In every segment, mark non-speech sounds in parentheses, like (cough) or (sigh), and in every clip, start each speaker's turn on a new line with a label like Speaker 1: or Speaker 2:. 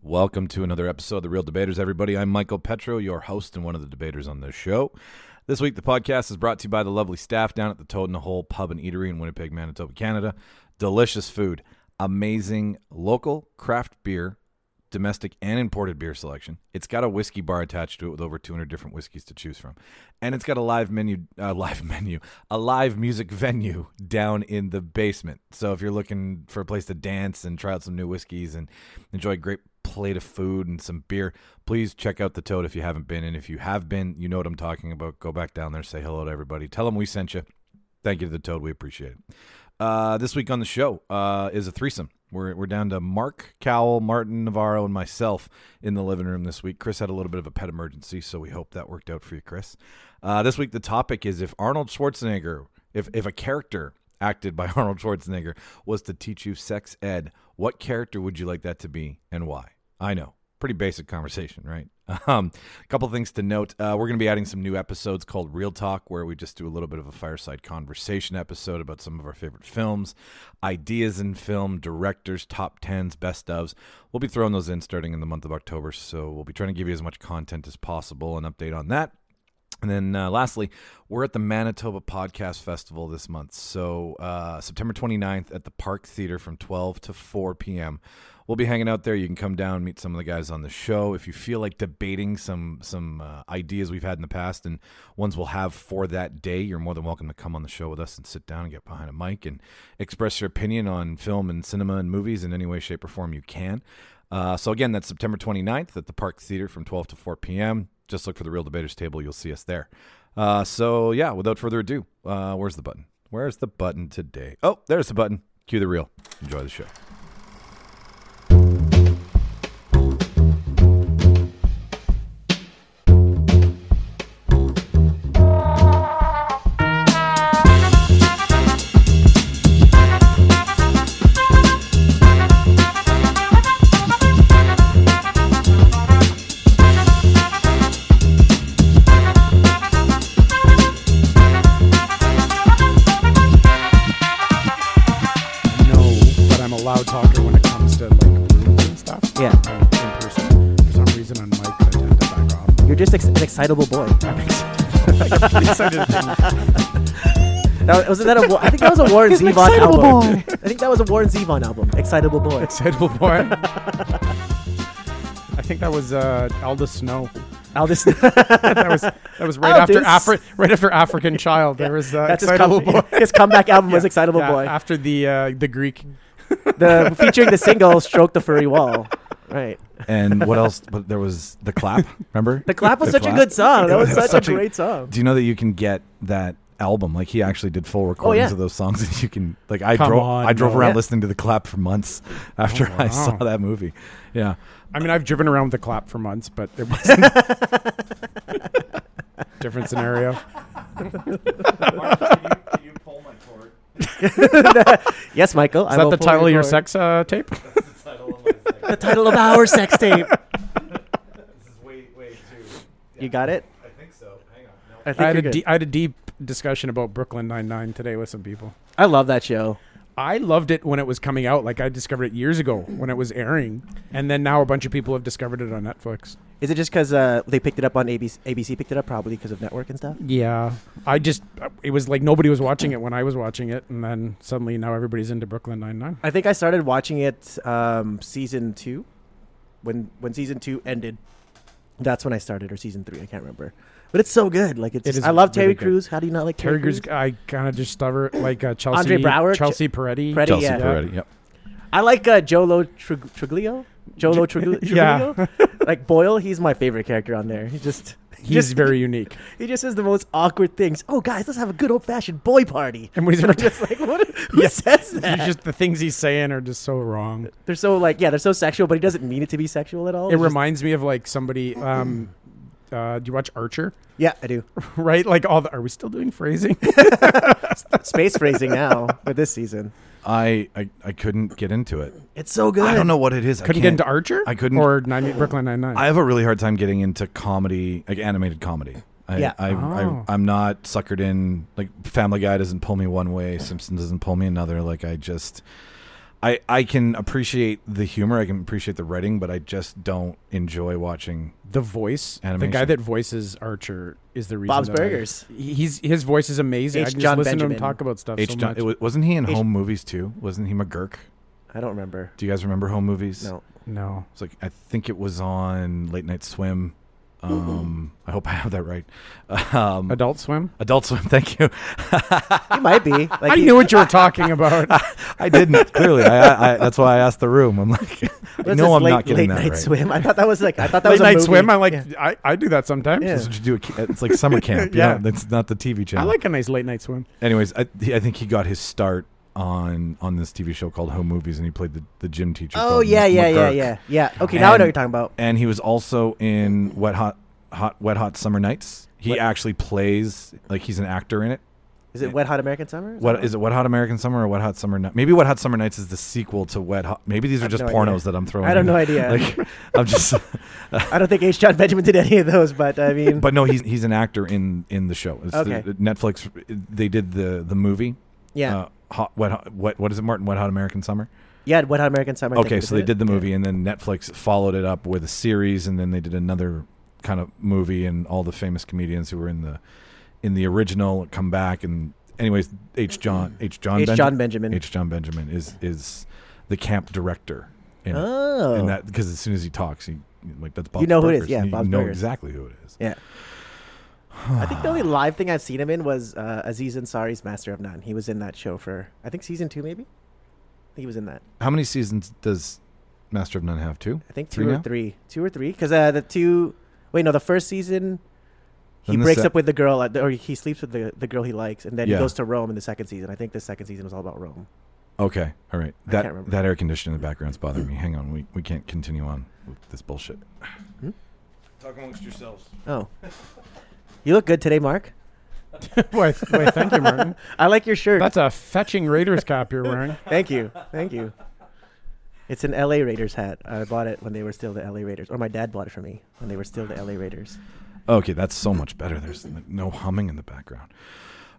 Speaker 1: Welcome to another episode of The Real Debaters, everybody. I'm Michael Petro, your host and one of the debaters on this show. This week, the podcast is brought to you by the lovely staff down at the Toad in the Hole Pub and Eatery in Winnipeg, Manitoba, Canada. Delicious food, amazing local craft beer, domestic and imported beer selection. It's got a whiskey bar attached to it with over 200 different whiskeys to choose from. And it's got a live menu, uh, live (laughs) menu, a live music venue down in the basement. So if you're looking for a place to dance and try out some new whiskeys and enjoy a great plate of food and some beer, please check out the Toad if you haven't been. And if you have been, you know what I'm talking about. Go back down there, say hello to everybody. Tell them we sent you. Thank you to the Toad. We appreciate it. Uh, this week on the show uh, is a threesome. We're, we're down to Mark Cowell, Martin Navarro, and myself in the living room this week. Chris had a little bit of a pet emergency, so we hope that worked out for you, Chris. Uh, this week, the topic is if Arnold Schwarzenegger, if, if a character acted by (laughs) Arnold Schwarzenegger was to teach you sex ed, what character would you like that to be and why? I know. Pretty basic conversation, right? (laughs) Um, a couple things to note. Uh, we're going to be adding some new episodes called Real Talk, where we just do a little bit of a fireside conversation episode about some of our favorite films, ideas in film, directors, top tens, best ofs. We'll be throwing those in starting in the month of October. So we'll be trying to give you as much content as possible, an update on that. And then uh, lastly, we're at the Manitoba Podcast Festival this month. So uh, September 29th at the Park Theater from 12 to 4 p.m. We'll be hanging out there. You can come down, meet some of the guys on the show. If you feel like debating some some uh, ideas we've had in the past and ones we'll have for that day, you're more than welcome to come on the show with us and sit down and get behind a mic and express your opinion on film and cinema and movies in any way, shape, or form you can. Uh, so again, that's September 29th at the Park Theater from 12 to 4 p.m. Just look for the Real Debaters table; you'll see us there. Uh, so yeah, without further ado, uh, where's the button? Where's the button today? Oh, there's the button. Cue the reel. Enjoy the show.
Speaker 2: No, but I'm a loud talker when it comes to like rooms and stuff.
Speaker 3: Yeah.
Speaker 2: I'm in person. For some reason on mic, I tend to back off.
Speaker 3: You're just ex- an excitable boy. (laughs) That was, wasn't that a, Wa- I think that was (laughs) a Warren Zevon
Speaker 4: excitable
Speaker 3: album. I think that was a Warren Zevon album. Excitable boy.
Speaker 2: Excitable boy. I think that was uh, Aldous Snow. (laughs)
Speaker 3: Aldous.
Speaker 2: That was that was right after
Speaker 3: Aldous.
Speaker 2: Afri- right
Speaker 5: (laughs)
Speaker 2: after African Child. There was uh,
Speaker 3: That's his,
Speaker 2: excitable
Speaker 3: come,
Speaker 2: boy.
Speaker 3: (laughs) his comeback album was Excitable
Speaker 2: Yeah,
Speaker 3: Boy.
Speaker 2: After the uh, the Greek.
Speaker 3: the featuring the single "Stroke the Furry Wall." Right. (laughs)
Speaker 1: And what else? But there was the clap. Remember?
Speaker 3: The clap was
Speaker 1: The
Speaker 3: such a good song. That was (laughs) such,
Speaker 1: Such a-
Speaker 3: a great song.
Speaker 1: Do you know that you can get that album? Like he actually did full recordings
Speaker 3: Oh, yeah.
Speaker 1: of those songs, and you can like I
Speaker 2: Come
Speaker 1: drove
Speaker 2: on,
Speaker 1: I drove
Speaker 2: no.
Speaker 1: around
Speaker 3: Yeah.
Speaker 1: listening to the clap for months (laughs) after
Speaker 2: Oh,
Speaker 1: I saw
Speaker 2: wow.
Speaker 1: that movie. Yeah.
Speaker 2: I mean, I've driven around with the clap for months, but it
Speaker 3: (laughs)
Speaker 2: wasn't. Different scenario.
Speaker 3: (laughs) Yes, Michael.
Speaker 2: Is that the title of your sex uh, tape?
Speaker 3: (laughs) The title of our (laughs) sex tape. You got it.
Speaker 1: I think so. Hang on.
Speaker 3: I think
Speaker 2: I had,
Speaker 3: you're
Speaker 2: a
Speaker 3: good.
Speaker 2: de- I had a deep discussion about Brooklyn Nine Nine today with some people.
Speaker 3: I love that show.
Speaker 2: I loved it when it was coming out. Like I discovered it years ago when it was airing, and then now a bunch of people have discovered it on Netflix.
Speaker 3: Is it just because uh, they picked it up on ABC? ABC picked it up probably because of network and stuff.
Speaker 2: Yeah, I just uh, it was like nobody was watching it when I was watching it, and then suddenly now everybody's into Brooklyn Nine Nine.
Speaker 3: I think I started watching it um, season two, when when season two ended. That's when I started, or season three. I can't remember, but it's so good. Like it's,
Speaker 2: It is
Speaker 3: I love Terry
Speaker 2: really good.
Speaker 3: Crews. How do you not like Terry,
Speaker 2: Terry Crews,
Speaker 3: Crews?
Speaker 2: I kind of just stubborn like uh, Chelsea
Speaker 3: Andre Brower,
Speaker 2: Chelsea Peretti.
Speaker 3: Peretti,
Speaker 1: Chelsea
Speaker 3: yeah.
Speaker 1: Peretti. Yep.
Speaker 3: I like uh, Jolo Trig- Triglio. Jolo Trig-
Speaker 2: (laughs) Yeah. (laughs)
Speaker 3: Triglio. like Boyle, he's my favorite character on there. He just
Speaker 2: He's
Speaker 3: just,
Speaker 2: very
Speaker 3: (laughs)
Speaker 2: unique.
Speaker 3: He just says the most awkward things. Oh, guys, let's have a good old fashioned boy party. (laughs)
Speaker 2: And when (laughs) he's
Speaker 3: I'm just like, what? Who says that?
Speaker 2: He's just the things he's saying are just so wrong.
Speaker 3: they're so like, yeah, they're so sexual, but he doesn't mean it to be sexual at all.
Speaker 2: It
Speaker 3: It's just-
Speaker 2: reminds me of like
Speaker 3: (clears throat)
Speaker 2: somebody. Um, uh, do you watch Archer? (laughs)
Speaker 3: yeah, I do.
Speaker 2: right? Like all the. Are we still doing phrasing? (laughs)
Speaker 3: Space phrasing now for this season.
Speaker 1: I, I I couldn't get into it.
Speaker 3: It's so good.
Speaker 1: I don't know what it is. I
Speaker 2: couldn't
Speaker 1: can't-
Speaker 2: get into Archer.
Speaker 1: I couldn't-
Speaker 2: Or nine, Brooklyn Nine Nine.
Speaker 1: I have a really hard time getting into comedy, like animated comedy. I,
Speaker 3: Yeah.
Speaker 1: I,
Speaker 2: Oh.
Speaker 1: I, I'm not suckered in. Like Family Guy doesn't pull me one way, Simpsons doesn't pull me another. Like I just, I I can appreciate the humor, I can appreciate the writing, but I just don't enjoy watching.
Speaker 2: The voice,
Speaker 1: Animation.
Speaker 2: the guy that voices Archer, is the reason.
Speaker 3: Bob's
Speaker 2: that I-
Speaker 3: Burgers.
Speaker 2: he's his voice is amazing.
Speaker 3: H.
Speaker 2: I can
Speaker 3: John
Speaker 2: just listen to
Speaker 3: Benjamin.
Speaker 2: him talk about stuff
Speaker 1: H.
Speaker 2: so
Speaker 1: John,
Speaker 2: much.
Speaker 1: it wa- wasn't he in
Speaker 3: H-
Speaker 1: home movies too? Wasn't he McGurk?
Speaker 3: I don't remember.
Speaker 1: Do you guys remember home movies?
Speaker 3: No.
Speaker 2: no,
Speaker 1: It's like I think it was on Late Night Swim. Um, I hope I have that right. Um,
Speaker 2: Adult
Speaker 3: (laughs)
Speaker 2: Swim.
Speaker 1: Adult Swim. (laughs) Thank you.
Speaker 3: He might be. Like
Speaker 2: I
Speaker 3: he-
Speaker 2: knew what you were talking
Speaker 3: (laughs)
Speaker 2: about.
Speaker 1: I didn't clearly. I, I, I that's why I asked the room. I'm
Speaker 3: (laughs)
Speaker 1: like, I
Speaker 3: what's
Speaker 1: know
Speaker 3: this
Speaker 1: I'm
Speaker 3: late,
Speaker 1: not getting
Speaker 3: late
Speaker 1: that
Speaker 3: night
Speaker 1: right.
Speaker 3: swim. I thought that was like I thought that
Speaker 2: Late
Speaker 3: was a
Speaker 2: night
Speaker 3: movie.
Speaker 2: swim. I like.
Speaker 3: Yeah.
Speaker 2: I, I do that sometimes.
Speaker 3: Yeah.
Speaker 1: That's what you do. at ca- It's like summer camp.
Speaker 3: (laughs)
Speaker 2: Yeah.
Speaker 1: yeah, that's not the TV
Speaker 2: I
Speaker 1: channel.
Speaker 2: like a nice late night swim.
Speaker 1: Anyways, I, he, I think he got his start on on this TV show called Home Movies, and he played the, the gym teacher.
Speaker 3: Oh
Speaker 1: called
Speaker 3: yeah,
Speaker 1: Mc-
Speaker 3: yeah, yeah,
Speaker 1: McGurk.
Speaker 3: yeah, yeah. Okay, now I know what
Speaker 1: And-
Speaker 3: you're talking about.
Speaker 1: And he was also in Wet Hot Hot Wet Hot Summer Nights. He
Speaker 3: Wet-
Speaker 1: actually plays like he's an actor in it.
Speaker 3: Is it Wet Hot American Summer?
Speaker 1: What is it? Wet Hot American Summer or Wet Hot Summer Night? Maybe Wet Hot Summer Nights is the sequel to Wet Hot. Maybe these
Speaker 3: I
Speaker 1: are
Speaker 3: have
Speaker 1: just
Speaker 3: no
Speaker 1: pornos
Speaker 3: idea.
Speaker 1: that I'm throwing.
Speaker 3: I don't
Speaker 1: in.
Speaker 3: know idea.
Speaker 1: (laughs) Like I'm
Speaker 3: (laughs)
Speaker 1: just.
Speaker 3: I don't think H. John Benjamin did any of those, but I mean,
Speaker 1: but no, he's he's an actor in in the show. It's
Speaker 3: Okay.
Speaker 1: the, Netflix. They did the the movie.
Speaker 3: yeah,
Speaker 1: Uh, hot, wet, hot, what what is it, Martin? Wet Hot American Summer.
Speaker 3: yeah. Wet Hot American Summer. I think
Speaker 1: okay,
Speaker 3: was
Speaker 1: so they
Speaker 3: it.
Speaker 1: did the movie, and then Netflix followed it up with a series, and then they did another kind of movie, and all the famous comedians who were in the in the original come back, and anyways, H. John H. John
Speaker 3: Mm-hmm. H.
Speaker 1: Benja-
Speaker 3: John Benjamin.
Speaker 1: H. John Benjamin is is the camp director. In it.
Speaker 3: oh,
Speaker 1: and that because as soon as he talks, he like that's Bob's
Speaker 3: know who it is,
Speaker 1: Burgers.
Speaker 3: yeah,
Speaker 1: you
Speaker 3: Bob's
Speaker 1: know
Speaker 3: Burgers.
Speaker 1: exactly who it is.
Speaker 3: yeah. I think the only live thing I've seen him in was uh, Aziz Ansari's Master of None. He was in that show for I think season two, maybe. I think he was in that.
Speaker 1: How many seasons does Master of None have? Two.
Speaker 3: I think two
Speaker 1: Three
Speaker 3: or
Speaker 1: now?
Speaker 3: three, two or three, because uh, the two. Wait, no, the first season. He
Speaker 1: Then the
Speaker 3: breaks
Speaker 1: sec-
Speaker 3: up with the girl, at the, or he sleeps with the, the girl he likes, and then
Speaker 1: Yeah.
Speaker 3: he goes to Rome in the second season. I think the second season was all about Rome.
Speaker 1: Okay. All right.
Speaker 3: I can't
Speaker 1: That
Speaker 3: remember.
Speaker 1: that air conditioner in the background's bothering me. Hang on. We we can't continue on with this bullshit.
Speaker 3: Hmm?
Speaker 1: Talk amongst yourselves.
Speaker 3: Oh, you look good today, Mark.
Speaker 2: Why, th- why, thank you, Martin.
Speaker 3: I like your shirt.
Speaker 2: That's a fetching Raiders cap you're wearing.
Speaker 3: Thank you. Thank you. It's an LA Raiders hat. I bought it when they were still the LA Raiders, or my dad bought it for me when they were still the LA Raiders.
Speaker 1: Okay, that's so much better. There's n- no humming in the background.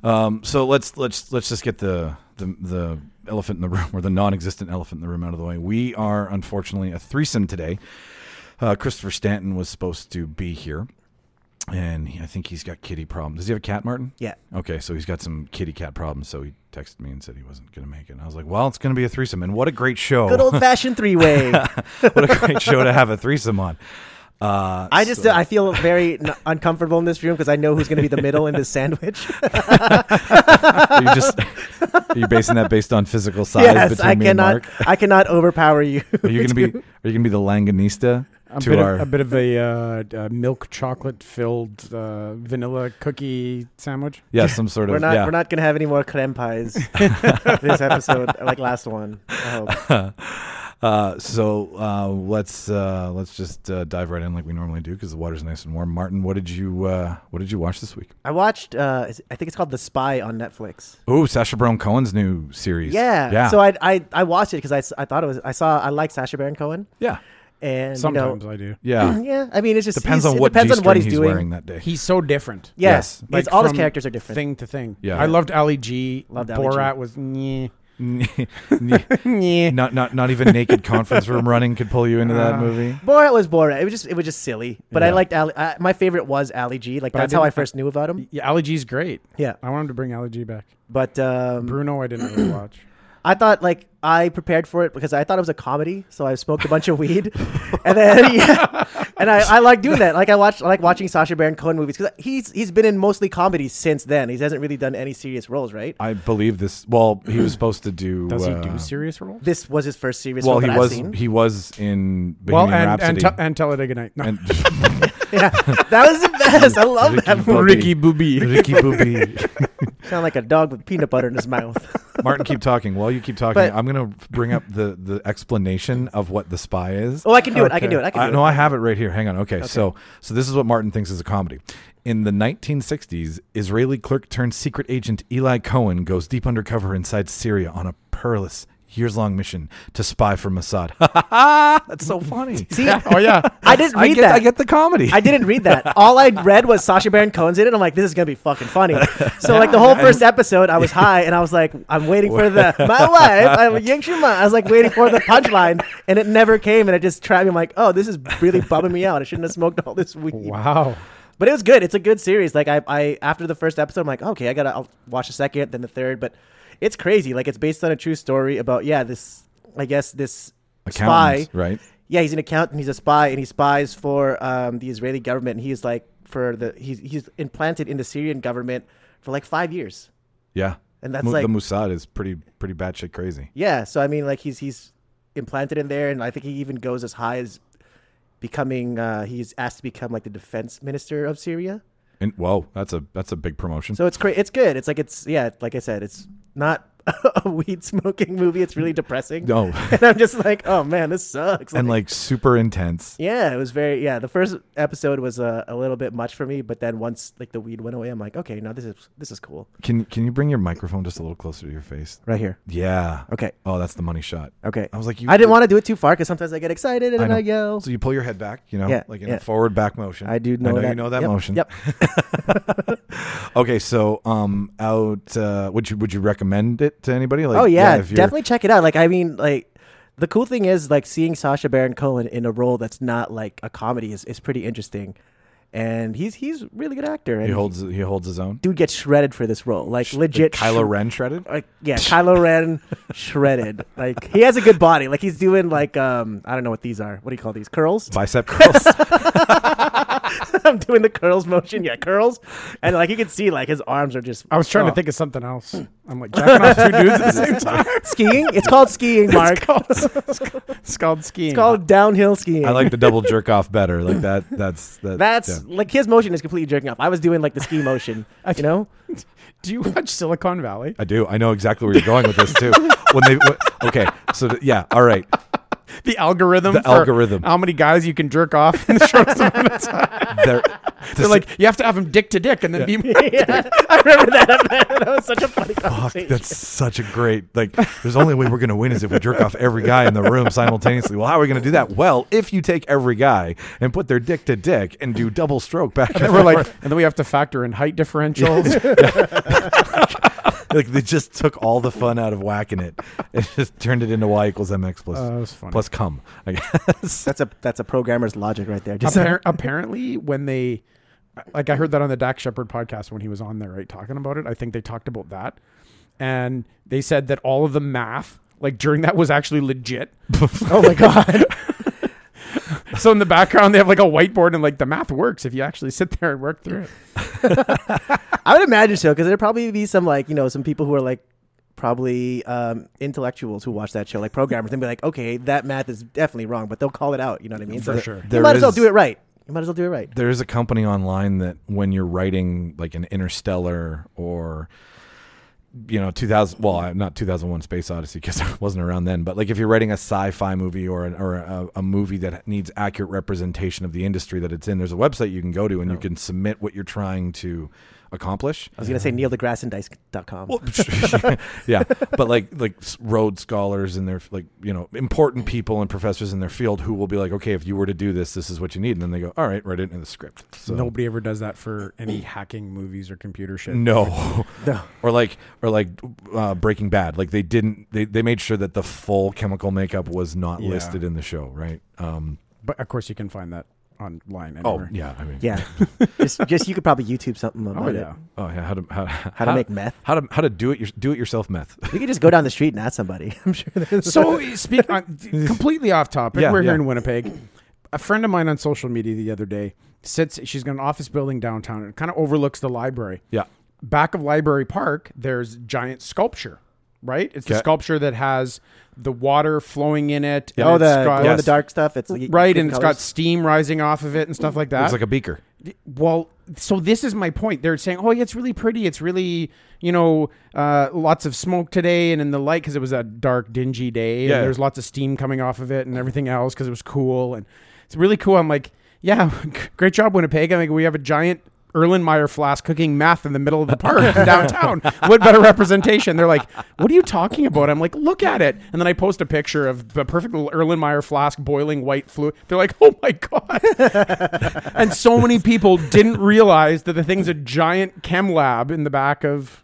Speaker 1: Um, so let's let's let's just get the, the the elephant in the room or the non-existent elephant in the room out of the way. We are unfortunately a threesome today. Uh, Christopher Stanton was supposed to be here, and he, I think he's got kitty problems. Does he have a cat, Martin?
Speaker 3: Yeah.
Speaker 1: Okay, so he's got some kitty cat problems. So he texted me and said he wasn't going to make it. And I was like, "Well, it's going to be a threesome." And what a great show!
Speaker 3: Good old fashioned three
Speaker 1: (laughs)
Speaker 3: way.
Speaker 1: what a great show to have a threesome on. Uh,
Speaker 3: I just
Speaker 1: so-
Speaker 3: I feel very n- uncomfortable in this room because I know who's going to be the middle in this sandwich.
Speaker 1: Are you just are you basing that based on physical size
Speaker 3: yes,
Speaker 1: between
Speaker 3: I
Speaker 1: me and
Speaker 3: cannot
Speaker 1: Mark?
Speaker 3: I cannot
Speaker 1: (laughs)
Speaker 3: overpower you.
Speaker 1: Are you gonna
Speaker 3: (laughs)
Speaker 1: be are you gonna be the langanista
Speaker 2: A
Speaker 1: to
Speaker 2: bit,
Speaker 1: our
Speaker 2: of, a bit of a uh, uh, milk chocolate filled uh, vanilla cookie sandwich.
Speaker 1: yeah some sort
Speaker 3: We're
Speaker 1: of
Speaker 3: not
Speaker 1: yeah.
Speaker 3: we're not going to have any more
Speaker 1: (laughs)
Speaker 3: creme pies this episode like last one. I hope.
Speaker 1: uh, so uh, let's uh, let's just uh, dive right in like we normally do because the water's nice and warm. Martin, what did you uh, what did you watch this week?
Speaker 3: I watched uh, is- I think it's called The Spy on Netflix.
Speaker 1: Oh, Sasha Baron Cohen's new series.
Speaker 3: Yeah.
Speaker 1: yeah,
Speaker 3: So I I, I watched it because I, s- I thought it was I saw I like Sasha Baron Cohen
Speaker 1: yeah,
Speaker 3: and you know
Speaker 2: Sometimes I do.
Speaker 3: (clears throat)
Speaker 1: yeah.
Speaker 3: yeah I mean it's just
Speaker 1: Depends
Speaker 3: he's-
Speaker 1: on
Speaker 3: it
Speaker 1: what
Speaker 3: depends on what
Speaker 1: G-string
Speaker 3: he's, doing.
Speaker 1: wearing that day. (laughs)
Speaker 2: He's so different.
Speaker 3: Yeah,
Speaker 1: Yes.
Speaker 3: it's
Speaker 2: Like
Speaker 3: all his
Speaker 2: from
Speaker 3: characters are different.
Speaker 2: Thing to thing.
Speaker 1: Yeah.
Speaker 2: I loved Ali G.
Speaker 3: Loved Ali G.
Speaker 2: Borat was nyeh. (laughs)
Speaker 1: not not not even naked conference room running could pull you into that
Speaker 2: Uh,
Speaker 3: Ah.
Speaker 1: movie.
Speaker 3: Borat was Borat. It was just it was just silly. But I
Speaker 1: Yeah.
Speaker 3: liked Ali. I, my favorite was Ali G. Like
Speaker 2: But I
Speaker 3: that's how I
Speaker 2: didn't-
Speaker 3: first knew about him.
Speaker 2: Yeah, Ali G's great.
Speaker 3: Yeah.
Speaker 2: I want him to bring Ali G back.
Speaker 3: But um,
Speaker 2: Bruno, I didn't really watch.
Speaker 3: I thought like I prepared for it because I thought it was a comedy. So I smoked a bunch of weed, and then (laughs) yeah, and I, I like doing that. Like I watched I like watching Sasha Baron Cohen movies because he's he's been in mostly comedies since then. He hasn't really done any serious roles, right?
Speaker 1: I believe this. Well, he was supposed to do.
Speaker 2: Does
Speaker 1: uh,
Speaker 2: he do serious roles?
Speaker 3: This was his first serious
Speaker 1: Well,
Speaker 3: role
Speaker 1: he
Speaker 3: that
Speaker 1: was
Speaker 3: I've
Speaker 1: (laughs)
Speaker 3: seen. (laughs)
Speaker 1: he was in
Speaker 2: Well,
Speaker 1: Bohemian
Speaker 2: and and,
Speaker 1: Rhapsody.
Speaker 2: t- and Talladega Night. (laughs) No.
Speaker 1: and
Speaker 3: yeah, that was the best. I love that.
Speaker 1: Ricky
Speaker 3: movie.
Speaker 1: Ricky
Speaker 2: (laughs) Booby.
Speaker 1: Ricky Bobby.
Speaker 3: Sound like a dog with peanut butter in his mouth.
Speaker 1: Martin, keep talking. While you keep talking,
Speaker 3: But-
Speaker 1: I'm going to bring up the, the explanation of what the spy is.
Speaker 3: Oh, I can do it. I can
Speaker 2: Okay.
Speaker 3: do it. I can do
Speaker 1: I,
Speaker 3: it.
Speaker 1: no, I have it right here. Hang on. Okay, so so this is what Martin thinks is a comedy. In the 1960s, Israeli clerk turned secret agent Eli Cohen goes deep undercover inside Syria on a perilous years long mission to spy for Mossad. (laughs) Ha ha ha! That's so
Speaker 3: (laughs)
Speaker 1: funny. (laughs)
Speaker 3: See,
Speaker 2: Oh yeah.
Speaker 3: I didn't read
Speaker 1: I get,
Speaker 3: that.
Speaker 1: I get the comedy.
Speaker 3: I didn't read that. All I read was Sasha Baron Cohen's in it. I'm like, this is gonna be fucking funny. So like the whole first episode, I was high and I was like, I'm waiting for the my wife. I'm a young Schumann. I was like waiting for the punchline, and it never came, and it just trapped me. I'm like, oh, this is really bumming me out. I shouldn't have smoked all this weed.
Speaker 2: Wow.
Speaker 3: But it was good. It's a good series. Like I, I after the first episode, I'm like, okay, I gotta I'll watch the second, then the third. But it's crazy. Like it's based on a true story about yeah, this I guess this spy.
Speaker 1: Accountants, right?
Speaker 3: Yeah, he's an accountant. He's a spy, and he spies for um, the Israeli government. And he's like for the he's he's implanted in the Syrian government for like five years.
Speaker 1: Yeah.
Speaker 3: And that's
Speaker 1: Mu-
Speaker 3: like-
Speaker 1: the Mossad is pretty pretty batshit crazy.
Speaker 3: Yeah, so I mean, like he's he's implanted in there, and I think he even goes as high as becoming. Uh, he's asked to become like the defense minister of Syria.
Speaker 1: And whoa, that's a that's a big promotion.
Speaker 3: So it's cra- it's good. It's like it's yeah, like I said, it's not (laughs) a weed smoking movie. It's really depressing.
Speaker 1: No.
Speaker 3: (laughs) and I'm just like, oh man, this sucks.
Speaker 1: and like super intense.
Speaker 3: Yeah, it was very yeah. The first episode was uh, a, a little bit much for me, but then once like the weed went away, I'm like, okay, now this is this is cool.
Speaker 1: Can can you bring your microphone just a little closer to your face?
Speaker 3: Right here.
Speaker 1: Yeah.
Speaker 3: Okay.
Speaker 1: Oh, that's the money shot.
Speaker 3: Okay.
Speaker 1: I was like, you-
Speaker 3: I didn't want to do it too far because sometimes I get excited and
Speaker 1: I
Speaker 3: then I,
Speaker 1: know.
Speaker 3: yell.
Speaker 1: So you pull your head back, you know,
Speaker 3: Yeah,
Speaker 1: like in
Speaker 3: yeah.
Speaker 1: a forward back motion.
Speaker 3: I do know
Speaker 1: I know
Speaker 3: that.
Speaker 1: you know that
Speaker 3: Yep,
Speaker 1: motion. (laughs)
Speaker 3: Yep.
Speaker 1: Okay, so um, out uh, would you would you recommend it to anybody? Like,
Speaker 3: oh yeah,
Speaker 1: if you're-
Speaker 3: definitely check it out. Like I mean, like the cool thing is like seeing Sasha Baron Cohen in a role that's not like a comedy is, is pretty interesting, and he's he's a really good actor. And
Speaker 1: He holds he holds his own.
Speaker 3: dude gets shredded for this role, like legit.
Speaker 1: Like Kylo
Speaker 3: shred-
Speaker 1: Ren
Speaker 3: (laughs)
Speaker 1: shredded.
Speaker 3: like yeah, Kylo Ren shredded. Like he has a good body. Like he's doing like um I don't know what these are. What do you call these? Curls? (laughs)
Speaker 1: Bicep curls.
Speaker 3: I'm doing the curls motion. Yeah, curls. And like you can see like his arms are just Oh.
Speaker 2: I was trying to think of something else. I'm like jacking off two dudes at the (laughs) same time.
Speaker 3: (laughs) skiing. It's called skiing, Mark. It's called,
Speaker 2: It's called skiing.
Speaker 3: downhill skiing.
Speaker 1: I like the double jerk off better. Like that. That's that,
Speaker 3: that's
Speaker 1: yeah.
Speaker 3: like his motion is completely jerking off. I was doing like the ski motion, you know?
Speaker 2: Do you watch Silicon Valley?
Speaker 1: I do. I know exactly where you're going with this
Speaker 2: (laughs)
Speaker 1: too. when they when, okay, so th- yeah, all right.
Speaker 2: The algorithm.
Speaker 1: The
Speaker 2: for
Speaker 1: algorithm.
Speaker 2: How many guys you can jerk off in the shortest amount (laughs) of time?
Speaker 1: They're,
Speaker 2: They're like you have to have them dick to dick and then (laughs) be.
Speaker 3: yeah, I remember that. (laughs) that was such a funny
Speaker 1: Fuck,
Speaker 3: conversation.
Speaker 1: that's such a great like. There's only way we're gonna win is if we jerk off every guy in the room simultaneously. Well, how are we gonna do that? Well, if you take every guy and put their dick to dick and do double stroke back and
Speaker 2: And we're like, and then we have to factor in
Speaker 1: (laughs)
Speaker 2: height differentials.
Speaker 1: like they just took all the fun out of whacking it and just turned it into y equals mx plus
Speaker 2: Uh, that was funny.
Speaker 1: plus cum. I guess.
Speaker 3: That's a that's a programmer's logic right there. Just
Speaker 2: Appar- apparently, when they, like, I heard that on the Dak Shepard podcast when he was on there, right, talking about it. I think they talked about that, and they said that all of the math, like during that, was
Speaker 1: (laughs)
Speaker 2: actually legit.
Speaker 3: oh my god.
Speaker 2: so in the background, they have like a whiteboard, and like the math works if you actually sit there and work through it.
Speaker 3: I would imagine so because there'd probably be some like you know some people who are like probably um, intellectuals who watch that show like programmers and be like, okay, that math is definitely wrong, but they'll call it out. You know what I mean?
Speaker 2: For sure.
Speaker 3: You
Speaker 1: There
Speaker 3: might as well
Speaker 1: is-
Speaker 3: do it right. You might as well do it right.
Speaker 1: there is a company online that when you're writing like an interstellar or you know 2000 well I- not 2001 space odyssey because (laughs) i wasn't around then but like if you're writing a sci-fi movie or an, or a, a movie that needs accurate representation of the industry that it's in there's a website you can go to and you can submit what you're trying to accomplish
Speaker 3: I was gonna say neildegrasseindice.com.
Speaker 1: well, sure, yeah, (laughs) but like like s- Rhodes scholars and their like you know important people and professors in their field who will be like, okay, if you were to do this, this is what you need, and then they go, all right, write it in the script. So
Speaker 2: Nobody ever does that for any hacking movies or computer shit.
Speaker 1: Mm. no,
Speaker 3: (laughs) No.
Speaker 1: or like or like uh, Breaking Bad, like they didn't they they made sure that the full chemical makeup was not
Speaker 2: Yeah.
Speaker 1: listed in the show, right? Um,
Speaker 2: But of course, you can find that online.
Speaker 1: oh
Speaker 2: Anywhere.
Speaker 1: yeah, I mean
Speaker 3: yeah, just just you could probably YouTube something about
Speaker 2: Oh
Speaker 3: it.
Speaker 2: yeah.
Speaker 1: oh yeah, how to how,
Speaker 3: How to make meth.
Speaker 1: how to how to do it your, do it yourself meth. (laughs)
Speaker 3: You could just go down the street and ask somebody. (laughs) I'm sure. There's
Speaker 2: So speak on, completely off topic.
Speaker 1: Yeah,
Speaker 2: We're
Speaker 1: yeah.
Speaker 2: here in Winnipeg. A friend of mine on social media the other day sits. She's got an office building downtown. and It kind of overlooks the library.
Speaker 1: yeah,
Speaker 2: Back of Library Park, there's giant sculpture. Right, it's the
Speaker 1: Okay.
Speaker 2: sculpture that has the water flowing in it. and
Speaker 3: oh
Speaker 2: it's
Speaker 3: the
Speaker 2: got-
Speaker 3: all the
Speaker 1: Yes.
Speaker 3: dark stuff. It's like
Speaker 2: right, and
Speaker 3: different
Speaker 2: it's
Speaker 3: colors.
Speaker 2: got steam rising off of it and stuff like that.
Speaker 1: it's like a beaker.
Speaker 2: Well, so this is my point. They're saying, "Oh, yeah, it's really pretty. It's really, you know, uh, lots of smoke today, and in the light because it was a dark, dingy day.
Speaker 1: Yeah.
Speaker 2: And there's lots of steam coming off of it, and everything else (laughs) because it was cool, and it's really cool." I'm like, "Yeah, great job, Winnipeg." I'm like, "We have a giant Erlenmeyer flask cooking math in the middle of the park in downtown. What better representation? They're like, "What are you talking about?" I'm like, "Look at it," and then I post a picture of the perfect little Erlenmeyer flask boiling white fluid. They're like, "Oh my god!" and so (laughs) many people didn't realize that the thing's a giant chem lab in the back of.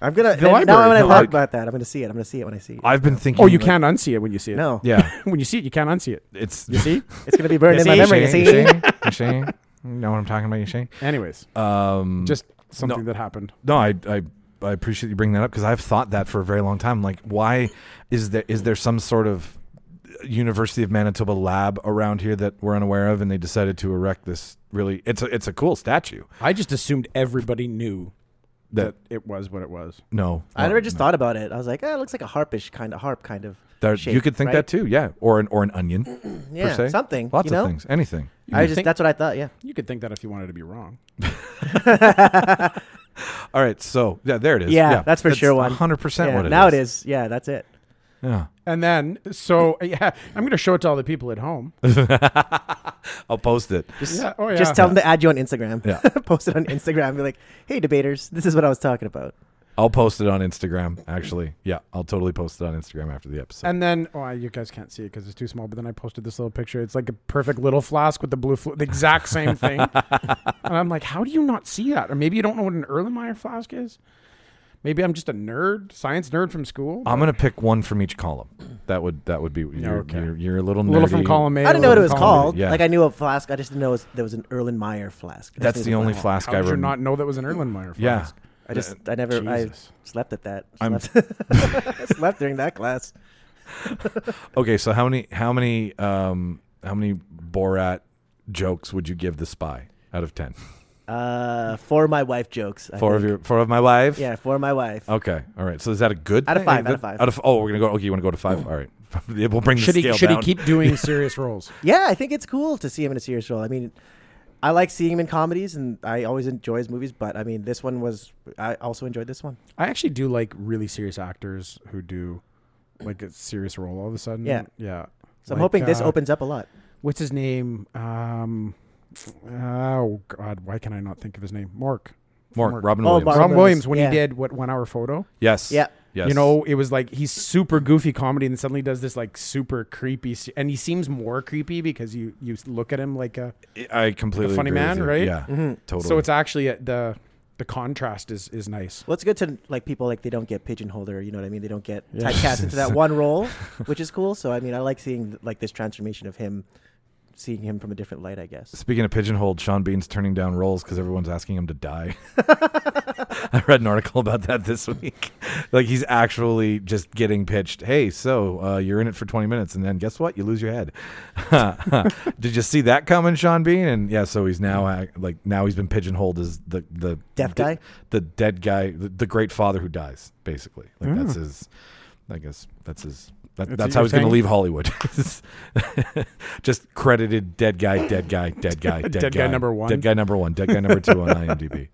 Speaker 3: I'm gonna
Speaker 2: The
Speaker 3: and
Speaker 2: library,
Speaker 3: now when I
Speaker 2: the
Speaker 3: talk
Speaker 2: lib-
Speaker 3: about that, I'm gonna see it. I'm gonna see it when I see it.
Speaker 1: I've been thinking.
Speaker 2: Oh, you
Speaker 1: like-
Speaker 2: can't unsee it when you see it.
Speaker 3: no,
Speaker 1: Yeah,
Speaker 2: (laughs) when you see it, you can't unsee it.
Speaker 3: (laughs)
Speaker 1: it's
Speaker 2: You (laughs) see?
Speaker 3: it's gonna be burned in my
Speaker 2: see?
Speaker 3: memory. You
Speaker 1: Shane,
Speaker 3: see?
Speaker 1: Shane, Shane. You know what I'm talking about, you Shane?
Speaker 2: Anyways,
Speaker 1: Um,
Speaker 2: just something that happened.
Speaker 1: no, I, I, I appreciate you bringing that up because I've thought that for a very long time. Like, why is there is there some sort of uh, University of Manitoba lab around here that we're unaware of, and they decided to erect this really? It's a it's a cool statue.
Speaker 2: I just assumed everybody knew
Speaker 1: That
Speaker 2: it was what it was.
Speaker 1: no,
Speaker 3: I never just thought about it. I was like, eh, it looks like a harpish kind of harp kind of.
Speaker 1: There, you
Speaker 3: shape,
Speaker 1: could think
Speaker 3: right?
Speaker 1: that too, yeah, or an or an onion,
Speaker 3: Yeah,
Speaker 1: se.
Speaker 3: something.
Speaker 1: lots
Speaker 3: you know?
Speaker 1: of things, anything. You
Speaker 3: I
Speaker 1: can
Speaker 3: just
Speaker 1: think-
Speaker 3: that's what I thought. Yeah.
Speaker 2: You could think that if you wanted to be wrong.
Speaker 1: all right, so yeah, there it is.
Speaker 3: Yeah, that's for sure one.
Speaker 1: hundred percent
Speaker 3: yeah.
Speaker 1: what it is.
Speaker 3: now it is. Yeah, that's it.
Speaker 1: Yeah,
Speaker 2: And then, so (laughs) yeah, I'm going to show it to all the people at home. (laughs)
Speaker 1: I'll post it.
Speaker 2: yeah, oh yeah.
Speaker 3: Just tell them to add you on Instagram.
Speaker 1: Yeah.
Speaker 3: (laughs) Post it on Instagram. Be like, hey, debaters, this is what I was talking about.
Speaker 1: I'll post it on Instagram. Actually, yeah, I'll totally post it on Instagram after the episode.
Speaker 2: And then, oh, you guys can't see it because it's too small. But then I posted this little picture. It's like a perfect little flask with the blue, flu- the exact
Speaker 1: (laughs)
Speaker 2: same thing. and I'm like, how do you not see that? Or maybe you don't know what an Erlenmeyer flask is. Maybe I'm just a nerd, science nerd from school.
Speaker 1: I'm gonna pick one from each column. That would that would be you're,
Speaker 2: okay.
Speaker 1: you're, you're a little
Speaker 2: a little from
Speaker 1: nerdy.
Speaker 2: column A.
Speaker 3: I didn't know what it was called.
Speaker 1: yeah.
Speaker 3: Like I knew a flask. I just didn't know it was- there was an Erlenmeyer flask. I just
Speaker 1: That's
Speaker 3: knew
Speaker 1: the
Speaker 3: there was
Speaker 1: only
Speaker 3: one.
Speaker 1: flask
Speaker 2: How
Speaker 1: I
Speaker 2: did you
Speaker 1: remember.
Speaker 2: not know that was an Erlenmeyer
Speaker 1: yeah,
Speaker 2: flask?
Speaker 3: I just I never
Speaker 2: Jesus.
Speaker 3: I slept at that.
Speaker 1: I'm-
Speaker 3: Slept, (laughs) slept during that class.
Speaker 1: Okay, so how many how many um how many Borat jokes would you give the spy out of ten?
Speaker 3: Uh, four of my wife jokes. I
Speaker 1: Four of
Speaker 3: think.
Speaker 1: your four of my wife.
Speaker 3: Yeah, four of my wife.
Speaker 1: Okay. All right. So is that a good
Speaker 3: Out of
Speaker 1: thing?
Speaker 3: five,
Speaker 1: Good-
Speaker 3: out of five. Mm.
Speaker 1: Out of oh, we're gonna go. Okay, you want to go to five? All right. (laughs) we'll bring the
Speaker 2: Should he
Speaker 1: scale
Speaker 2: should he
Speaker 1: down.
Speaker 2: keep doing serious roles?
Speaker 3: Yeah, I think it's cool to see him in a serious role. I mean, I like seeing him in comedies, and I always enjoy his movies. But I mean, this one was I also enjoyed this one.
Speaker 2: (laughs) I actually do like really serious actors who do like a serious role all of a sudden.
Speaker 3: Yeah.
Speaker 2: Yeah.
Speaker 3: So I'm
Speaker 2: Like,
Speaker 3: hoping this
Speaker 2: uh,
Speaker 3: opens up a lot.
Speaker 2: What's his name? Um, oh God, why can I not think of his name? Mark.
Speaker 1: Mark Robin
Speaker 3: Oh,
Speaker 1: Williams?
Speaker 3: Bob-
Speaker 2: Robin Williams,
Speaker 3: Williams,
Speaker 2: when
Speaker 3: yeah.
Speaker 2: he did what one hour photo.
Speaker 1: yes.
Speaker 3: Yeah.
Speaker 1: Yes.
Speaker 2: You know, it was like he's super goofy comedy, and suddenly does this like super creepy, se- and he seems more creepy because you you look at him like a.
Speaker 1: I completely
Speaker 2: funny
Speaker 1: agree with
Speaker 2: man,
Speaker 1: you.
Speaker 2: right?
Speaker 1: Yeah.
Speaker 3: Mm-hmm.
Speaker 1: Totally.
Speaker 2: So it's actually a, the the contrast is is nice.
Speaker 3: Well, it's good to like people like they don't get pigeonholed or you know what I mean. They don't get typecast
Speaker 1: (laughs)
Speaker 3: into that one role, which is cool. So I mean, I like seeing like this transformation of him, seeing him from a different light. I guess.
Speaker 1: Speaking of pigeonholed, Sean Bean's turning down roles because everyone's asking him to die. (laughs) I read an article about that this week. Like he's actually just getting pitched. Hey, so uh, you're in it for 20 minutes, and then guess what? You lose your head. (laughs) Did you see that coming, Sean Bean? And yeah, so he's now uh, like now he's been pigeonholed as the the
Speaker 3: Deaf
Speaker 1: the-
Speaker 3: guy?
Speaker 1: the, dead guy, the, the great father who dies. Basically, like that's his. I guess that's his. That, that's how
Speaker 2: your
Speaker 1: he's going to
Speaker 2: thing?
Speaker 1: leave Hollywood. (laughs) Just credited dead guy, dead guy,
Speaker 3: (laughs)
Speaker 1: dead guy, dead,
Speaker 2: Dead guy number one.
Speaker 1: dead guy number one, dead guy number two on IMDb.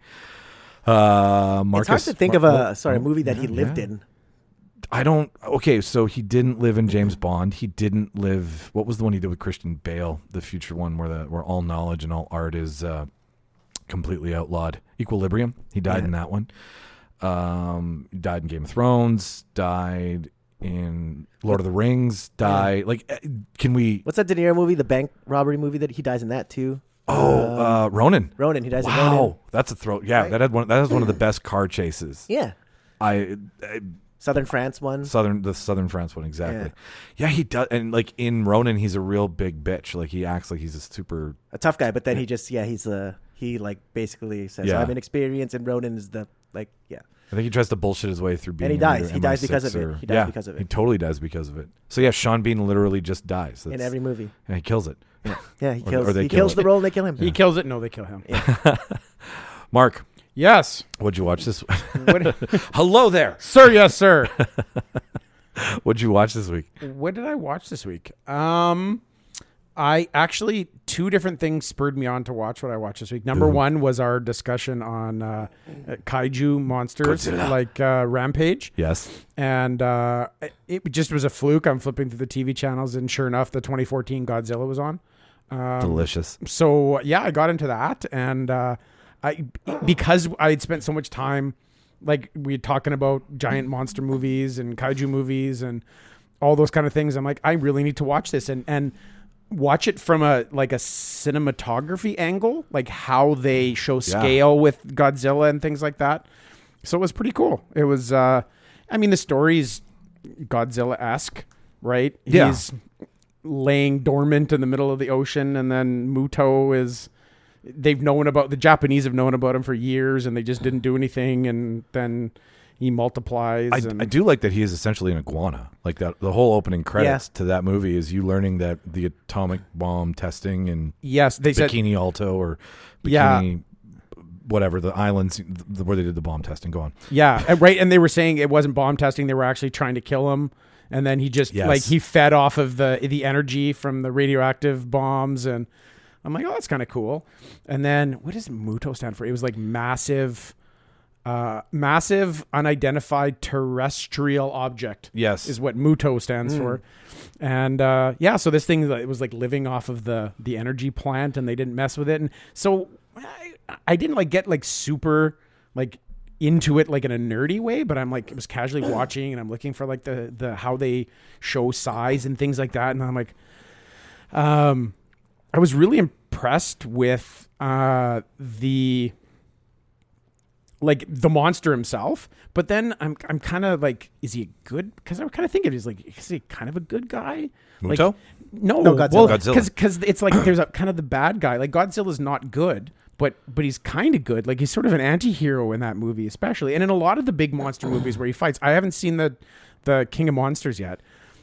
Speaker 1: Uh, Marcus,
Speaker 3: It's hard to think
Speaker 1: Mar-
Speaker 3: of a
Speaker 1: oh,
Speaker 3: sorry
Speaker 1: oh,
Speaker 3: movie that he
Speaker 1: yeah,
Speaker 3: lived
Speaker 1: yeah.
Speaker 3: in.
Speaker 1: I don't. Okay, so he didn't live in James Bond. He didn't live. What was the one he did with Christian Bale? The future one where the where all knowledge and all art is uh, completely outlawed. Equilibrium. He died in that one. Um, died in Game of Thrones. Died in Lord of the Rings.
Speaker 3: Oh,
Speaker 1: Died like. eh, Can we?
Speaker 3: What's that De Niro movie? The bank robbery movie that he dies in that too.
Speaker 1: Oh, uh, Ronan.
Speaker 3: Ronan, he dies in Ronan.
Speaker 1: Wow, that's a throw. Yeah, that had one. That was one of
Speaker 3: (clears throat)
Speaker 1: the best car chases.
Speaker 3: Yeah,
Speaker 1: I, I
Speaker 3: Southern France one.
Speaker 1: southern the southern France one exactly. Yeah. he does. And like in Ronan, he's a real big bitch. Like he acts like he's a super.
Speaker 3: a tough guy, but then he just yeah he's a he like basically says
Speaker 1: Yeah.
Speaker 3: I'm inexperienced and Ronan is the like yeah
Speaker 1: I think he tries to bullshit his way through being.
Speaker 3: he
Speaker 1: a leader
Speaker 3: dies.
Speaker 1: of
Speaker 3: He dies
Speaker 1: MI6
Speaker 3: because of it.
Speaker 1: or-
Speaker 3: He dies
Speaker 1: yeah,
Speaker 3: because of
Speaker 1: He
Speaker 3: it.
Speaker 1: totally dies because of it. So yeah, Sean Bean literally just dies.
Speaker 3: in
Speaker 1: That's-
Speaker 3: every movie
Speaker 1: and he kills it.
Speaker 3: yeah he
Speaker 1: Or-
Speaker 3: kills
Speaker 1: or they
Speaker 3: he
Speaker 1: kill
Speaker 3: kills
Speaker 1: him.
Speaker 3: the role and they kill him.
Speaker 2: He kills it. No, they kill him.
Speaker 1: Mark,
Speaker 2: Yes.
Speaker 1: what'd you watch this? (laughs)
Speaker 2: What, (laughs)
Speaker 1: Hello there.
Speaker 2: sir. Yes, sir.
Speaker 1: (laughs) What'd you watch this week?
Speaker 2: what did I watch this week? Um, I actually two different things spurred me on to watch what I watched this week. Number one was our discussion on uh, uh, kaiju monsters
Speaker 1: Godzilla.
Speaker 2: like uh, Rampage,
Speaker 1: Yes.
Speaker 2: and uh, it just was a fluke. I'm flipping through the TV channels, and sure enough, the 2014 Godzilla was on. Um,
Speaker 1: Delicious.
Speaker 2: so yeah, I got into that, and uh, I because I had spent so much time like we had talking about giant monster movies and kaiju movies and all those kind of things. I'm like, I really need to watch this and and watch it from a like a cinematography angle, like how they show scale with Godzilla and things like that. So it was pretty cool. It was uh I mean the story's Godzilla esque, right?
Speaker 1: Yeah.
Speaker 2: He's laying dormant in the middle of the ocean and then Muto is they've known about the Japanese have known about him for years and they just didn't do anything and then he multiplies
Speaker 1: I,
Speaker 2: and
Speaker 1: I do like that he is essentially an iguana. Like that, the whole opening credits to that movie is you learning that the atomic bomb testing and
Speaker 2: yes they said
Speaker 1: Bikini Alto or Bikini,
Speaker 2: Yeah.
Speaker 1: whatever the islands th- th- where they did the bomb testing. Go on.
Speaker 2: Yeah, and- right. And they were saying it wasn't bomb testing; they were actually trying to kill him. And then he just
Speaker 1: Yes.
Speaker 2: like he fed off of the the energy from the radioactive bombs, and I'm like, oh, that's kind of cool. And then what does Muto stand for? It was like massive, uh, massive unidentified terrestrial object
Speaker 1: Yes,
Speaker 2: is what Muto stands for. And uh, yeah, so this thing like, it was like living off of the the energy plant, and they didn't mess with it. And so I, I didn't like get like super like into it like in a nerdy way, but I'm like was casually watching, and I'm looking for like the the how they show size and things like that, and I'm like, um, I was really impressed with uh the like the monster himself. But then I'm I'm kind of like, is he a good? Because I kind of think of it as like, is he kind of a good guy? Like,
Speaker 1: Muto?
Speaker 2: no, no,
Speaker 3: No, Godzilla.
Speaker 2: Godzilla.
Speaker 1: Godzilla.
Speaker 2: Because it's like there's a kind of the bad guy. Like Godzilla's not good. But, but he's kind of good. Like he's sort of an anti-hero in that movie, especially, and in a lot of the big monster movies where he fights. I haven't seen the the King of Monsters yet,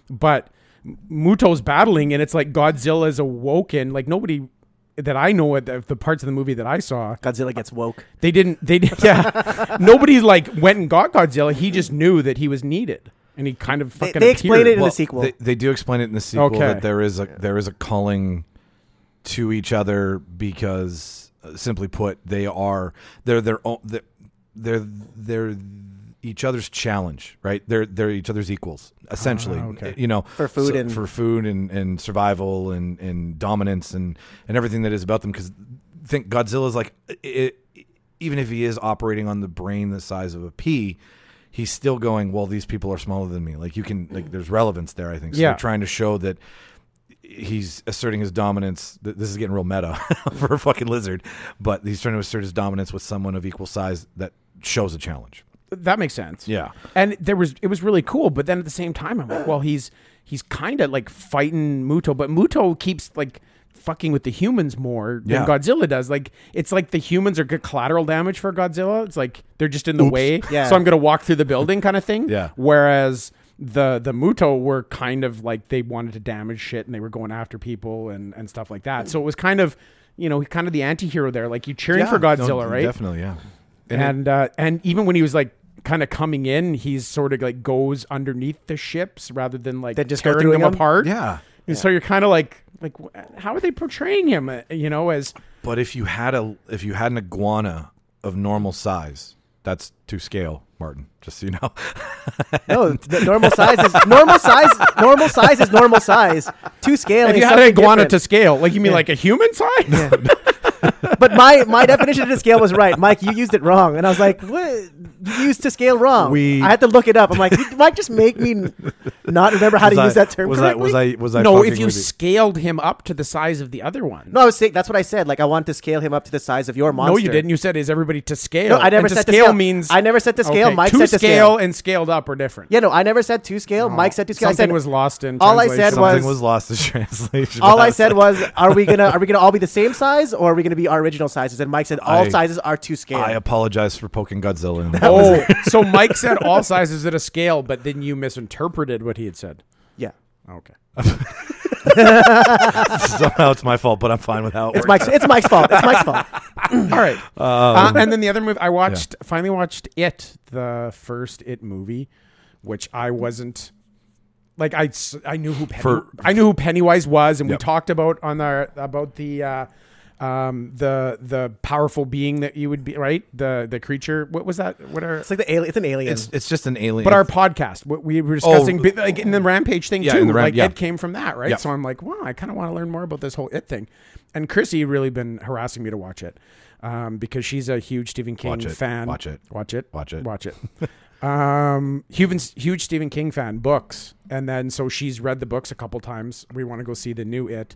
Speaker 2: but M- Muto's battling, and it's like Godzilla's awoken. Like nobody that I know of the the parts of the movie that I saw
Speaker 3: Godzilla gets woke.
Speaker 2: they didn't. (laughs) They did. Yeah. Nobody like went and got Godzilla. He just knew that he was needed, and he kind of
Speaker 3: They,
Speaker 2: fucking.
Speaker 3: they explain it in
Speaker 2: appeared.
Speaker 3: the sequel.
Speaker 1: They, they do explain it in the sequel
Speaker 2: Okay.
Speaker 1: that there is a there is a calling to each other because, uh, simply put, they are they're their own they're they're, they're each other's challenge, right? They're they're each other's equals, essentially.
Speaker 2: Ah, okay.
Speaker 1: You know,
Speaker 3: For food and-
Speaker 1: for food and, and survival and, and dominance and, and everything that is about them. Because think Godzilla's like it, even if he is operating on the brain the size of a pea, he's still going. Well, these people are smaller than me. Like you can like there's relevance there. I think. So
Speaker 2: Yeah.
Speaker 1: They're trying to show that he's asserting his dominance. th- This is getting real meta (laughs) for a fucking lizard, but he's trying to assert his dominance with someone of equal size that shows a challenge.
Speaker 2: That makes sense.
Speaker 1: Yeah.
Speaker 2: And there was it was really cool, but then at the same time, I'm like, well, he's he's kind of like fighting Muto, but Muto keeps like fucking with the humans more than
Speaker 1: Yeah.
Speaker 2: Godzilla does. Like it's like the humans are good collateral damage for Godzilla. It's like they're just in the way.
Speaker 3: Yeah.
Speaker 2: So I'm gonna walk through the building kind of thing.
Speaker 1: Yeah.
Speaker 2: Whereas the the Muto were kind of like they wanted to damage shit and they were going after people and and stuff like
Speaker 1: Mm.
Speaker 2: that. So it was kind of you know kind of the anti-hero there. Like you cheering for
Speaker 1: Yeah.
Speaker 2: Godzilla,
Speaker 1: No,
Speaker 2: right?
Speaker 1: Definitely, yeah.
Speaker 2: and uh, and even when he was like kind of coming in, he's sort of like goes underneath the ships rather than like
Speaker 3: Then just go
Speaker 2: tearing
Speaker 3: through
Speaker 2: them
Speaker 3: them?
Speaker 2: apart.
Speaker 1: Yeah.
Speaker 2: And so you're kind of like like wh- how are they portraying him? uh, You know, as
Speaker 1: But if you had a if you had an iguana of normal size, that's to scale, Martin. Just so you know.
Speaker 3: (laughs) No, the normal size (laughs) is normal size. Normal size is normal size. To scale.
Speaker 2: if
Speaker 3: is
Speaker 2: you had an
Speaker 3: something
Speaker 2: iguana to
Speaker 3: different.
Speaker 2: scale, like you mean like a human size? (laughs)
Speaker 3: but my my definition to scale was right, Mike. You used it wrong, and I was like, what? You used to scale wrong.
Speaker 1: We-
Speaker 3: I had to look it up. I'm like, did Mike just make me n- not remember (laughs) how to
Speaker 1: Was
Speaker 3: use
Speaker 1: I-
Speaker 3: that term
Speaker 1: was I-
Speaker 3: correctly.
Speaker 1: was I was I
Speaker 2: no,
Speaker 1: fucking
Speaker 2: if you
Speaker 1: with you?
Speaker 2: scaled him up to the size of the other one.
Speaker 3: no, I was saying that's what I said. Like, I wanted to scale him up to the size of your monster.
Speaker 2: you didn't. You said is everybody to scale?
Speaker 3: No, I never
Speaker 2: And to
Speaker 3: said to
Speaker 2: scale
Speaker 3: scale.
Speaker 2: means
Speaker 3: I never said to scale.
Speaker 2: Okay,
Speaker 3: Mike
Speaker 2: to
Speaker 3: said to
Speaker 2: scale,
Speaker 3: scale.
Speaker 2: and scaled up are different.
Speaker 3: Yeah, no, I never said to scale. Mike said to scale.
Speaker 2: Something
Speaker 3: I said
Speaker 2: was lost in.
Speaker 3: all I
Speaker 2: translation.
Speaker 3: said
Speaker 1: Something
Speaker 3: was-
Speaker 1: was lost in (laughs) translation.
Speaker 3: All
Speaker 1: but
Speaker 2: (laughs)
Speaker 3: I said was, "Are we gonna are we gonna all be the same size, or are we gonna be our original sizes?" And Mike said, "All
Speaker 1: I-
Speaker 3: sizes are to scale."
Speaker 1: I apologize for poking Godzilla in the
Speaker 2: Oh, so Mike said all sizes at a scale, but then you misinterpreted what he had said.
Speaker 3: yeah,
Speaker 2: Okay.
Speaker 1: (laughs) Somehow it's my fault, but I'm fine with how it
Speaker 3: it's
Speaker 1: works.
Speaker 3: Mike's it's Mike's fault. It's Mike's fault.
Speaker 2: All right.
Speaker 1: Um,
Speaker 2: Uh, and then the other movie I watched, finally watched It, the first It movie, which I wasn't like I, s- I knew who Penny,
Speaker 1: For-
Speaker 2: I knew who Pennywise was, and
Speaker 1: Yep.
Speaker 2: we talked about on our about the uh, um, the the powerful being that you would be, right? The the creature. What was that? What are?
Speaker 3: It's like the alien. It's an alien.
Speaker 1: It's it's just an alien.
Speaker 2: But our podcast, what we were discussing,
Speaker 1: Oh.
Speaker 2: but, like in the Rampage thing
Speaker 1: Yeah,
Speaker 2: too,
Speaker 1: in the Ram-
Speaker 2: like
Speaker 1: yeah.
Speaker 2: it came from that, right?
Speaker 1: Yeah.
Speaker 2: So I'm like, wow, I kind of want to learn more about this whole it thing. And Chrissy really been harassing me to watch it um, because she's a huge Stephen King
Speaker 1: Watch it.
Speaker 2: fan.
Speaker 1: Watch it.
Speaker 2: Watch it.
Speaker 1: Watch it.
Speaker 2: Watch it. (laughs) um, huge, huge Stephen King fan books, and then so she's read the books a couple times. We want to go see the new it.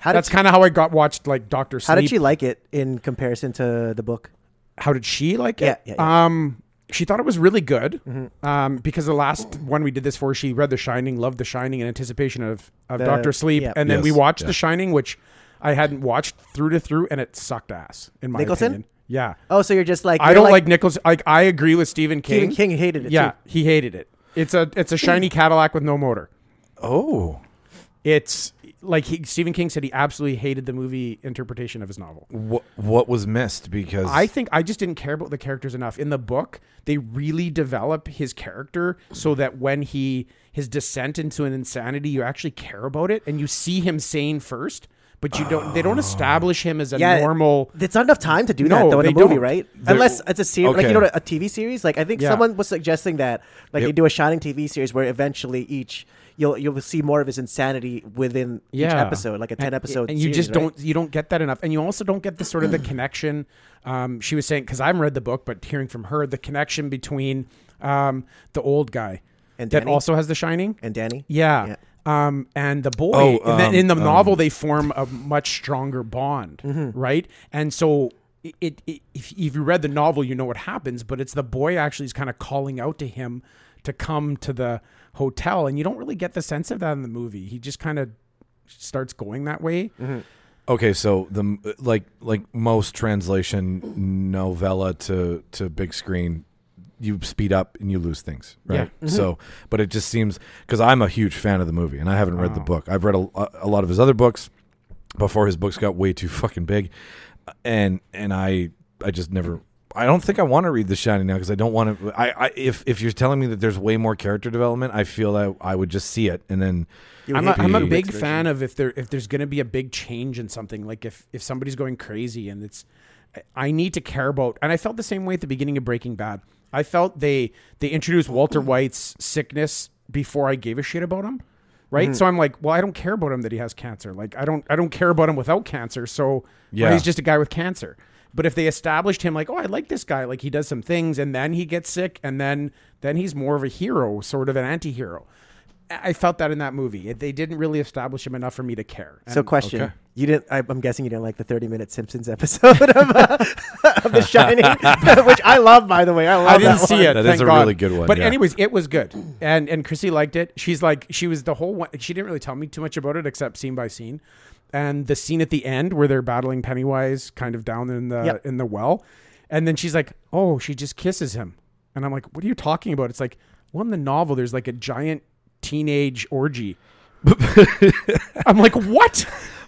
Speaker 3: how did
Speaker 2: That's kind of how I got watched like Doctor
Speaker 3: how
Speaker 2: Sleep.
Speaker 3: did she like it in comparison to the book?
Speaker 2: how did she like it?
Speaker 3: Yeah, yeah, Mm-hmm.
Speaker 2: Um, she thought it was really good um, because the last one we did this for, she read The Shining, loved The Shining in anticipation of, of
Speaker 3: The-
Speaker 2: Doctor Sleep,
Speaker 3: yeah.
Speaker 2: and then we
Speaker 1: Yes,
Speaker 2: watched
Speaker 1: yeah.
Speaker 2: The Shining, which I hadn't watched through to through, and it sucked ass in my
Speaker 3: Nicholson?
Speaker 2: opinion. Yeah,
Speaker 3: Oh, so you're just like
Speaker 2: I
Speaker 3: you're
Speaker 2: don't like, Nichols. Like I agree with Stephen King.
Speaker 3: Stephen King hated it.
Speaker 2: yeah,
Speaker 3: too.
Speaker 2: he hated it. It's a
Speaker 3: (laughs)
Speaker 2: it's a shiny Cadillac with no motor.
Speaker 1: oh,
Speaker 2: It's like he, Stephen King said he absolutely hated the movie interpretation of his novel.
Speaker 1: what what was missed because
Speaker 2: I think I just didn't care about the characters enough. In the book, they really develop his character so that when he his descent into an insanity, you actually care about it and you see him sane first, but you don't. They don't establish him as a
Speaker 3: Yeah.
Speaker 2: normal.
Speaker 3: It's not enough time to do
Speaker 2: No,
Speaker 3: that though in a
Speaker 2: they
Speaker 3: movie,
Speaker 2: don't.
Speaker 3: right?
Speaker 1: They're-
Speaker 3: Unless it's a series, like
Speaker 1: Okay.
Speaker 3: you know, a TV series. Like I think
Speaker 2: Yeah.
Speaker 3: someone was suggesting that, like
Speaker 1: Yep.
Speaker 3: they do a Shining TV series where eventually each you'll you'll see more of his insanity within each
Speaker 2: Yeah.
Speaker 3: episode, like a ten
Speaker 2: And-
Speaker 3: episode.
Speaker 2: and you
Speaker 3: series,
Speaker 2: just
Speaker 3: right?
Speaker 2: don't you don't get that enough and you also don't get the sort of the connection um, she was saying because i've read the book but hearing from her the connection between um, the old guy
Speaker 3: And
Speaker 2: that
Speaker 3: Danny?
Speaker 2: also has the shining
Speaker 3: And Danny,
Speaker 2: Yeah. Um, and the boy,
Speaker 1: Oh,
Speaker 2: and then
Speaker 1: um,
Speaker 2: in the
Speaker 1: um, Mm-hmm.
Speaker 2: novel, they form a much stronger bond, right? And so, it, it, it if, if you read the novel, you know what happens, but it's the boy actually is kind of calling out to him to come to the hotel, and you don't really get the sense of that in the movie. He just kind of starts going that way.
Speaker 1: okay, so the like like most translation novella to to big screen, you speed up and you lose things, right? So, but it just seems because I'm a huge fan of the movie and I haven't read the book. I've read a, a lot of his other books before his books got way too fucking big, and and I I just never. I don't think I want to read The Shining now because I don't want to. I, I if if you're telling me that there's way more character development, I feel that I would just see it and then
Speaker 3: You
Speaker 2: I'm a,
Speaker 3: hate
Speaker 1: the
Speaker 2: I'm a
Speaker 1: remix
Speaker 2: big
Speaker 3: version.
Speaker 2: fan of if there if there's going to be a big change in something like if if somebody's going crazy and it's I- I need to care about and I felt the same way at the beginning of Breaking Bad. I felt they they introduced Walter White's sickness before I gave a shit about him.
Speaker 1: Mm.
Speaker 2: Right? So I'm like, well, I don't care about him that he has cancer. Like I don't I don't care about him without cancer. So yeah.
Speaker 1: Yeah.
Speaker 2: he's just a guy with cancer. But if they established him like, oh, I like this guy, like he does some things and then he gets sick and then then he's more of a hero, sort of an anti-hero. I I felt that in that movie. It- They didn't really establish him enough for me to care.
Speaker 3: So,
Speaker 2: And-
Speaker 3: question:
Speaker 1: okay.
Speaker 3: You didn't? I, I'm guessing you didn't like the 30 minute Simpsons episode of, uh, (laughs)
Speaker 2: (laughs)
Speaker 3: of The Shining, (laughs) which I love, by the way. I love.
Speaker 2: I didn't
Speaker 3: that
Speaker 2: see
Speaker 3: one.
Speaker 2: it.
Speaker 1: That
Speaker 2: thank
Speaker 1: is a
Speaker 2: God.
Speaker 1: really good one,
Speaker 2: But
Speaker 1: yeah.
Speaker 2: anyways, it was good, and and Chrissy liked it. She's like she was the whole one. She didn't really tell me too much about it except scene by scene, and the scene at the end where they're battling Pennywise, kind of down in the
Speaker 3: Yep.
Speaker 2: in the well, and then she's like, oh, she just kisses him, and I'm like, what are you talking about? It's like, well, in the novel, there's like a giant teenage orgy.
Speaker 1: (laughs)
Speaker 2: I'm like, what?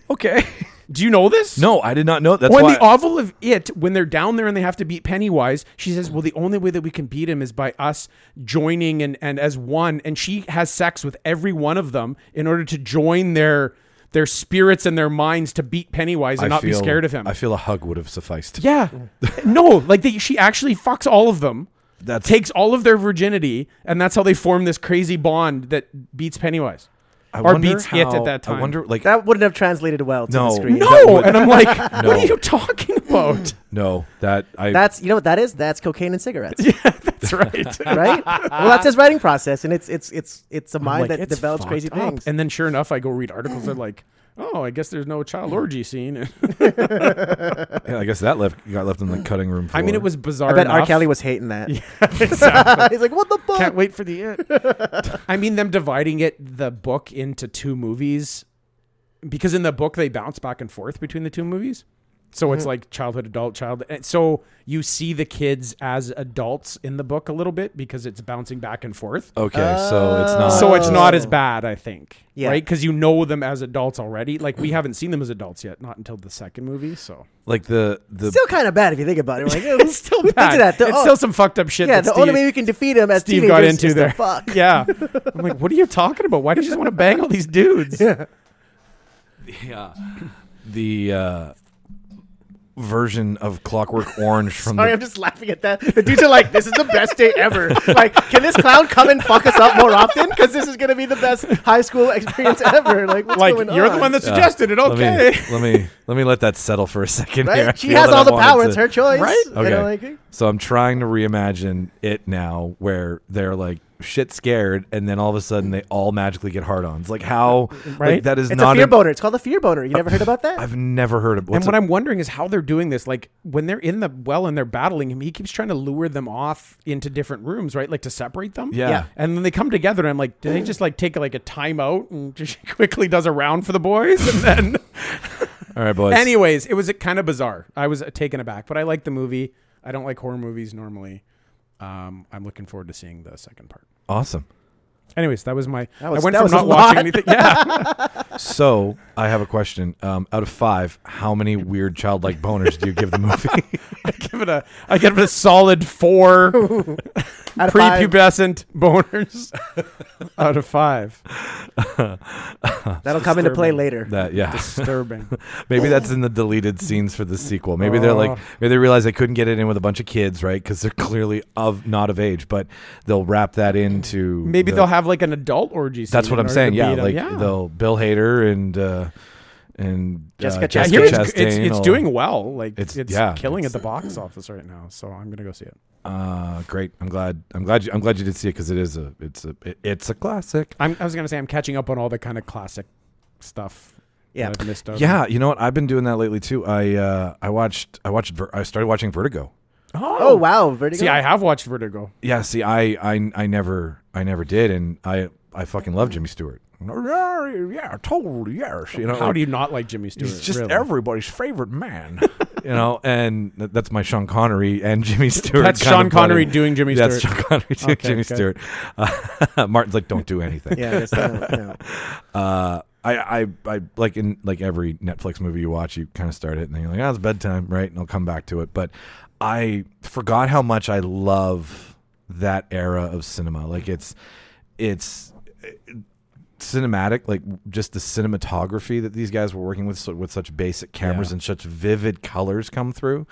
Speaker 1: okay.
Speaker 2: Do you know this?
Speaker 1: No, I did not know. That's
Speaker 2: Well,
Speaker 1: why
Speaker 2: in the oval of it, when they're down there and they have to beat Pennywise, she says, "Well, the only way that we can beat him is by us joining and and as one." And she has sex with every one of them in order to join their their spirits and their minds to beat Pennywise and
Speaker 1: I
Speaker 2: not be
Speaker 1: feel-
Speaker 2: scared of him.
Speaker 1: I feel a hug would have sufficed.
Speaker 2: yeah,
Speaker 1: (laughs)
Speaker 2: no, like they, she actually fucks all of them,
Speaker 1: That's
Speaker 2: takes all of their virginity, and that's how they form this crazy bond that beats Pennywise
Speaker 1: I
Speaker 2: or
Speaker 1: wonder
Speaker 2: beats
Speaker 1: how,
Speaker 2: it at that time.
Speaker 1: I wonder, like,
Speaker 3: That wouldn't have translated well to the
Speaker 1: No.
Speaker 3: screen.
Speaker 1: That
Speaker 2: no,
Speaker 1: would-
Speaker 2: and I'm like,
Speaker 1: (laughs) No.
Speaker 2: what are you talking about? (laughs)
Speaker 1: no, that I
Speaker 3: That's you know what that is. That's cocaine
Speaker 2: (laughs)
Speaker 3: and cigarettes,
Speaker 2: That's right.
Speaker 3: right? Well, that's his writing process, and it's it's it's it's a mind
Speaker 2: like,
Speaker 3: that
Speaker 2: "It's
Speaker 3: develops
Speaker 2: fucked
Speaker 3: crazy
Speaker 2: up."
Speaker 3: things.
Speaker 2: And then sure enough, I go read articles that like, oh, I guess there's no child orgy scene. (laughs)
Speaker 1: yeah, I guess that left got left in the cutting room. Floor.
Speaker 2: I mean, it was bizarre.
Speaker 3: I bet R.
Speaker 2: enough. (laughs)
Speaker 3: Kelly was hating (laughs) that. He's like, what the fuck?
Speaker 2: Can't wait for the it. (laughs) I mean, them dividing it the book into two movies because in the book they bounce back and forth between the two movies. So it's like childhood, adult, child. and So you see the kids as adults in the book a little bit because it's bouncing back and forth.
Speaker 1: okay, so it's not.
Speaker 2: So it's not as
Speaker 3: Oh.
Speaker 2: bad, I think.
Speaker 3: Yeah.
Speaker 2: Right? Because you know them as adults already. Like we haven't seen them as adults yet, not until the second movie. So
Speaker 1: like the the
Speaker 3: Still kind of bad if you think about
Speaker 2: (laughs)
Speaker 3: it. Like, it's
Speaker 2: still
Speaker 3: we
Speaker 2: bad.
Speaker 3: Think of that. The,
Speaker 2: it's
Speaker 3: oh,
Speaker 2: still some fucked up shit.
Speaker 3: yeah,
Speaker 2: Yeah,
Speaker 3: the only way we can defeat him as
Speaker 2: Steve
Speaker 3: teenagers
Speaker 2: got
Speaker 3: is
Speaker 2: into
Speaker 3: to
Speaker 2: there. (laughs)
Speaker 3: fuck.
Speaker 2: yeah, I'm like, what are you talking about? Why do you just want to bang all these dudes?
Speaker 1: the uh, version of Clockwork Orange from
Speaker 3: Sorry,
Speaker 1: the
Speaker 3: I'm just laughing at that. The dudes are like, (laughs) "This is the best day
Speaker 2: (laughs)
Speaker 3: ever." Like, can this clown come and fuck us up more often? Because this is gonna be the best high school experience ever. Like, what's
Speaker 2: Like
Speaker 3: going
Speaker 2: you're the
Speaker 3: on?
Speaker 2: one that suggested it. Okay.
Speaker 3: (laughs)
Speaker 1: Let me, let me let me let that settle for a second
Speaker 3: right?
Speaker 1: here. I
Speaker 3: she
Speaker 1: feel
Speaker 3: has
Speaker 1: that I
Speaker 3: all the
Speaker 1: wanted
Speaker 3: power.
Speaker 1: to-
Speaker 3: It's her choice,
Speaker 2: Right?
Speaker 3: You know,
Speaker 1: Okay.
Speaker 3: like-
Speaker 1: so I'm trying to reimagine it now, where they're like shit scared, and then all of a sudden they all magically get hard-ons. Like how? Like
Speaker 2: Right?
Speaker 1: that is
Speaker 3: it's a
Speaker 1: not.
Speaker 3: fear
Speaker 1: im-
Speaker 3: boner. It's called a fear boner. You never heard about that?
Speaker 1: I've never heard of. What's
Speaker 2: and what
Speaker 1: a-
Speaker 2: i I'm wondering is how they're doing this. Like when they're in the well and they're battling him, he keeps trying to lure them off into different rooms, right? Like to separate them.
Speaker 1: Yeah. Yeah.
Speaker 2: And then they come together, and I'm like, do they just like take like a timeout and just (laughs) quickly does a round for the boys?
Speaker 1: (laughs)
Speaker 2: And then,
Speaker 1: all right, boys.
Speaker 2: anyways, it was kind of bizarre. I was uh, taken aback, but I like the movie. I don't like horror movies normally. Um, I'm looking forward to seeing the second part.
Speaker 1: awesome.
Speaker 2: Anyways, that was my.
Speaker 3: That was-
Speaker 2: I went
Speaker 3: that
Speaker 2: from
Speaker 3: was a
Speaker 2: not watching
Speaker 3: lot.
Speaker 2: anything.
Speaker 1: (laughs)
Speaker 2: Yeah,
Speaker 1: So I have a question. Um, out of five, how many weird childlike boners do you give the movie? (laughs)
Speaker 2: I give it a. I give it a
Speaker 1: (laughs)
Speaker 2: solid four.
Speaker 3: Out of five,
Speaker 2: prepubescent boners (laughs) out
Speaker 1: (laughs)
Speaker 2: of five.
Speaker 3: that'll come into play later.
Speaker 1: that yeah.
Speaker 2: Disturbing.
Speaker 1: Maybe that's in the deleted scenes for the sequel. Maybe they're like,
Speaker 2: Oh.
Speaker 1: maybe they realize they couldn't get it in with a bunch of kids, right? Because they're clearly of not of age, but they'll wrap that into.
Speaker 2: Maybe
Speaker 1: the-
Speaker 2: they'll have like an adult orgy. Scene
Speaker 1: That's what
Speaker 2: in
Speaker 1: I'm
Speaker 2: order
Speaker 1: saying.
Speaker 2: to
Speaker 1: Yeah,
Speaker 2: beat 'em.
Speaker 1: like
Speaker 2: yeah.
Speaker 1: they'll Bill Hader and uh, and uh,
Speaker 3: Jessica
Speaker 2: Yeah,
Speaker 1: Jessica
Speaker 2: here it's,
Speaker 1: Chastain.
Speaker 2: it's, it's
Speaker 1: will-
Speaker 2: doing well. Like
Speaker 1: It's-
Speaker 2: it's,
Speaker 1: yeah,
Speaker 2: killing
Speaker 1: it's-
Speaker 2: at the box office right now. So I'm gonna go see it.
Speaker 1: Uh, great. I'm glad. I'm glad. You, I'm glad you did see it because it is a. It's a. it- it's a classic.
Speaker 2: I'm, I was gonna say I'm catching up on all the kind of classic stuff.
Speaker 3: Yeah.
Speaker 2: that I've missed out.
Speaker 1: Yeah, you know what? I've been doing that lately too. I uh, I watched. I watched. Ver- I started watching Vertigo.
Speaker 3: Oh wow, Vertigo.
Speaker 2: See, I have watched Vertigo.
Speaker 1: Yeah, see, I, I, I never, I never did, and I, I fucking love Jimmy Stewart. Yeah, totally. Yes, you know,
Speaker 2: How
Speaker 1: like,
Speaker 2: do you not like Jimmy Stewart?
Speaker 1: he's just
Speaker 2: really?
Speaker 1: everybody's favorite man. (laughs) you know, and th- that's my Sean Connery and Jimmy Stewart.
Speaker 2: That's
Speaker 1: kind
Speaker 2: Sean
Speaker 1: of buddy.
Speaker 2: Connery doing Jimmy
Speaker 1: That's
Speaker 2: Stewart.
Speaker 1: Sean Connery (laughs) doing
Speaker 2: Okay,
Speaker 1: Jimmy
Speaker 2: okay.
Speaker 1: Stewart. Uh, (laughs) Martin's like, don't do anything.
Speaker 3: yeah, yes, no, no.
Speaker 1: (laughs) Uh, I, I, I like in like every Netflix movie you watch, you kind of start it and then you're like, oh, it's bedtime, right? And I'll come back to it. But I forgot how much I love that era of cinema. Like it's, it's eh, cinematic, like just the cinematography that these guys were working with, so, with such basic cameras
Speaker 2: Yeah.
Speaker 1: and such vivid colors come through.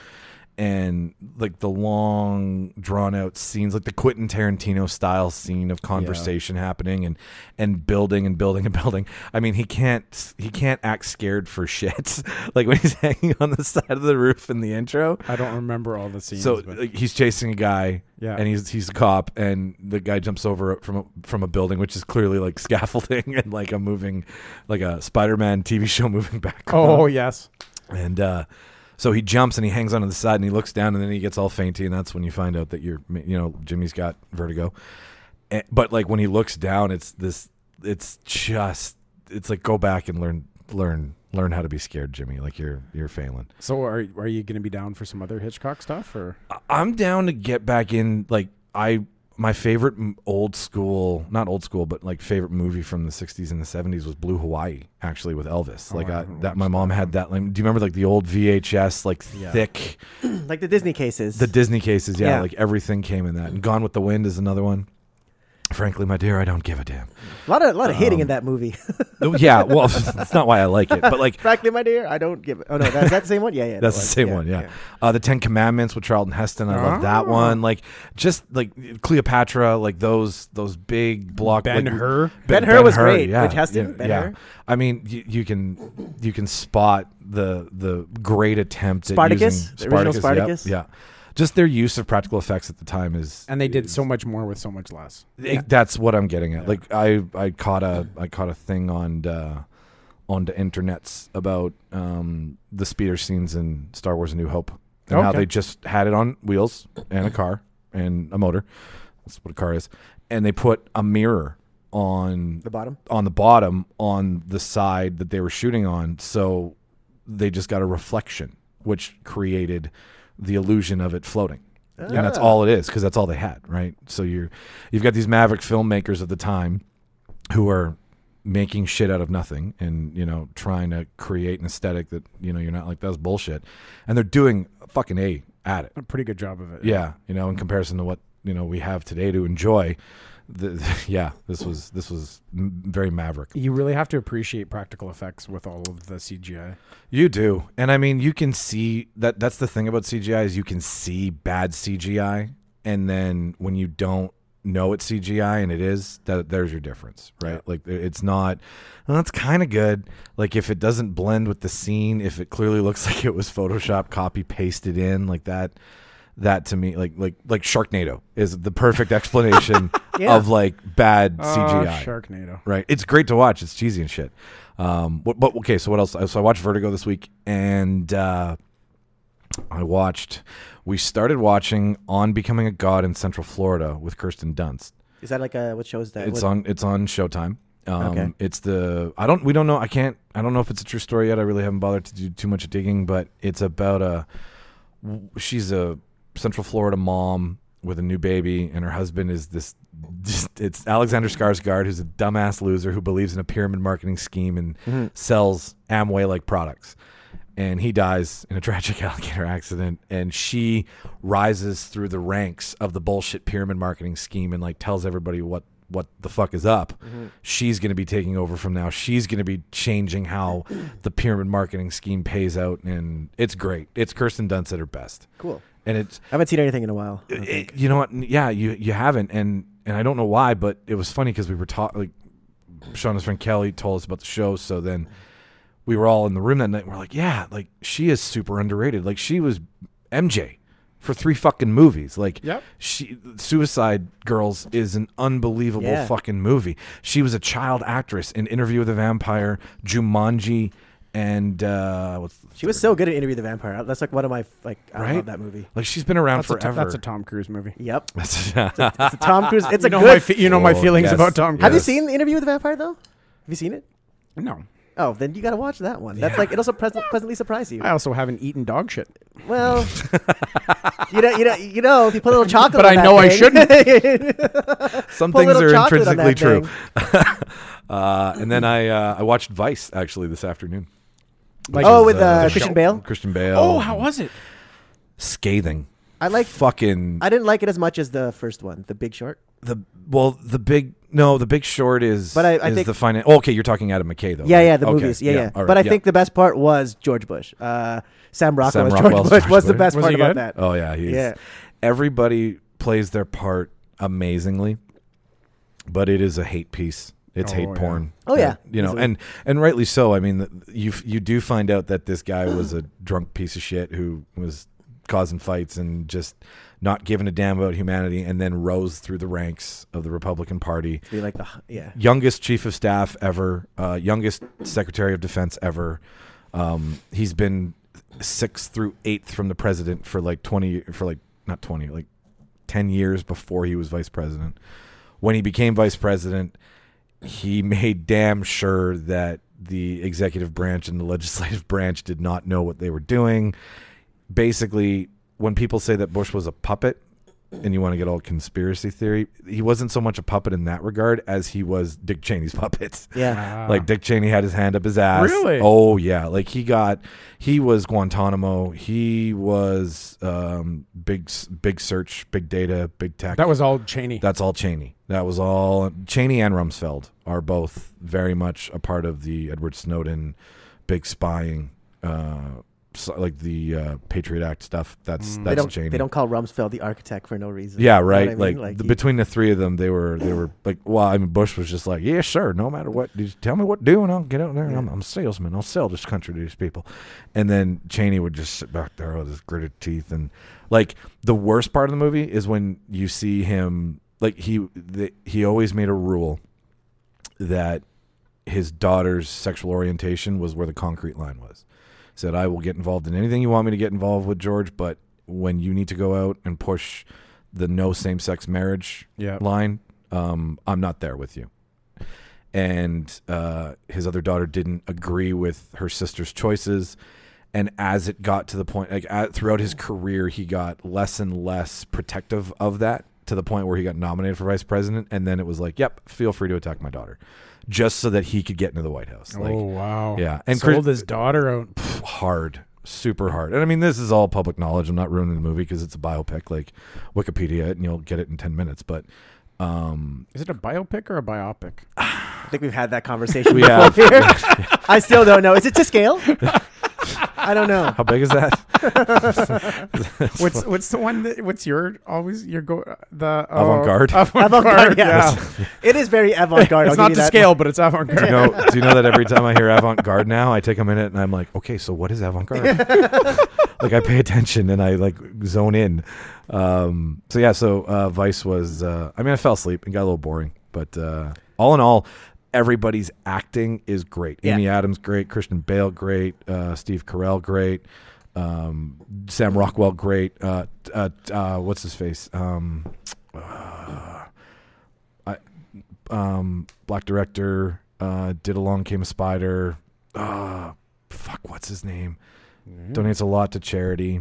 Speaker 1: And like the long, drawn out scenes, like the Quentin Tarantino style scene of conversation happening and and building and building and (laughs) building. I mean, he can't he can't act scared for shit. (laughs) like when he's hanging on the side of the roof in the intro,
Speaker 2: I don't remember all the scenes.
Speaker 1: so
Speaker 2: but-
Speaker 1: like, he's chasing a guy,
Speaker 2: Yeah.
Speaker 1: and he's he's a cop, and the guy jumps over from a, from a building, which is clearly like (laughs) scaffolding and like a moving, like a Spider-Man TV show (laughs) moving back.
Speaker 2: oh yes,
Speaker 1: and uh, so he jumps and he hangs onto the side and he looks down and then he gets all fainty, and that's when you find out that you're you know Jimmy's got vertigo, Eh, but like when he looks down, it's this, it's just, it's like go back and learn learn learn how to be scared, Jimmy. Like you're you're failing.
Speaker 2: so are are you gonna be down for some other Hitchcock stuff or?
Speaker 1: I- I'm down to get back in. Like I, my favorite m- old school, not old school, but like favorite movie from the '60s and the '70s was Blue Hawaii. Actually, with Elvis. like
Speaker 2: Oh, I
Speaker 1: I,
Speaker 2: haven't
Speaker 1: that, my mom had that. Like, do you remember like the old VHS, like
Speaker 2: Yeah.
Speaker 1: thick,
Speaker 3: like the Disney cases.
Speaker 1: the Disney cases? Yeah,
Speaker 3: Yeah.
Speaker 1: like everything came in that. And Gone with the Wind is another one. Frankly, my dear, I don't give a damn.
Speaker 3: a lot of lot of
Speaker 1: um,
Speaker 3: hitting in that movie. (laughs)
Speaker 1: Oh, yeah, well, (laughs) that's not why I like it, but like
Speaker 3: Frankly, my dear, I don't give. it. Oh no, that, is that the same one? Yeah, yeah. Oh.
Speaker 1: That's
Speaker 3: that
Speaker 1: the same one, yeah. Uh, the Ten Commandments with Charlton Heston, I love that one. Like just like Cleopatra, like those those big block.
Speaker 2: Ben
Speaker 1: like,
Speaker 2: Hur?
Speaker 3: Ben-Hur was great with Heston,
Speaker 1: yeah,
Speaker 3: Ben
Speaker 1: yeah.
Speaker 3: Hur.
Speaker 1: I mean, you, you can you can spot the the great attempt at
Speaker 3: Spartacus?
Speaker 1: using
Speaker 3: The original
Speaker 1: Spartacus,
Speaker 3: Spartacus?
Speaker 1: yep, yeah. Just their use of practical effects at the time is
Speaker 2: And they did so much more with so much less.
Speaker 1: it- that's what I'm getting at. Like I I caught a I caught a thing on the, on the internets about um, the speeder scenes in Star Wars: A New Hope and how
Speaker 2: Okay.
Speaker 1: they just had it on wheels and a car and a motor. That's what a car is, and they put a mirror on
Speaker 3: The bottom.
Speaker 1: on the bottom on the side that they were shooting on, so they just got a reflection, which created the illusion of it floating. And that's all it is, because that's all they had, right? So you're you've got these maverick filmmakers of the time who are making shit out of nothing and you know trying to create an aesthetic that you know you're not like that's bullshit, and they're doing fucking a at it.
Speaker 2: A pretty good job of it.
Speaker 1: Yeah, you know, in comparison to what you know we have today to enjoy, the, (laughs) yeah, this was this was m- very maverick.
Speaker 2: You really have to appreciate practical effects with all of the CGI.
Speaker 1: You do, and I mean, you can see that. That's the thing about CGI is you can see bad CGI, and then when you don't know it's CGI and it is, that there's your difference, right? Like it- it's not. Well, that's kind of good. Like if it doesn't blend with the scene, if it clearly looks (laughs) like it was Photoshop copy pasted in, like that. That to me, like like like Sharknado is the perfect explanation
Speaker 3: Yeah.
Speaker 1: of like bad CGI.
Speaker 2: Sharknado.
Speaker 1: Right. It's great to watch. It's cheesy and shit. Um, what, but okay, so what else? So I watched Vertigo this week, and uh, I watched. We started watching on becoming a god in Central Florida with Kirsten Dunst.
Speaker 3: Is that like a what show is that?
Speaker 1: It's
Speaker 3: What-
Speaker 1: on. It's on Showtime. Um,
Speaker 3: Okay.
Speaker 1: It's the. I don't. We don't know. I can't. I don't know if it's a true story yet. I really haven't bothered to do too much digging, but it's about a. She's a Central Florida mom with a new baby, and her husband is this. (laughs) Just, it's Alexander Skarsgård, who's a dumbass loser who believes in a pyramid marketing scheme and
Speaker 3: Mm-hmm.
Speaker 1: sells Amway like products. And he dies in a (laughs) tragic alligator accident, and she rises through the ranks of the bullshit pyramid marketing scheme and like tells everybody what what the fuck is up. She's going to be taking over from now. She's going to be changing how the pyramid marketing scheme pays out, and it's great. It's Kirsten Dunst at her best,
Speaker 3: cool.
Speaker 1: and it's
Speaker 3: I haven't seen anything in a while.
Speaker 1: it- you know what? N- Yeah, you you haven't, and and I don't know why, but it was funny because we were talking. Like, Shauna's friend Kelly told us about the show, so then we were all in the room that night. And we're like, yeah, like she is super underrated. Like she was MJ for three fucking movies. Like,
Speaker 2: Yep.
Speaker 1: she Suicide Girls is an unbelievable
Speaker 3: Yeah.
Speaker 1: fucking movie. She was a child actress in Interview with a Vampire, Jumanji, and uh, what's
Speaker 3: She was so good at Interview the Vampire. That's like one of my like I
Speaker 1: Right?
Speaker 3: love that movie.
Speaker 1: like she's been around
Speaker 2: That's a,
Speaker 1: forever.
Speaker 2: that's a Tom Cruise movie.
Speaker 3: Yep.
Speaker 1: That's- (laughs)
Speaker 3: It's a Tom Cruise. It's a
Speaker 2: you know my
Speaker 3: good.
Speaker 2: fe- you know my
Speaker 1: Oh,
Speaker 2: feelings
Speaker 1: yes,
Speaker 2: about Tom Cruise.
Speaker 3: Have you
Speaker 1: Yes.
Speaker 3: seen the Interview with the Vampire though? Have you seen it?
Speaker 2: No.
Speaker 3: Oh, then you gotta watch that one. That's like it'll surprise, pleasantly surprise you.
Speaker 2: I also haven't eaten dog shit.
Speaker 1: (laughs)
Speaker 3: Well, you know, you know, you know, if you put a little chocolate,
Speaker 2: But
Speaker 3: on
Speaker 2: I
Speaker 3: that
Speaker 2: know I
Speaker 3: thing- (laughs)
Speaker 1: Some
Speaker 3: Put a
Speaker 1: things
Speaker 3: little
Speaker 1: are
Speaker 3: chocolate on
Speaker 1: intrinsically
Speaker 3: that
Speaker 1: true. (laughs) uh, and then I uh, I watched Vice actually this afternoon.
Speaker 2: Like,
Speaker 1: Which
Speaker 3: oh,
Speaker 1: is,
Speaker 3: with
Speaker 1: uh,
Speaker 3: uh,
Speaker 1: the
Speaker 3: Christian
Speaker 1: show.
Speaker 3: Bale.
Speaker 1: Christian Bale.
Speaker 2: oh, how was it?
Speaker 1: scathing.
Speaker 3: I like-
Speaker 1: fucking
Speaker 3: I didn't like it as much as the first one, The Big Short.
Speaker 1: the well the big no the Big Short is
Speaker 3: But I- I
Speaker 1: is
Speaker 3: think-
Speaker 1: the finance. Oh, okay, you're talking Adam McKay though.
Speaker 3: Yeah,
Speaker 1: right?
Speaker 3: yeah, the
Speaker 1: Okay,
Speaker 3: movies. Yeah, yeah.
Speaker 1: all right,
Speaker 3: but I
Speaker 1: yeah.
Speaker 3: think the best part was George Bush. Uh, Sam Rockwell
Speaker 1: Sam
Speaker 3: as George
Speaker 1: Rockwell's
Speaker 3: Bush
Speaker 1: George
Speaker 3: was the
Speaker 1: Bush.
Speaker 3: best
Speaker 2: Was
Speaker 3: part
Speaker 2: he
Speaker 3: about
Speaker 2: good?
Speaker 3: that.
Speaker 1: Oh yeah, he's
Speaker 3: Yeah.
Speaker 1: everybody plays their part amazingly, but it is a hate piece. It's
Speaker 2: Oh,
Speaker 1: hate
Speaker 2: yeah.
Speaker 1: porn.
Speaker 3: Oh, yeah.
Speaker 1: you know,
Speaker 3: Easily.
Speaker 1: and and rightly so. I mean, th- you f- you do find out that this guy was
Speaker 3: (gasps)
Speaker 1: a drunk piece of shit who was causing fights and just not giving a damn about humanity, and then rose through the ranks of the Republican Party
Speaker 3: Be like the yeah.
Speaker 1: youngest chief of staff ever, uh, youngest secretary of defense ever. Um, he's been sixth through eighth from the president for like twenty, for like not twenty, like ten years before he was vice president. When he became vice president, he (laughs) made damn sure that the executive branch and the legislative (laughs) branch did not know what they were doing. Basically, when people say that Bush was a puppet, and you want to get all conspiracy theory, he wasn't so much a puppet in that regard as he was Dick Cheney's (laughs) puppet.
Speaker 2: Uh,
Speaker 3: Yeah.
Speaker 2: Ah.
Speaker 1: Like Dick Cheney had his hand up his ass.
Speaker 2: Really?
Speaker 1: Oh yeah. Like he got, he was Guantanamo. He was um, big, s- big search, big data, big tech.
Speaker 2: That was all Cheney.
Speaker 1: That's all Cheney. That was all Cheney and Rumsfeld are both very much a part of the Edward Snowden big spying, uh, so- like the uh, Patriot Act stuff. That's that's
Speaker 3: Mm. They don't
Speaker 1: Cheney.
Speaker 3: they don't call Rumsfeld the architect for no reason.
Speaker 1: Yeah,
Speaker 3: You know what
Speaker 1: right.
Speaker 3: I mean?
Speaker 1: Like, the,
Speaker 3: he-
Speaker 1: between the three of them, they were they were like, well, I mean, Bush was just like, yeah, sure, no matter what, just tell me what to do, and I'll get out there, and I'm, I'm a salesman, I'll sell this country to these people. And then Cheney would just sit back there with his gritted teeth, and like the worst part of the movie is when you see him, like he the, he always made a rule that his daughter's sexual orientation was where the concrete line was. Said, I will get involved in anything you want me to get involved with, George, but when you need to go out and push the no same sex marriage
Speaker 2: Yeah.
Speaker 1: line, um, I'm not there with you. And uh, his other daughter didn't agree with her sister's choices. And as it got to the point, like at, throughout his career, he got less and less protective of that to the point where he got nominated for vice president. And then it was like, yep, feel free to attack my daughter just so that he could get into the White House. Like,
Speaker 2: oh wow.
Speaker 1: yeah. And
Speaker 2: sold
Speaker 1: Chris-
Speaker 2: his daughter out.
Speaker 1: hard, super hard. And I mean, this is all public knowledge. I'm not ruining the movie because it's a biopic, like Wikipedia, it, and you'll get it in ten minutes. But Um,
Speaker 2: Is it a biopic or a biopic?
Speaker 3: I think
Speaker 1: (laughs)
Speaker 3: we've had that conversation.
Speaker 1: We
Speaker 3: before
Speaker 1: have. (laughs)
Speaker 3: here. I still don't know. Is it to scale? (laughs) I don't know.
Speaker 1: how big is that? (laughs)
Speaker 2: What's what's the one that what's your always your go the oh, (laughs)
Speaker 1: Avant-garde?
Speaker 2: avant
Speaker 3: Avant-garde,
Speaker 2: garde
Speaker 3: yeah.
Speaker 2: yeah.
Speaker 3: It is very avant-garde.
Speaker 2: It's not
Speaker 3: I'll give you
Speaker 2: to
Speaker 3: that.
Speaker 2: scale, but it's
Speaker 1: (laughs)
Speaker 2: avant
Speaker 1: Do you
Speaker 2: garde.
Speaker 1: know, do you know that every time I hear avant garde now, I take a minute and I'm like, okay, so what is avant garde? like I pay attention and I like zone in. Um, so yeah, so uh, Vice was, uh, I mean, I fell asleep and got a little boring, but uh, all in all, everybody's acting is great.
Speaker 3: Yeah.
Speaker 1: Amy Adams, great. Christian Bale, great. Uh, Steve Carell, great. Um, Sam Rockwell, great. Uh, t- uh, t- uh, what's his face? Um, uh, I, um, black director uh, did along came a spider uh, fuck what's his name
Speaker 2: Mm-hmm.
Speaker 1: donates a lot to charity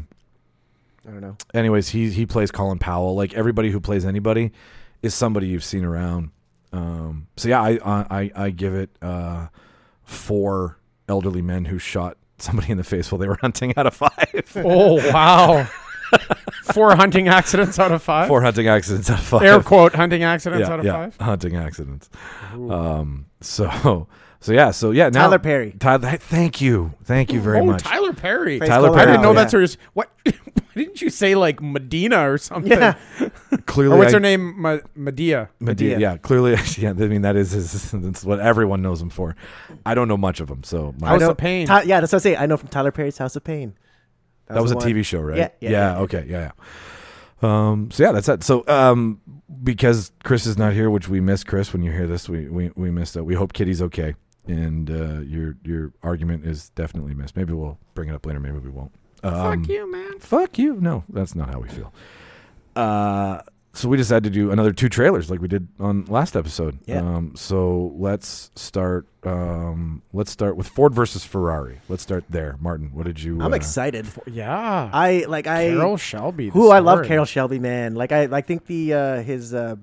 Speaker 3: I don't know.
Speaker 1: anyways he he plays colin powell like everybody who plays anybody is somebody you've seen around um, so yeah i i i, I give it uh, four elderly men who shot somebody in the face while they were (laughs) hunting out of five
Speaker 2: (laughs) Oh wow. (laughs) Four hunting accidents out of five.
Speaker 1: four hunting accidents out of five
Speaker 2: Air quote hunting accidents
Speaker 1: yeah,
Speaker 2: out of
Speaker 1: yeah,
Speaker 2: five.
Speaker 1: hunting accidents um so so yeah so yeah now
Speaker 3: Tyler Perry.
Speaker 1: Tyler, th- thank you, thank you very
Speaker 2: oh,
Speaker 1: much.
Speaker 2: Tyler Perry.
Speaker 3: Praise
Speaker 1: Tyler
Speaker 3: the
Speaker 1: Perry.
Speaker 2: I
Speaker 3: Lord.
Speaker 2: didn't know
Speaker 1: Yeah.
Speaker 2: that's her. What? (laughs) Why didn't you say like Medina or something?
Speaker 3: Yeah.
Speaker 1: Clearly,
Speaker 2: Or what's
Speaker 1: I-
Speaker 2: her name? Ma- Medea.
Speaker 1: Medea,
Speaker 3: Medea.
Speaker 1: Yeah, clearly, (laughs) yeah. I mean, that is, is, that's what everyone knows him for. I don't know much of him, so my,
Speaker 2: House
Speaker 3: I know-
Speaker 2: of Pain.
Speaker 3: Ty- yeah, that's what I say. I know from Tyler Perry's House of Pain.
Speaker 1: that was a
Speaker 3: the one.
Speaker 1: TV show, right?
Speaker 3: Yeah, yeah, yeah, yeah.
Speaker 1: okay, yeah, yeah. Um, so yeah, that's it. So um, because Chris is not here, which we miss Chris. When you hear this, we we we miss that. We hope Kitty's okay, and uh, your your argument is definitely missed. Maybe we'll bring it up later. Maybe we won't. Um,
Speaker 2: Fuck you, man.
Speaker 1: fuck you. No, that's not how we feel. Uh, so we decided to do another two trailers like we did on last episode.
Speaker 3: Yeah.
Speaker 1: Um, so let's start. Um, let's start with Ford versus Ferrari. Let's start there. Martin, what did you?
Speaker 3: I'm
Speaker 1: uh,
Speaker 3: excited.
Speaker 2: Yeah.
Speaker 3: I like I
Speaker 2: Carol Shelby. the
Speaker 3: Who I love
Speaker 2: story.
Speaker 3: Carol Shelby, man. Like I, I think the uh, his uh,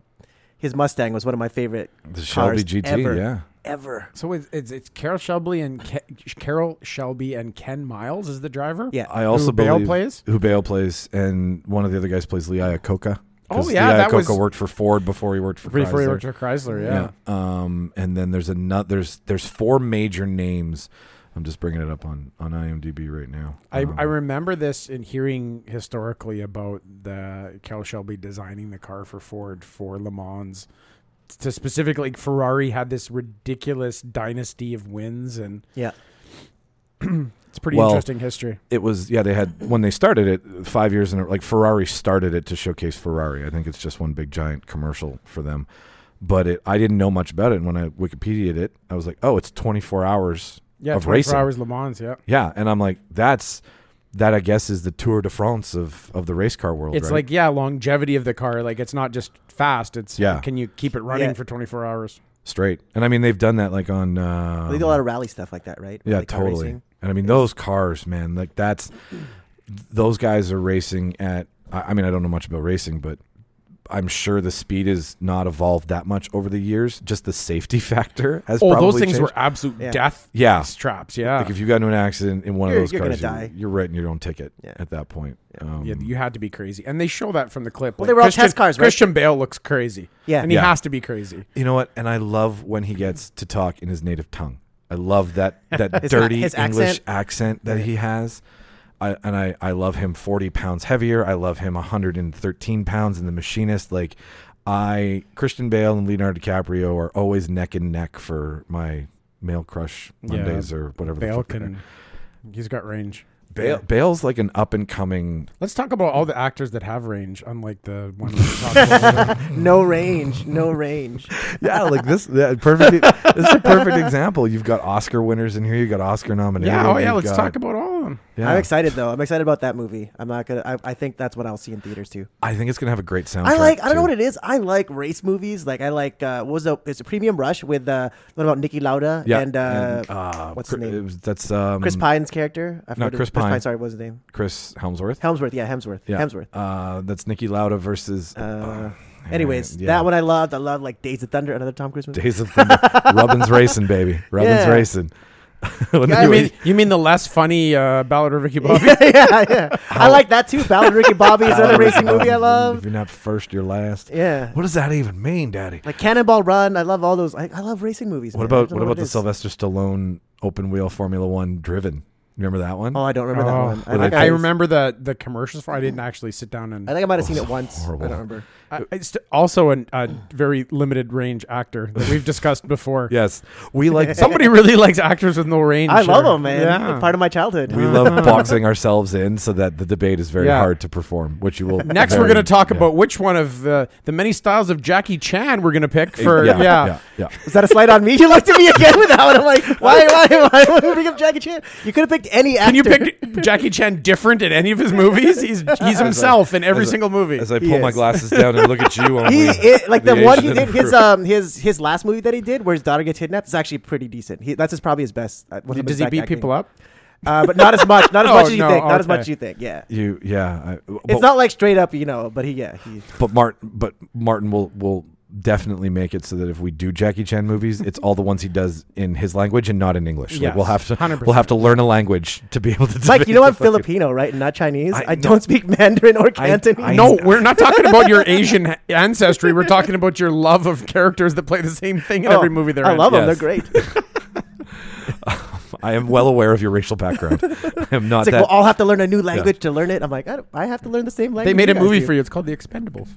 Speaker 3: his Mustang was one of my favorite
Speaker 1: The Shelby
Speaker 3: cars
Speaker 1: GT.
Speaker 3: ever,
Speaker 1: Yeah.
Speaker 3: ever.
Speaker 2: So it's, it's it's Carol Shelby and Ke- Carol Shelby and Ken Miles is the driver.
Speaker 3: Yeah.
Speaker 1: I also
Speaker 2: Who Bale
Speaker 1: believe
Speaker 2: plays?
Speaker 1: who Bale plays, and one of the other guys plays Lee Iacocca. 'cause
Speaker 2: Oh, yeah,
Speaker 1: Lee
Speaker 2: that
Speaker 1: Iacocca
Speaker 2: was-
Speaker 1: worked for Ford before he worked for
Speaker 2: Before he
Speaker 1: Chrysler.
Speaker 2: worked for Chrysler. Yeah.
Speaker 1: Um, and then there's another. There's there's four major names. I'm just bringing it up on on IMDb right now.
Speaker 2: I,
Speaker 1: Um,
Speaker 2: I remember this in hearing historically about the Carol Shelby designing the car for Ford for Le Mans. To specifically, Ferrari had this ridiculous dynasty of wins, and
Speaker 3: Yeah.
Speaker 2: it's pretty
Speaker 1: Well,
Speaker 2: interesting history.
Speaker 1: it was yeah they had when they started it five years in a- like ferrari started it to showcase ferrari i think it's just one big giant commercial for them but it i didn't know much about it and when i wikipedia'd it i was like oh it's 24 hours
Speaker 2: Yeah,
Speaker 1: of
Speaker 2: 24
Speaker 1: racing
Speaker 2: hours Le Mans. Yeah,
Speaker 1: yeah and i'm like that's that i guess is the tour de france of of the race car world
Speaker 2: it's
Speaker 1: right?
Speaker 2: like yeah, longevity of the car. Like it's not just fast. It's
Speaker 1: Yeah.
Speaker 2: Can you keep it running
Speaker 3: Yeah.
Speaker 2: for 24 hours?
Speaker 1: straight and i mean they've done that like on uh
Speaker 3: They do a lot of rally stuff like that, right?
Speaker 1: Yeah,
Speaker 3: Like car
Speaker 1: totally.
Speaker 3: racing.
Speaker 1: And I mean, those cars, man, like that's those guys are racing at. I, I mean, I don't know much about racing, but I'm sure the speed has not evolved that much over the years. Just the safety (laughs) factor has.
Speaker 2: Oh,
Speaker 1: probably
Speaker 2: those things
Speaker 1: changed.
Speaker 2: were absolute
Speaker 3: Yeah.
Speaker 2: death
Speaker 1: Yeah.
Speaker 2: traps. Yeah,
Speaker 1: Like if you got into an accident in one
Speaker 3: You're-
Speaker 1: of those
Speaker 3: you're gonna
Speaker 1: cars,
Speaker 3: die.
Speaker 1: You're, you're writing your own ticket
Speaker 3: Yeah.
Speaker 1: at that point. Um,
Speaker 2: Yeah, you had to be crazy, and they show that from the clip.
Speaker 3: Well, they were all test cars, right?
Speaker 2: Christian Bale looks crazy.
Speaker 3: Yeah.
Speaker 2: and he
Speaker 1: Yeah.
Speaker 2: has to be crazy.
Speaker 1: you know what? And I love when he gets to talk in his native tongue. I love that (laughs) that
Speaker 3: His-
Speaker 1: dirty
Speaker 3: his
Speaker 1: English
Speaker 3: accent.
Speaker 1: accent, that he has. I, and I, I love him 40 pounds heavier. I love him 113 pounds in The Machinist. Like, I, Christian Bale and Leonardo DiCaprio are always neck and neck for my male crush Mondays or whatever the
Speaker 2: Bale
Speaker 1: fuck. they
Speaker 2: can. He's got range.
Speaker 1: are. Bale, Bale's like an up and coming.
Speaker 2: Let's talk about all the actors that have range, unlike the one we talked about.
Speaker 3: No range, no range.
Speaker 1: (laughs) Yeah, like this. (laughs) Yeah, perfect. this is a perfect example. You've got Oscar winners in here. You got Oscar nominated.
Speaker 2: yeah, oh yeah.
Speaker 1: You've
Speaker 2: Let's
Speaker 1: got-
Speaker 2: talk about all of them.
Speaker 1: (laughs) Yeah.
Speaker 3: I'm excited though. I'm excited about that movie. I'm not gonna. I, I think that's what I'll see in theaters too.
Speaker 1: I think it's gonna have a great soundtrack.
Speaker 3: I like. I don't know
Speaker 1: too.
Speaker 3: what it is. I like race movies. Like I like. Uh, what was the? It's a Premium Rush with uh, what about Nikki Lauda and, uh,
Speaker 1: um,
Speaker 3: what's
Speaker 1: Chri-
Speaker 3: the
Speaker 1: it
Speaker 3: name?
Speaker 1: was- That's um,
Speaker 3: Chris Pine's character. I forgot his-
Speaker 1: Chris Pine.
Speaker 3: Sorry, what was his name?
Speaker 1: Chris Helmsworth.
Speaker 3: Helmsworth. Yeah, Hemsworth.
Speaker 1: Yeah.
Speaker 3: Hemsworth.
Speaker 1: Uh, that's Nikki Lauda versus.
Speaker 3: Uh,
Speaker 1: yeah,
Speaker 3: Anyways,
Speaker 1: yeah. (laughs)
Speaker 3: that one I loved. (laughs) I loved like Days of Thunder, another Tom Cruise movie.
Speaker 1: Days of Thunder. Rubbin's racing, (laughs) baby. Rubbin's
Speaker 3: Yeah.
Speaker 1: racing. When
Speaker 2: You
Speaker 1: they were-
Speaker 2: mean,
Speaker 3: (laughs)
Speaker 2: you mean the less funny uh, Ballad of Ricky Bobby?
Speaker 3: yeah, yeah. I like that too. Ballad of Ricky Bobby is another racing movie
Speaker 1: (laughs)
Speaker 3: I
Speaker 1: If
Speaker 3: love.
Speaker 1: you're not first, you're last.
Speaker 3: Yeah.
Speaker 1: What does that even mean, Daddy?
Speaker 3: Like Cannonball Run. I love all those. I, I love racing movies.
Speaker 1: What
Speaker 3: man. I
Speaker 1: about
Speaker 3: don't
Speaker 1: what
Speaker 3: know
Speaker 1: about
Speaker 3: it
Speaker 1: the
Speaker 3: is.
Speaker 1: Sylvester Stallone open wheel Formula One driven? Remember that one?
Speaker 3: Oh, I don't remember
Speaker 2: Oh,
Speaker 3: that one.
Speaker 1: Were
Speaker 3: I, think
Speaker 1: they
Speaker 2: I
Speaker 3: I,
Speaker 2: remember the the commercials for. I didn't actually sit down and.
Speaker 3: I think I might have seen it once.
Speaker 1: horrible.
Speaker 3: I don't remember.
Speaker 2: I, I st- also an, a very limited range actor that we've discussed before.
Speaker 1: Yes, we
Speaker 3: (laughs)
Speaker 1: like
Speaker 2: Somebody really likes actors with no range.
Speaker 3: I love
Speaker 2: or-
Speaker 3: them, man. They're Part of my childhood.
Speaker 1: we
Speaker 3: (laughs)
Speaker 1: love boxing ourselves in so that the debate is very
Speaker 2: Yeah.
Speaker 1: hard to perform, which you will.
Speaker 3: (laughs)
Speaker 2: Next, we're
Speaker 1: very-
Speaker 2: going to talk
Speaker 1: yeah.
Speaker 2: about which one of the, the many styles of Jackie Chan we're going to pick for. Yeah.
Speaker 1: yeah, yeah.
Speaker 3: Is that a slide on me? (laughs) You looked at me again with that one. I'm like, why, why, why would we bring up Jackie Chan? You could have picked any actor.
Speaker 2: Can you pick Jackie Chan different in any of his movies?
Speaker 3: (laughs)
Speaker 2: He's he's himself in every
Speaker 1: as a-
Speaker 2: single movie.
Speaker 1: As I
Speaker 3: He
Speaker 1: pull my
Speaker 3: is.
Speaker 1: glasses down and look at
Speaker 3: (laughs)
Speaker 1: you, only
Speaker 3: He it, like the,
Speaker 1: the
Speaker 3: one he
Speaker 1: Asian
Speaker 3: did his
Speaker 1: group.
Speaker 3: um his his last movie that he did where his daughter gets kidnapped is actually pretty decent. He, that's his, probably his best. Uh, one of
Speaker 2: Does
Speaker 3: his
Speaker 2: he
Speaker 3: back
Speaker 2: beat
Speaker 3: acting.
Speaker 2: people up?
Speaker 3: Uh, but not as much. Not
Speaker 2: (laughs)
Speaker 3: as
Speaker 2: Oh,
Speaker 3: much as you
Speaker 2: no,
Speaker 3: think. Not as
Speaker 2: okay.
Speaker 3: much as you
Speaker 2: (laughs)
Speaker 3: think. Yeah.
Speaker 1: you, yeah. I,
Speaker 3: It's
Speaker 1: but,
Speaker 3: not like straight up, you know. But he, yeah,
Speaker 2: (laughs)
Speaker 3: he.
Speaker 1: but Martin, but Martin will will definitely make it so that if we do Jackie Chan movies, it's all the ones he does in his language and not in English. Like
Speaker 2: Yes,
Speaker 1: we'll have to
Speaker 2: 100%.
Speaker 1: we will have to learn a language to be able to.
Speaker 3: Mike,
Speaker 1: debate
Speaker 3: you know
Speaker 1: the (laughs)
Speaker 3: I'm
Speaker 1: fucking-
Speaker 3: Filipino, right? And not Chinese.
Speaker 1: I
Speaker 3: I,
Speaker 1: know.
Speaker 3: don't speak Mandarin or Cantonese.
Speaker 1: I
Speaker 2: No, we're not talking about your Asian (laughs) ha- ancestry. We're talking about your love of characters that play the same thing in
Speaker 3: Oh,
Speaker 2: every movie they're
Speaker 3: I
Speaker 2: in.
Speaker 3: love them.
Speaker 1: Yes.
Speaker 3: They're
Speaker 2: (laughs)
Speaker 3: great. It's
Speaker 1: I am well aware of your racial
Speaker 3: (laughs)
Speaker 1: background. I'm not
Speaker 3: like
Speaker 1: that.
Speaker 3: we'll all have to learn a new language to learn it. I'm like, I, don't- I have to learn the same language.
Speaker 2: They made
Speaker 3: you
Speaker 2: a
Speaker 3: guys
Speaker 2: movie
Speaker 3: do.
Speaker 2: for you. It's called The
Speaker 3: (laughs)
Speaker 2: Expendables.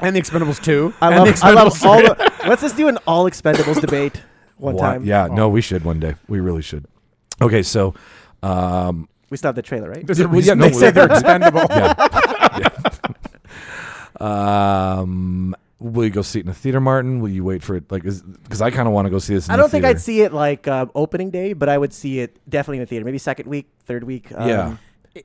Speaker 2: and The Expendables 2.
Speaker 3: I
Speaker 2: and
Speaker 3: love,
Speaker 2: The
Speaker 3: I love
Speaker 2: Expendables
Speaker 3: all.
Speaker 2: 3.
Speaker 3: The, let's just do an all Expendables debate one
Speaker 1: Why-
Speaker 3: time. Oh.
Speaker 1: Yeah, no, we should one day. We really should. Okay, so um,
Speaker 3: we stopped the trailer,
Speaker 2: (laughs)
Speaker 3: right?
Speaker 2: There's a
Speaker 1: Yeah,
Speaker 2: reason
Speaker 1: no,
Speaker 2: they
Speaker 1: (laughs)
Speaker 2: say (laughs) they're expendable.
Speaker 1: yeah. Yeah. (laughs) um, will you go see it in the theater, Martin? Will you wait for it? Like, because I kind of want to go see this. In
Speaker 3: I
Speaker 1: the
Speaker 3: don't think
Speaker 1: theater.
Speaker 3: I'd see it like um, opening day, but I would see it definitely in the theater. Maybe second week, third week. Um,
Speaker 1: Yeah.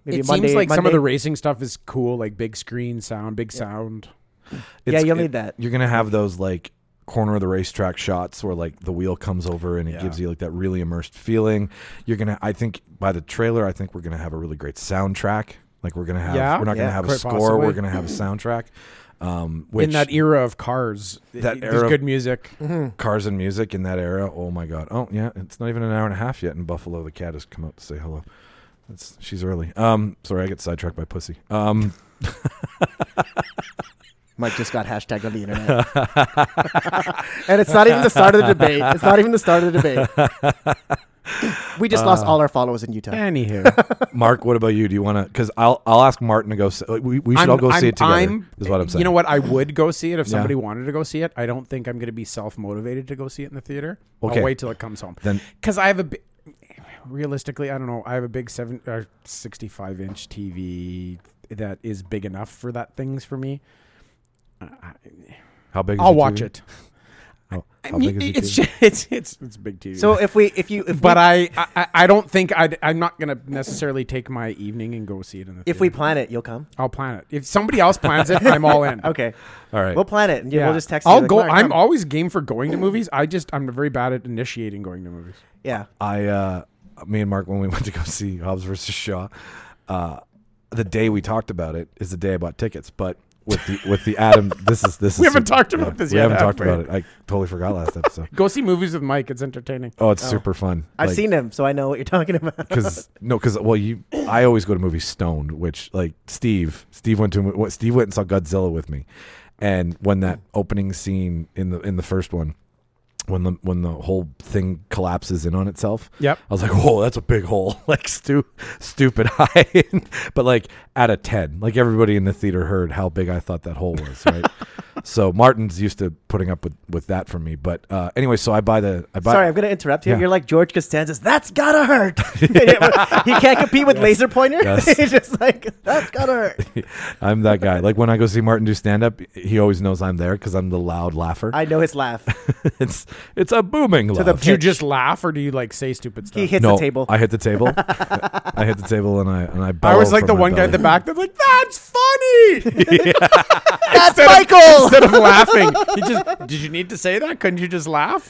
Speaker 3: Maybe
Speaker 2: it
Speaker 3: Monday-
Speaker 2: seems like some of
Speaker 3: Monday.
Speaker 2: the racing stuff is cool, like big screen sound, big sound.
Speaker 1: It's-
Speaker 3: yeah, you'll
Speaker 1: it-
Speaker 3: need that.
Speaker 1: You're gonna have those like corner of the racetrack shots where like the wheel comes over and it
Speaker 2: Yeah.
Speaker 1: gives you like that really immersed feeling. You're gonna, I think, by the trailer, I think we're gonna have a really great soundtrack. Like we're gonna have,
Speaker 2: Yeah?
Speaker 1: we're not
Speaker 3: Yeah,
Speaker 1: gonna have a
Speaker 2: quite
Speaker 1: score.
Speaker 2: possibly.
Speaker 1: We're gonna have a soundtrack. Um, which
Speaker 2: in that era of cars,
Speaker 1: That
Speaker 2: there's
Speaker 1: era of-
Speaker 2: good music.
Speaker 1: cars and music in that era. Oh my god. Oh yeah, it's not even an hour and a half yet in Buffalo. The cat has come out to say hello. That's she's early. Um, sorry, I get sidetracked by pussy.
Speaker 2: (laughs)
Speaker 1: Um,
Speaker 3: Mike just got hashtagged on
Speaker 1: (laughs)
Speaker 3: the internet, and it's not even the start of the debate. It's not even the start of the debate.
Speaker 1: (laughs)
Speaker 3: We just
Speaker 1: Uh,
Speaker 3: lost all our followers in Utah. (laughs)
Speaker 2: Anywho,
Speaker 1: Mark, what about you? Do you want to? Because I'll I'll ask Martin to go. See, like, we we should all go see it together. is what I'm saying.
Speaker 2: You know what? I would go see it if
Speaker 1: Yeah.
Speaker 2: somebody wanted to go see it. I don't think I'm going to be self motivated to go see it in the theater.
Speaker 1: Okay.
Speaker 2: I'll wait till it comes home.
Speaker 1: Then
Speaker 2: Because I have a. Bi- realistically, I don't know. I have a big seven or sixty-five inch TV that is big enough for that things for me. I- I-
Speaker 1: how big? Is
Speaker 2: I'll
Speaker 1: your
Speaker 2: watch
Speaker 1: TV?
Speaker 2: it.
Speaker 1: How,
Speaker 2: I
Speaker 1: how
Speaker 2: mean,
Speaker 1: big is your
Speaker 2: it's
Speaker 1: TV?
Speaker 2: ju- (laughs) it's it's it's a big TV.
Speaker 3: So if we, if you, if
Speaker 2: but
Speaker 3: we,
Speaker 2: I, I- I I don't think I I'm not gonna necessarily take my evening and go see it in the.
Speaker 3: if we
Speaker 2: theater.
Speaker 3: plan it, you'll come.
Speaker 2: I'll plan it. If somebody else plans it, I'm all in.
Speaker 3: (laughs) Okay,
Speaker 1: all right.
Speaker 3: we'll plan it, and
Speaker 2: Yeah,
Speaker 3: we'll just text. you,
Speaker 2: I'll
Speaker 3: like,
Speaker 2: go.
Speaker 3: "Mark,
Speaker 2: I'm
Speaker 3: come."
Speaker 2: always game for going to movies. I just I'm very bad at initiating going to movies.
Speaker 3: Yeah,
Speaker 1: I uh, me and Mark when we (laughs) went to go see Hobbs versus Shaw, uh, the day we talked about it is the day I bought tickets. But with the with the Adam, this is this.
Speaker 2: (laughs) We
Speaker 1: is
Speaker 2: haven't talked about this
Speaker 1: we
Speaker 2: yet,
Speaker 1: haven't talked
Speaker 2: have we?
Speaker 1: about it. I totally forgot last episode.
Speaker 2: Go see movies with Mike. It's entertaining.
Speaker 1: Oh, it's super fun.
Speaker 3: I've seen him, so I know what you're talking (laughs) about.
Speaker 1: because no, because well, you. I always go to movies stoned, which like Steve. Steve went to what Steve went and saw Godzilla with me, and when that opening scene in the in the first one, when the when the whole thing collapses in on itself,
Speaker 2: Yep.
Speaker 1: I was like, whoa, that's a big hole, (laughs) like stu- stupid (laughs) high, but like out of ten, like everybody in the theater heard how big I thought that hole was,
Speaker 3: (laughs)
Speaker 1: right? so Martin's used to putting up with with that from me, but uh, anyway, so I buy the I buy
Speaker 3: Sorry, I'm going to interrupt here.
Speaker 1: Yeah.
Speaker 3: You're like George Costanza's. That's gotta hurt. (laughs)
Speaker 1: (laughs)
Speaker 3: he can't compete with laser pointer.
Speaker 1: Yes.
Speaker 3: (laughs) He's just like that's gotta hurt.
Speaker 1: (laughs) I'm that guy. Like when I go see Martin do stand up, he always knows I'm there because I'm the loud laugher.
Speaker 3: I know his laugh.
Speaker 1: (laughs) it's it's a booming laugh.
Speaker 3: the
Speaker 2: Do you
Speaker 3: Pitch.
Speaker 2: just laugh or do you like say stupid
Speaker 3: He
Speaker 2: stuff?
Speaker 3: hits
Speaker 1: no,
Speaker 3: the table.
Speaker 1: I hit the
Speaker 2: (laughs)
Speaker 1: table. I hit the table and I and I.
Speaker 2: I was
Speaker 1: bellow
Speaker 2: like
Speaker 1: from
Speaker 2: the
Speaker 1: my
Speaker 2: one guy at
Speaker 1: belly.
Speaker 2: the back that's like, "That's funny." (laughs)
Speaker 3: that's Michael.
Speaker 2: Instead of laughing, he just, "Did you need to say that? Couldn't you
Speaker 1: (laughs)
Speaker 2: just laugh?"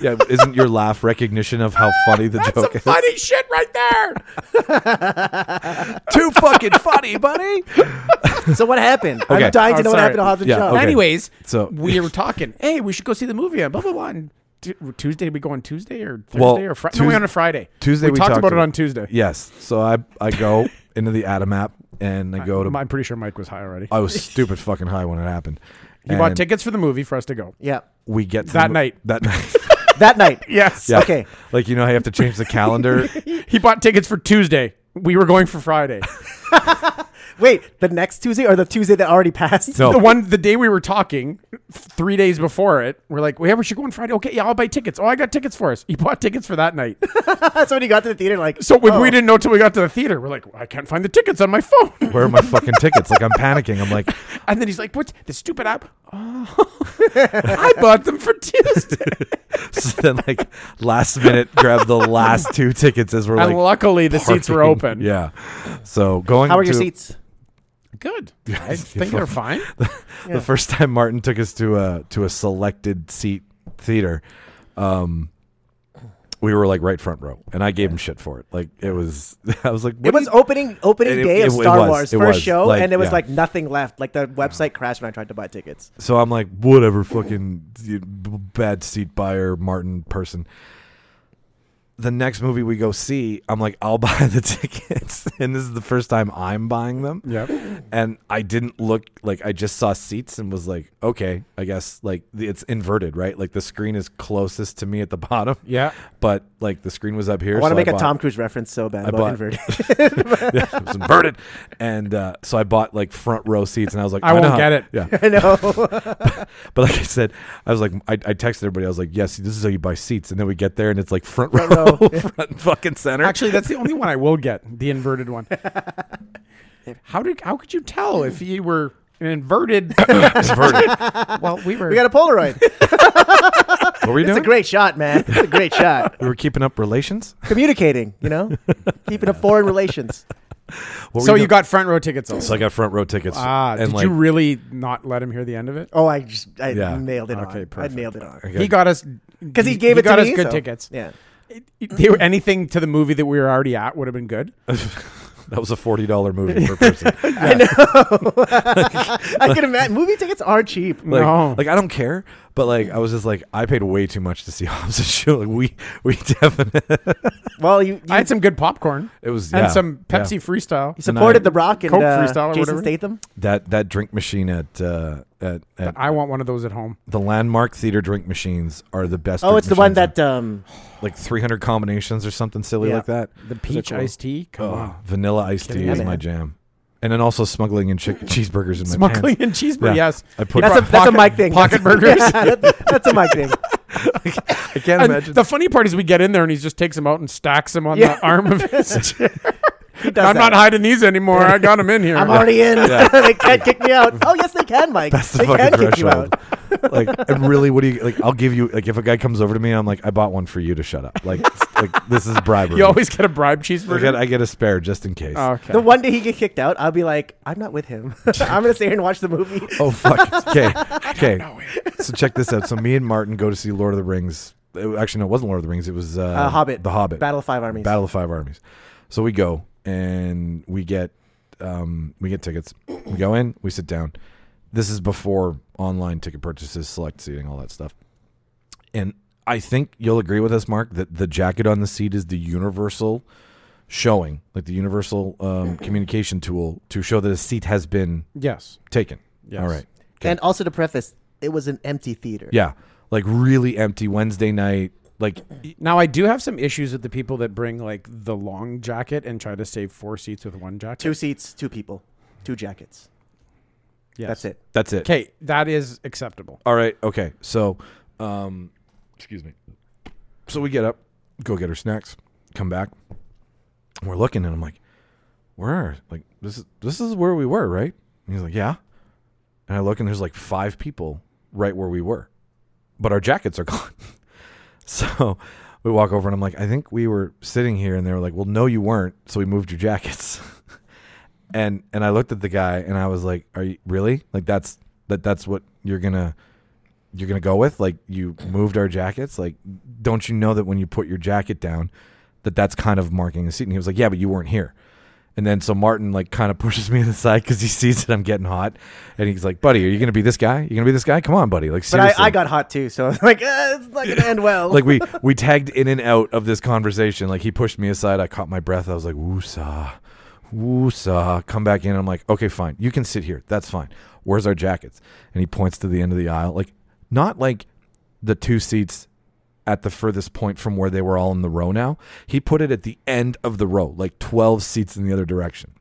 Speaker 1: Yeah, isn't your laugh recognition of how funny the
Speaker 2: (laughs) That's some
Speaker 1: joke is?
Speaker 2: funny shit right there.
Speaker 1: Too fucking funny, buddy.
Speaker 3: so what happened?
Speaker 1: Okay.
Speaker 3: I'm dying to
Speaker 2: Oh,
Speaker 3: know what
Speaker 2: sorry.
Speaker 3: happened to Hobbs and
Speaker 1: Yeah,
Speaker 3: Shaw.
Speaker 1: okay.
Speaker 2: Anyways,
Speaker 1: So-
Speaker 2: (laughs) so we were talking. Hey, we should go see the movie. And blah blah blah. And t- Tuesday. We go on Tuesday or Thursday
Speaker 1: Well,
Speaker 2: or Friday?
Speaker 1: Tues-
Speaker 2: No, we went on Friday.
Speaker 1: Tuesday
Speaker 2: We,
Speaker 1: we
Speaker 2: talked,
Speaker 1: talked
Speaker 2: about it
Speaker 1: about-
Speaker 2: on Tuesday.
Speaker 1: Yes. So I I go into the Adam app and I go to.
Speaker 2: I'm pretty sure Mike was high already.
Speaker 1: I was stupid fucking high when it happened.
Speaker 2: He bought
Speaker 1: And
Speaker 2: tickets for the movie for us to go.
Speaker 3: Yeah.
Speaker 1: We get to
Speaker 2: that
Speaker 1: the mo-
Speaker 2: night.
Speaker 1: That
Speaker 2: (laughs)
Speaker 1: night.
Speaker 3: That night.
Speaker 2: Yes.
Speaker 1: Yeah.
Speaker 3: Okay.
Speaker 1: Like you know, how you have to change the
Speaker 2: (laughs)
Speaker 1: calendar.
Speaker 2: He bought tickets for Tuesday. We were going
Speaker 1: (laughs)
Speaker 2: for Friday.
Speaker 3: Wait, the next Tuesday or the Tuesday that already passed?
Speaker 1: No.
Speaker 2: The one, the day we were talking, f- three days before it, we're like, "Yeah, we should go on Friday." Okay, yeah, I'll buy tickets. Oh, I got tickets for us. He bought tickets for
Speaker 1: (laughs)
Speaker 2: that night.
Speaker 3: (laughs) That's when he got to the theater. Like,
Speaker 2: So we,
Speaker 3: oh.
Speaker 2: we didn't know till we got to the theater. We're like, "I can't find the tickets on my phone."
Speaker 1: Where are my fucking tickets? Like I'm panicking. I'm like,
Speaker 2: And then he's like, "What's the stupid app?" Oh, (laughs) I bought them for
Speaker 3: (laughs)
Speaker 2: Tuesday.
Speaker 1: (laughs) so then like last minute, grab the
Speaker 3: (laughs)
Speaker 1: last two tickets as we're like.
Speaker 2: and luckily, the seats were
Speaker 1: parking.
Speaker 2: open.
Speaker 1: Yeah. So going.
Speaker 3: how are your
Speaker 1: to-
Speaker 3: seats? (laughs)
Speaker 2: Good. I think they're fine.
Speaker 3: Yeah.
Speaker 1: The first time Martin took us to a to a selected seat theater, um, we were like right front row, and I gave him shit for it. Like it was, (laughs) I was like,
Speaker 3: It
Speaker 1: what
Speaker 3: was
Speaker 1: do you-
Speaker 3: opening opening
Speaker 1: It- it-
Speaker 3: day of
Speaker 1: it
Speaker 3: Star
Speaker 1: was,
Speaker 3: Wars
Speaker 1: it
Speaker 3: first
Speaker 1: was,
Speaker 3: show,
Speaker 1: like,
Speaker 3: and there was
Speaker 1: yeah.
Speaker 3: like nothing left. Like the website crashed when I tried to buy tickets.
Speaker 1: So I'm like, whatever, fucking you- b- bad seat buyer, Martin person. The next movie we go see, I'm like, I'll (laughs) buy the tickets, and this is the first time I'm buying them.
Speaker 2: Yep.
Speaker 1: And I didn't look like I just saw seats and was like, okay, I guess like the- it's inverted, right? Like the screen is closest to me at the (laughs) bottom.
Speaker 2: Yeah.
Speaker 1: But like the screen was up here.
Speaker 3: I want to
Speaker 1: so
Speaker 3: make a
Speaker 1: bought-
Speaker 3: Tom Cruise reference so bad. about
Speaker 1: bought-
Speaker 3: inverted.
Speaker 1: (laughs)
Speaker 3: (laughs)
Speaker 1: yeah, it was inverted, and uh, so I bought like front row seats, and I was like,
Speaker 2: I
Speaker 1: know
Speaker 2: won't
Speaker 1: how-
Speaker 2: get it.
Speaker 1: Yeah.
Speaker 3: (laughs) I know.
Speaker 1: (laughs) But like I said, I was like, I, I texted everybody. I was like, yes, this is how you buy seats. And then we get there and it's like front row,
Speaker 3: Front row.
Speaker 1: (laughs) front fucking center.
Speaker 2: Actually, that's the only one I will get. The inverted
Speaker 3: (laughs)
Speaker 2: one. How did? How could you tell if you were an
Speaker 3: (coughs)
Speaker 2: inverted?
Speaker 3: (laughs)
Speaker 1: Inverted.
Speaker 2: well, we were.
Speaker 3: We got a Polaroid. It's
Speaker 1: what were you doing?
Speaker 3: a great shot, man. It's a great shot.
Speaker 1: we were keeping up relations.
Speaker 3: Communicating, you
Speaker 2: (laughs)
Speaker 3: know, keeping up foreign relations.
Speaker 1: What were
Speaker 2: (coughs) so you
Speaker 1: doing?
Speaker 2: got front row tickets also.
Speaker 1: So I got front row tickets.
Speaker 2: Ah,
Speaker 1: and
Speaker 2: did
Speaker 1: like,
Speaker 2: you really not let him hear the end of it?
Speaker 3: Oh, I just I
Speaker 1: Yeah.
Speaker 3: nailed it
Speaker 2: Okay,
Speaker 3: on.
Speaker 2: perfect.
Speaker 3: I nailed it on.
Speaker 1: I
Speaker 2: He got us
Speaker 3: Because he gave it
Speaker 2: got
Speaker 3: to
Speaker 2: us
Speaker 3: me,
Speaker 2: good
Speaker 3: so-
Speaker 2: tickets. (laughs)
Speaker 3: Yeah. (laughs)
Speaker 2: They were- anything to the movie that we were already at would have been good.
Speaker 1: that was a forty dollar movie
Speaker 2: (laughs)
Speaker 1: per person. like,
Speaker 3: I can imagine movie tickets are cheap.
Speaker 2: No.
Speaker 1: like I don't care, but like I was just like I paid way too much to see (laughs) Hobbs and Shaw. Like we we definitely
Speaker 3: Well, you, you
Speaker 2: I had some good popcorn
Speaker 1: it was
Speaker 2: and
Speaker 1: yeah,
Speaker 2: some
Speaker 1: yeah.
Speaker 2: Pepsi freestyle.
Speaker 3: supported
Speaker 1: I-
Speaker 3: The Rock and
Speaker 2: Coke
Speaker 3: uh,
Speaker 2: Freestyle or
Speaker 3: Jason
Speaker 2: whatever.
Speaker 3: Statham.
Speaker 1: That that drink machine at uh, at, at
Speaker 2: I want one of those at home.
Speaker 1: the landmark theater drink machines are the best.
Speaker 3: Oh,
Speaker 1: drink
Speaker 3: it's the one
Speaker 1: machines.
Speaker 3: that um,
Speaker 1: like 300 combinations or something silly
Speaker 3: Yeah.
Speaker 1: like that.
Speaker 2: The peach
Speaker 3: cool?
Speaker 2: iced tea. Come
Speaker 1: Oh,
Speaker 2: on.
Speaker 1: vanilla iced tea
Speaker 3: Kidding,
Speaker 1: is
Speaker 3: man.
Speaker 1: my jam. And then also smuggling and chick- cheeseburgers in my
Speaker 2: Smuggling
Speaker 1: pants.
Speaker 2: and cheeseburger.
Speaker 1: Yeah.
Speaker 2: Yes.
Speaker 1: I put-
Speaker 3: that's a
Speaker 2: brought
Speaker 3: that's a
Speaker 2: pocket-
Speaker 3: Mike thing.
Speaker 2: Pocket
Speaker 3: That's-
Speaker 2: burgers.
Speaker 3: (laughs) Yeah, that- that's a Mike thing.
Speaker 1: I can't
Speaker 2: And
Speaker 1: imagine.
Speaker 2: the funny part is we get in there and he just takes them out and stacks them on
Speaker 3: Yeah.
Speaker 2: the arm
Speaker 1: (laughs)
Speaker 2: of his chair. (laughs)
Speaker 3: He does
Speaker 2: I'm
Speaker 3: that.
Speaker 2: not hiding these anymore. I got them in here.
Speaker 3: I'm already in.
Speaker 1: Yeah.
Speaker 3: (laughs) they can't kick me out. Oh yes, they can, Mike.
Speaker 1: That's the
Speaker 3: they
Speaker 1: fucking
Speaker 3: can kick you
Speaker 1: threshold.
Speaker 3: out. (laughs)
Speaker 1: like, and really, what do you like? I'll give you like if a guy comes over to me, and I'm like, I bought one for you to shut up. Like, it's- like this is bribery.
Speaker 2: you always get a bribe
Speaker 1: I get,
Speaker 2: cheeseburger. Oh,
Speaker 1: I get a spare just in case.
Speaker 2: Okay.
Speaker 3: The one day he get kicked out, I'll be like, I'm not with him. (laughs) I'm gonna stay here and watch
Speaker 2: (laughs)
Speaker 3: the movie.
Speaker 1: Oh fuck.
Speaker 3: (laughs)
Speaker 1: Okay. Okay. So check this out. So me and Martin go to see Lord of the Rings. It- actually, no, it wasn't Lord of the Rings. It was uh,
Speaker 3: Uh, Hobbit.
Speaker 1: The Hobbit.
Speaker 3: Battle of Five Armies.
Speaker 1: Battle of Five Armies. So we go and we get um, we get tickets. We go in, we sit down. This is before online ticket purchases, select seating, all that stuff. And I think you'll agree with us, Mark, that the jacket on the seat is the universal showing, like the universal um, communication tool to show that a seat has been
Speaker 2: yes.
Speaker 1: taken.
Speaker 2: Yes.
Speaker 1: All right.
Speaker 3: And also to preface, it was an empty theater.
Speaker 1: Yeah. Like really empty Wednesday night. Like
Speaker 2: Now I do have some issues with the people that bring like the long jacket and try to save four seats with one jacket.
Speaker 3: Two seats, two people, two jackets.
Speaker 2: Yes.
Speaker 3: That's it.
Speaker 1: that's it.
Speaker 2: Okay, that is acceptable.
Speaker 1: All right. Okay. So, um, excuse me. So we get up, go get our snacks, come back. And we're looking, and I'm like, "Where are like this? Is this is where we were, right?" And he's like, "Yeah." And I look, and there's like five people right where we were, but our jackets are (laughs) gone. so we walk over, and I'm like, "I think we were sitting here," and they were like, "Well, no, you weren't." So we moved your jackets. (laughs) and and I looked at the guy, and I was like, "Are you really like that's that? That's what you're gonna." you're gonna go with like you moved our jackets like don't you know that when you put your jacket down that that's kind of marking a seat and he was like yeah but you weren't here And then so Martin like kind of (laughs) pushes me to the side because he sees that I'm getting hot, and he's like, "Buddy, are you gonna be this guy? You gonna be this guy? Come on, buddy! Like
Speaker 3: But I,
Speaker 1: seriously."
Speaker 3: I got hot too, so (laughs) like uh, it's not gonna end well.
Speaker 1: like (laughs) we we tagged in and out of this conversation. Like he pushed me aside. I caught my breath. I was like, woosah, woosah. Come back in. I'm like, okay, fine. You can sit here. That's fine. Where's our jackets? And he points to the end of the aisle. Like not like the two seats at the furthest point from where they were all in the row now. He put it at the end of the row, like 12 seats in the other direction.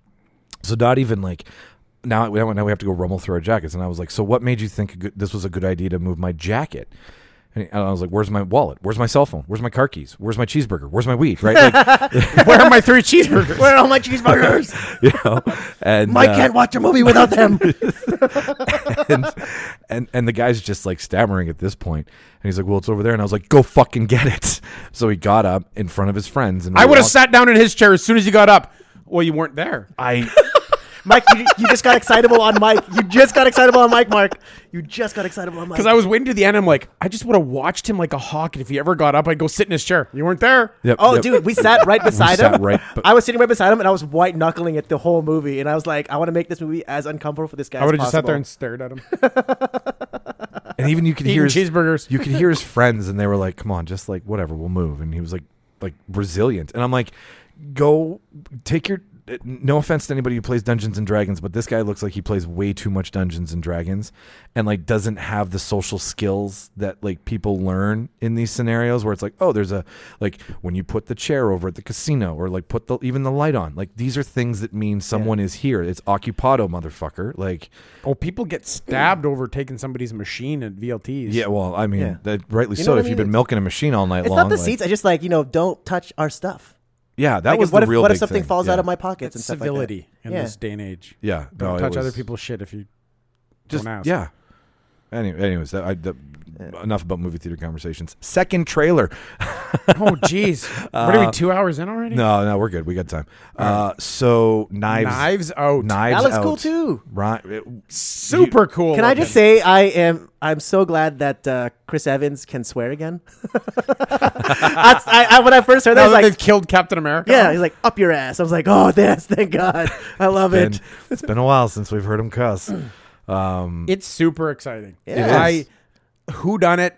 Speaker 1: So not even like now we now we have to go rumble through our jackets. And I was like, so what made you think a good, this was a good idea to move my jacket? And I was like, where's my wallet? Where's my cell phone? Where's my car keys? Where's my cheeseburger? Where's my weed? Right? Like, (laughs)
Speaker 2: Where are my three cheeseburgers?
Speaker 3: where are all my cheeseburgers?
Speaker 1: you know, and
Speaker 3: Mike
Speaker 1: uh,
Speaker 3: can't watch a movie without them.
Speaker 1: (laughs) and, and and the guy's just like stammering at this point, and he's like, "Well, it's over there." And I was like, "Go fucking get it!" (laughs) So he got up in front of his friends, and
Speaker 2: I
Speaker 1: we
Speaker 2: would have
Speaker 1: walked-
Speaker 2: sat down in his chair as soon as he got up. Well, you weren't there.
Speaker 1: I
Speaker 3: Mike, you, you just got excitable on Mike. You just got excitable on Mike, Mark. You just got excitable on Mike.
Speaker 2: Because I was waiting to the end. I'm like, I just would have watched him like a hawk. And if he ever got up, I'd go sit in his chair. You weren't there.
Speaker 1: yep,
Speaker 3: Oh,
Speaker 1: yep.
Speaker 3: dude, we sat right beside
Speaker 1: sat
Speaker 3: him.
Speaker 1: right b-
Speaker 3: I was sitting right beside him, and I was white knuckling it the whole movie. And I was like, I want to make this movie as uncomfortable for this guy.
Speaker 2: I
Speaker 3: as
Speaker 2: would have just sat there and
Speaker 3: possible.
Speaker 2: stared (laughs) at him.
Speaker 1: and even you could hear his,
Speaker 2: Eating cheeseburgers.
Speaker 1: You could hear his friends, and they were like, "Come on, just like whatever, we'll move." And he was like, "Like resilient," and I'm like, "Go take your." No offense to anybody who plays Dungeons and Dragons, but this guy looks like he plays way too much Dungeons and Dragons, and like doesn't have the social skills that like people learn in these scenarios where it's like, oh, there's a like when you put the chair over at the casino or like put the even the light on. Like these are things that mean someone is here. It's occupado, motherfucker. Like
Speaker 2: Oh, people get stabbed over taking somebody's machine at VLTs.
Speaker 1: yeah, well, I mean,
Speaker 3: Yeah.
Speaker 1: that, rightly
Speaker 3: You know
Speaker 1: so.
Speaker 3: what
Speaker 1: If
Speaker 3: I
Speaker 1: you've
Speaker 3: mean?
Speaker 1: been milking a machine all night
Speaker 3: It's
Speaker 1: long,
Speaker 3: not the
Speaker 1: like-
Speaker 3: seats. I just like you know, don't touch our stuff.
Speaker 1: Yeah, that
Speaker 3: Like,
Speaker 1: was
Speaker 3: what
Speaker 1: the
Speaker 3: if
Speaker 1: real
Speaker 3: what if
Speaker 1: big
Speaker 3: something
Speaker 1: thing.
Speaker 3: falls
Speaker 1: yeah.
Speaker 3: out of my
Speaker 2: It's
Speaker 3: pockets and stuff like
Speaker 2: civility
Speaker 3: that?
Speaker 2: in
Speaker 3: yeah.
Speaker 2: this day and age.
Speaker 1: Yeah,
Speaker 2: Don't
Speaker 1: no, Oh, it
Speaker 2: touch other
Speaker 1: was-
Speaker 2: people's shit if you
Speaker 1: Just
Speaker 2: don't ask.
Speaker 1: yeah. Anyway, anyways, that, I, that, enough about movie theater conversations. Second
Speaker 2: (laughs)
Speaker 1: trailer.
Speaker 2: Oh,
Speaker 1: (laughs)
Speaker 2: jeez. what
Speaker 1: Uh,
Speaker 2: are we, two hours in already?
Speaker 1: No, no, we're good. We got time. Uh, so knives,
Speaker 2: Knives Out.
Speaker 1: knives.
Speaker 3: That looks cool
Speaker 1: Out.
Speaker 3: too.
Speaker 1: Right. it-
Speaker 2: Super cool.
Speaker 3: Can I
Speaker 2: looking.
Speaker 3: just say I am I'm so glad that uh, Chris Evans can swear again. (laughs) That's, I, I, when I first heard that,
Speaker 2: Now
Speaker 3: I
Speaker 2: that
Speaker 3: was like,
Speaker 2: they've killed Captain America?
Speaker 3: yeah, he's like up your ass. I was like, oh, (laughs) yes, thank God, I love
Speaker 1: been-
Speaker 2: (laughs)
Speaker 3: it.
Speaker 1: it's been a while since we've heard him
Speaker 2: (clears throat)
Speaker 1: cuss. Um,
Speaker 2: It's super exciting.
Speaker 3: is.
Speaker 2: I who done it?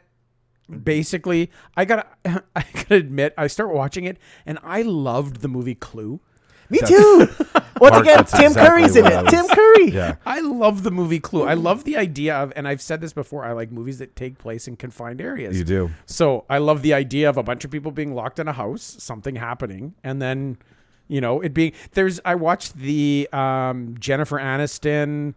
Speaker 2: Basically, I gotta (laughs) I gotta admit, I start watching it and I loved the movie Clue.
Speaker 3: Me
Speaker 1: (laughs)
Speaker 3: too. (laughs) Once
Speaker 1: Mark,
Speaker 3: again,
Speaker 1: that's
Speaker 3: Tim
Speaker 1: exactly
Speaker 3: Curry's in
Speaker 1: what I
Speaker 3: it.
Speaker 1: was-
Speaker 3: Tim Curry.
Speaker 1: yeah.
Speaker 2: I love the movie Clue. I love the idea of, and I've said this before, I like movies that take place in confined areas.
Speaker 1: You do.
Speaker 2: So I love the idea of a bunch of people being locked in a house, something happening, and then, you know, it being there's. I watched the um, Jennifer Aniston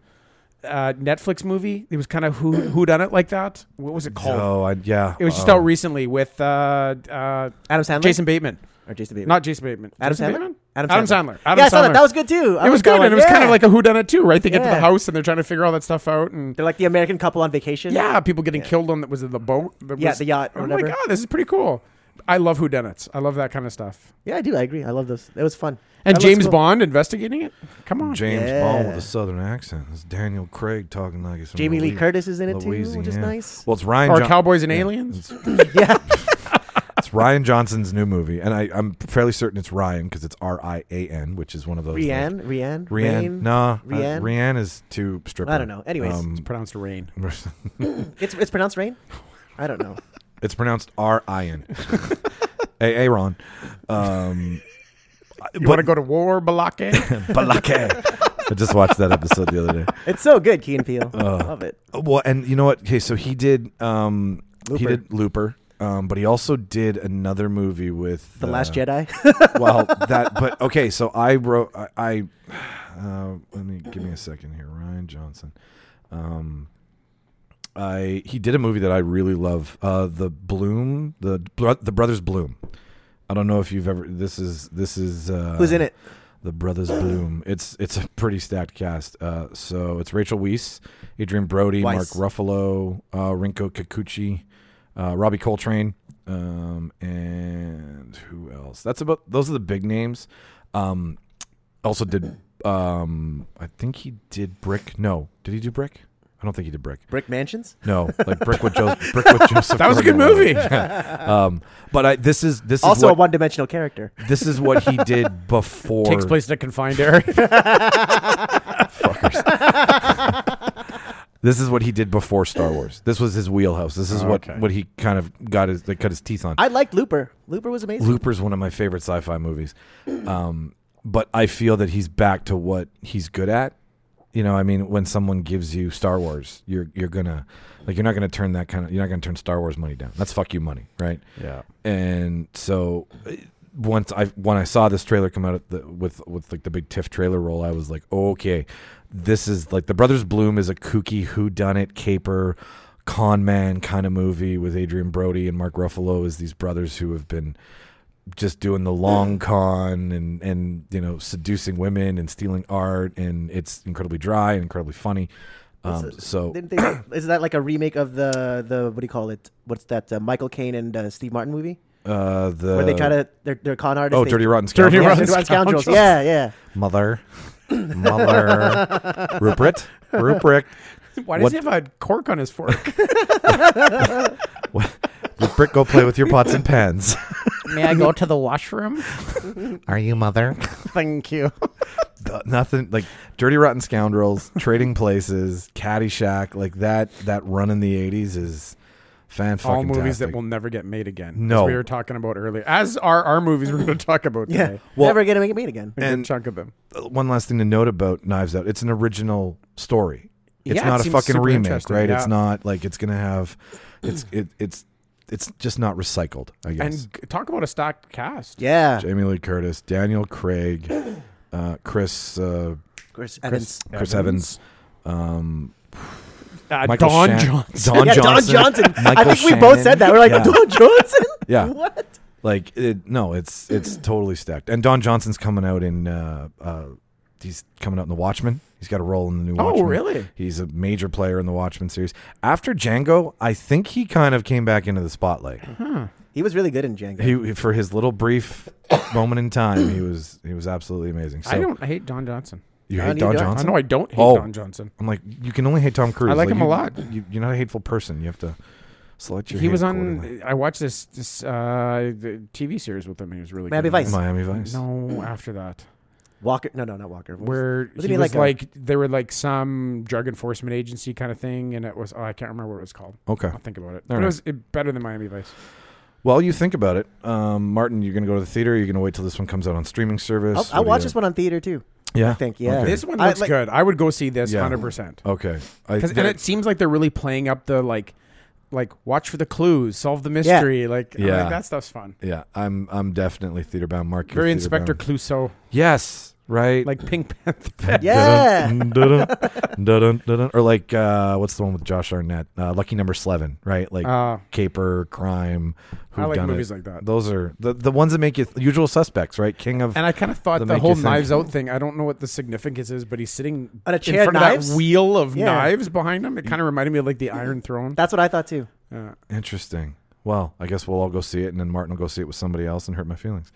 Speaker 2: uh, Netflix movie. It was kind of who who done it like that. What was it called?
Speaker 1: Oh, I, yeah.
Speaker 2: It was just
Speaker 1: oh.
Speaker 2: out recently with uh, uh,
Speaker 3: Adam Sandler.
Speaker 2: Jason Bateman.
Speaker 3: or Jason Bateman.
Speaker 2: Not Jason Bateman.
Speaker 3: Adam
Speaker 2: Jason
Speaker 3: Sandler?
Speaker 2: Bateman?
Speaker 3: Adam
Speaker 2: Adam
Speaker 3: Sandler.
Speaker 2: Sandler. Adam
Speaker 3: yeah, I
Speaker 2: Sandler.
Speaker 3: saw that. That was good too. I
Speaker 2: it was
Speaker 3: liked that
Speaker 2: good,
Speaker 3: one.
Speaker 2: and it was kind
Speaker 3: Yeah.
Speaker 2: of like a whodunit too, right? They get to the
Speaker 3: Yeah.
Speaker 2: house and they're trying to figure all that stuff out, and
Speaker 3: they're like the American couple on vacation.
Speaker 2: yeah, people getting killed on that was in the boat. that
Speaker 3: Yeah,
Speaker 2: was-
Speaker 3: the yacht or
Speaker 2: I'm
Speaker 3: whatever.
Speaker 2: like, oh, this is pretty cool. I love whodunits. I love that kind of stuff.
Speaker 3: yeah, I do. I agree. I love those. It was fun.
Speaker 2: And
Speaker 3: That looks
Speaker 2: James
Speaker 3: cool.
Speaker 2: Bond investigating it. Come on,
Speaker 1: James Bond with
Speaker 3: Yeah.
Speaker 1: a southern accent. It's Daniel Craig talking like he's from
Speaker 3: Jamie Lee
Speaker 1: Louis-
Speaker 3: Curtis is in it too,
Speaker 1: Louisiana.
Speaker 3: which
Speaker 1: (laughs)
Speaker 3: is nice.
Speaker 1: Well, it's Ryan
Speaker 2: or
Speaker 1: John-
Speaker 2: Cowboys and Aliens.
Speaker 3: Yeah.
Speaker 1: It's Ryan Johnson's new movie, and I, I'm fairly certain it's Ryan because it's R I A N, which is one of those. like-
Speaker 3: Rianne. Rianne.
Speaker 1: Rianne.
Speaker 3: Rain.
Speaker 1: Nah. uh,
Speaker 3: Rianne?
Speaker 1: Rianne is too stripper.
Speaker 3: I don't know. Anyways.
Speaker 1: Um,
Speaker 2: Pronounced rain.
Speaker 3: It's it's pronounced rain. I don't know.
Speaker 1: (laughs) it's pronounced R I
Speaker 3: (laughs)
Speaker 1: N. A Aaron. Um,
Speaker 2: You want to go to
Speaker 1: (laughs)
Speaker 2: war, Balake?
Speaker 3: (laughs)
Speaker 1: Balake. I just watched that episode the other day.
Speaker 3: It's so good, Key
Speaker 1: (laughs)
Speaker 3: and Peele.
Speaker 1: Oh,
Speaker 3: Love it.
Speaker 1: Well, and you know what? Okay, so he did. Um, He
Speaker 3: Looper.
Speaker 1: did Looper. Um, but he also did another movie with
Speaker 3: The
Speaker 1: uh,
Speaker 3: Last
Speaker 1: (laughs)
Speaker 3: Jedi. (laughs)
Speaker 1: well, that. But okay, so I wrote. I, I uh, let me give me a second here. Ryan Johnson. Um, I he did a movie that I really love. Uh, the Bloom, the Bro- the Brothers Bloom. I don't know if you've ever. This is this is uh,
Speaker 3: Who's in it?
Speaker 1: The Brothers Bloom. It's it's a pretty stacked cast. Uh, so it's Rachel Weisz, Adrian Brody,
Speaker 3: Weiss.
Speaker 1: Mark Ruffalo, uh, Rinko Kikuchi, uh, Robbie Coltrane, um, and who else? That's about those are the big names. Um, also did um, I think he did Brick? No, did he do Brick? I don't think he did Brick.
Speaker 3: Brick mansions.
Speaker 1: No, like Brick with Joseph. Brick
Speaker 2: (laughs)
Speaker 1: with Joseph.
Speaker 2: That was a good
Speaker 1: Gordon-Levitt.
Speaker 2: movie.
Speaker 1: Yeah. Um, but I, this is this is
Speaker 3: Also a
Speaker 1: what,
Speaker 3: one-dimensional character. (laughs)
Speaker 1: this is what he
Speaker 2: (laughs)
Speaker 1: did before
Speaker 2: Takes place in a confined area.
Speaker 1: This is what he did before Star Wars. This was his wheelhouse. This is what,
Speaker 2: Okay.
Speaker 1: what he kind of got his they cut his teeth on.
Speaker 3: I liked Looper. Looper was amazing.
Speaker 1: Looper's one of my favorite sci-fi movies. Um, but I feel that he's back to what he's good at. You know, I mean, when someone gives you Star Wars, you're you're gonna like you're not gonna turn that kind of you're not gonna turn Star Wars money down. That's fuck you money, right?
Speaker 2: yeah.
Speaker 1: And so uh, once I when I saw this trailer come out at the, with with like the big TIFF trailer roll, I was like, oh, okay, this is like the Brothers Bloom is a kooky who done it caper con man kind of movie with Adrian Brody and Mark Ruffalo as these brothers who have been just doing the long con and and you know seducing women and stealing art and it's incredibly dry and incredibly funny. Um,
Speaker 3: It's a-
Speaker 1: so
Speaker 3: Didn't they, is that like a remake of the the what do you call it? What's that? Uh, Michael Caine and uh, Steve Martin movie
Speaker 1: uh, the
Speaker 3: where they try to they're, they're con artists.
Speaker 1: oh
Speaker 3: they, (laughs)
Speaker 1: dirty rotten
Speaker 2: Dirty
Speaker 1: Scoundrels.
Speaker 3: yeah,
Speaker 2: Rotten
Speaker 3: Dirty Rotten Scoundrels.
Speaker 2: Scoundrels.
Speaker 1: (laughs)
Speaker 3: Yeah, yeah.
Speaker 1: Mother. Mother. Rupert. Rupert.
Speaker 2: (laughs) Why does
Speaker 1: What-
Speaker 2: he have a cork on his fork?
Speaker 1: Rupert, go play with your pots and pans.
Speaker 2: May I go to the washroom?
Speaker 1: (laughs) Are you mother?
Speaker 2: Thank you.
Speaker 1: Th- Nothing like Dirty Rotten Scoundrels, Trading Places, Caddyshack, like that that run in the eighties is fan
Speaker 2: All
Speaker 1: fucking
Speaker 2: movies that will never get made again. as
Speaker 1: No.
Speaker 2: we were talking about earlier. As are our
Speaker 1: (laughs)
Speaker 2: movies we're going to talk about
Speaker 3: Yeah.
Speaker 2: today.
Speaker 1: Well-
Speaker 3: Never gonna make it meet again.
Speaker 2: A good
Speaker 1: And-
Speaker 2: chunk of them.
Speaker 1: Uh, one last thing to note about Knives Out. It's an original story. It's
Speaker 2: Yeah, it
Speaker 1: not a
Speaker 2: seems
Speaker 1: fucking
Speaker 2: super
Speaker 1: remake,
Speaker 2: interesting,
Speaker 1: right?
Speaker 2: yeah.
Speaker 1: It's not like it's gonna have it's it, it's it's just not recycled, I guess.
Speaker 2: And g- talk about a stock cast.
Speaker 3: Yeah.
Speaker 1: (laughs) Jamie Lee Curtis, Daniel
Speaker 3: (clears throat)
Speaker 1: Craig, uh, Chris uh,
Speaker 3: Chris Evans.
Speaker 1: Chris Evans, um,
Speaker 2: Uh,
Speaker 1: Michael
Speaker 2: Don
Speaker 1: Shan-
Speaker 2: Johnson.
Speaker 1: Don
Speaker 3: (laughs) yeah,
Speaker 1: Johnson,
Speaker 3: Don Johnson. I
Speaker 1: Michael
Speaker 3: think we both
Speaker 1: Shannon.
Speaker 3: said that. We're like
Speaker 1: Yeah. (laughs)
Speaker 3: Don Johnson.
Speaker 1: Yeah.
Speaker 3: What?
Speaker 1: Like it, no, it's it's totally stacked. And Don Johnson's coming out in uh, uh, he's coming out in The Watchmen. He's got a role in the new
Speaker 2: Oh,
Speaker 1: Watchmen.
Speaker 2: really?
Speaker 1: He's a major player in the Watchmen series. After Django, I think he kind of came back into the
Speaker 2: (laughs)
Speaker 1: spotlight.
Speaker 3: He was really good in Django.
Speaker 1: He for his little
Speaker 2: (coughs)
Speaker 1: brief moment in time, he was he was absolutely amazing. So
Speaker 2: I don't I hate Don Johnson.
Speaker 1: you
Speaker 3: I
Speaker 1: hate
Speaker 3: need
Speaker 1: Don
Speaker 3: Don-
Speaker 2: I
Speaker 1: Johnson?
Speaker 2: know I don't hate
Speaker 1: Oh.
Speaker 2: Don Johnson.
Speaker 1: I'm like, you can only hate Tom Cruise.
Speaker 2: I like him a
Speaker 1: you-
Speaker 2: lot.
Speaker 1: You, you're not a hateful person. You have to select your.
Speaker 2: he
Speaker 1: hate
Speaker 2: was
Speaker 1: accordingly.
Speaker 2: on. I watched this this uh, the TV series with him. He was really
Speaker 3: Miami
Speaker 2: good in
Speaker 3: Vice.
Speaker 1: Miami Vice.
Speaker 2: No, after that,
Speaker 3: Walker. No, no, not Walker.
Speaker 2: where
Speaker 3: Wasn't
Speaker 2: he,
Speaker 3: he
Speaker 2: was
Speaker 3: like
Speaker 2: like, they were like some drug enforcement agency kind of thing, and it was oh, I can't remember what it was called.
Speaker 1: Okay.
Speaker 2: I'll think about it.
Speaker 1: All
Speaker 2: But
Speaker 1: right.
Speaker 2: It was it, better than Miami Vice.
Speaker 1: Well, you think about it, um, Martin. You're going to go to the theater. You're going to wait till this one comes out on streaming service.
Speaker 3: I'll, I'll
Speaker 1: What do
Speaker 3: watch
Speaker 1: you-
Speaker 3: Oh, this one on theater too.
Speaker 1: Yeah.
Speaker 3: I think. Yeah.
Speaker 1: Okay.
Speaker 2: This one
Speaker 3: I
Speaker 2: looks
Speaker 3: like-
Speaker 2: good. I would go see this
Speaker 1: Yeah. Oh,
Speaker 2: hundred percent.
Speaker 1: Okay. I,
Speaker 2: And it seems like they're really playing up the like, like watch for the clues, solve the mystery. Like, I'm
Speaker 1: Yeah.
Speaker 2: like, that stuff's fun.
Speaker 1: yeah, I'm I'm definitely theater bound. Mark, you're
Speaker 2: Very
Speaker 1: theater
Speaker 2: Inspector
Speaker 1: bound.
Speaker 2: Clouseau,
Speaker 1: Yes. Right.
Speaker 2: like Pink Panther. (laughs)
Speaker 3: Yeah.
Speaker 1: Dun-dun, dun-dun, dun-dun, dun-dun. Or like uh, what's the one with Josh Arnett? Uh, Lucky Number Eleven. Right. Like
Speaker 2: Uh,
Speaker 1: caper, crime. Who
Speaker 2: I like
Speaker 1: done
Speaker 2: movies like that.
Speaker 1: Those are the the ones that make you usual suspects. Right. King of
Speaker 2: And I kind of thought
Speaker 1: That
Speaker 2: the
Speaker 1: make
Speaker 2: whole
Speaker 1: you think.
Speaker 2: knives out thing. I don't know what the significance is, but he's sitting
Speaker 3: On a chair,
Speaker 2: in front
Speaker 3: knives?
Speaker 2: of that wheel of
Speaker 3: Yeah.
Speaker 2: knives behind him. It kind of reminded me of like the Iron Throne.
Speaker 3: That's what I thought too.
Speaker 2: Yeah.
Speaker 1: Interesting. Well, I guess we'll all go see it, and then Martin will go see it with somebody else and hurt my feelings.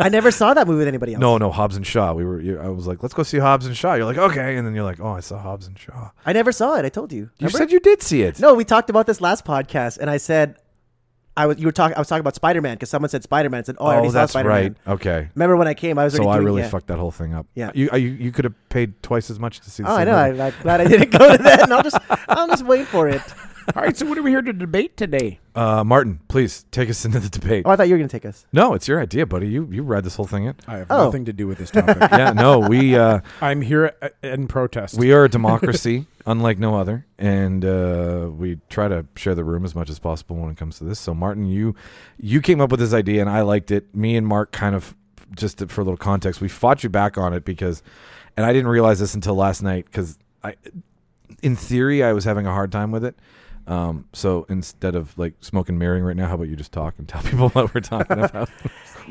Speaker 3: I never saw that movie with anybody else.
Speaker 1: No, no, Hobbs and Shaw. We were. You, I was like, let's go see Hobbs and Shaw. You're like, okay, and then you're like, oh, I saw Hobbs and Shaw.
Speaker 3: I never saw it. I told you.
Speaker 1: You said you did see it.
Speaker 3: No, we talked about this last podcast, and I said I was you were talking. I was talking about Spider Man because someone said Spider Man. Said, "Oh, I
Speaker 1: oh,
Speaker 3: already saw
Speaker 1: that's
Speaker 3: Spider
Speaker 1: right.
Speaker 3: Man."
Speaker 1: Okay.
Speaker 3: Remember when I came? I was
Speaker 1: So I
Speaker 3: already doing,
Speaker 1: really
Speaker 3: yeah.
Speaker 1: fucked that whole thing up.
Speaker 3: Yeah.
Speaker 1: You, I- you, you could have paid twice as much to see. the
Speaker 3: Oh, I
Speaker 1: same
Speaker 3: know. I,
Speaker 1: movie.
Speaker 3: I'm glad I didn't go to that. (laughs) And I'll just I'll just wait
Speaker 1: (laughs)
Speaker 3: for it.
Speaker 2: All right, so what are we here to debate today?
Speaker 1: Uh, Martin, please take us (laughs) into the debate.
Speaker 3: Oh, I thought you were gonna take us.
Speaker 1: No, it's your idea, buddy. You you read this whole thing in.
Speaker 2: I have
Speaker 3: Oh.
Speaker 2: nothing to do with this topic.
Speaker 1: Yeah. No, we uh,
Speaker 2: (laughs) I'm here uh, in protest.
Speaker 1: we are a democracy, (laughs) unlike no other, and uh, we try to share the room as much as possible when it comes to this. So, Martin, you you came up with this idea, and I liked it. Me and Mark kind of just to- for a little context, we fought you back on it because, and I didn't realize this until last night because I, in theory, I was having a hard time with it. Um, so instead of like smoke and mirroring right now, how about you just talk and tell (laughs) people what we're talking (laughs) about?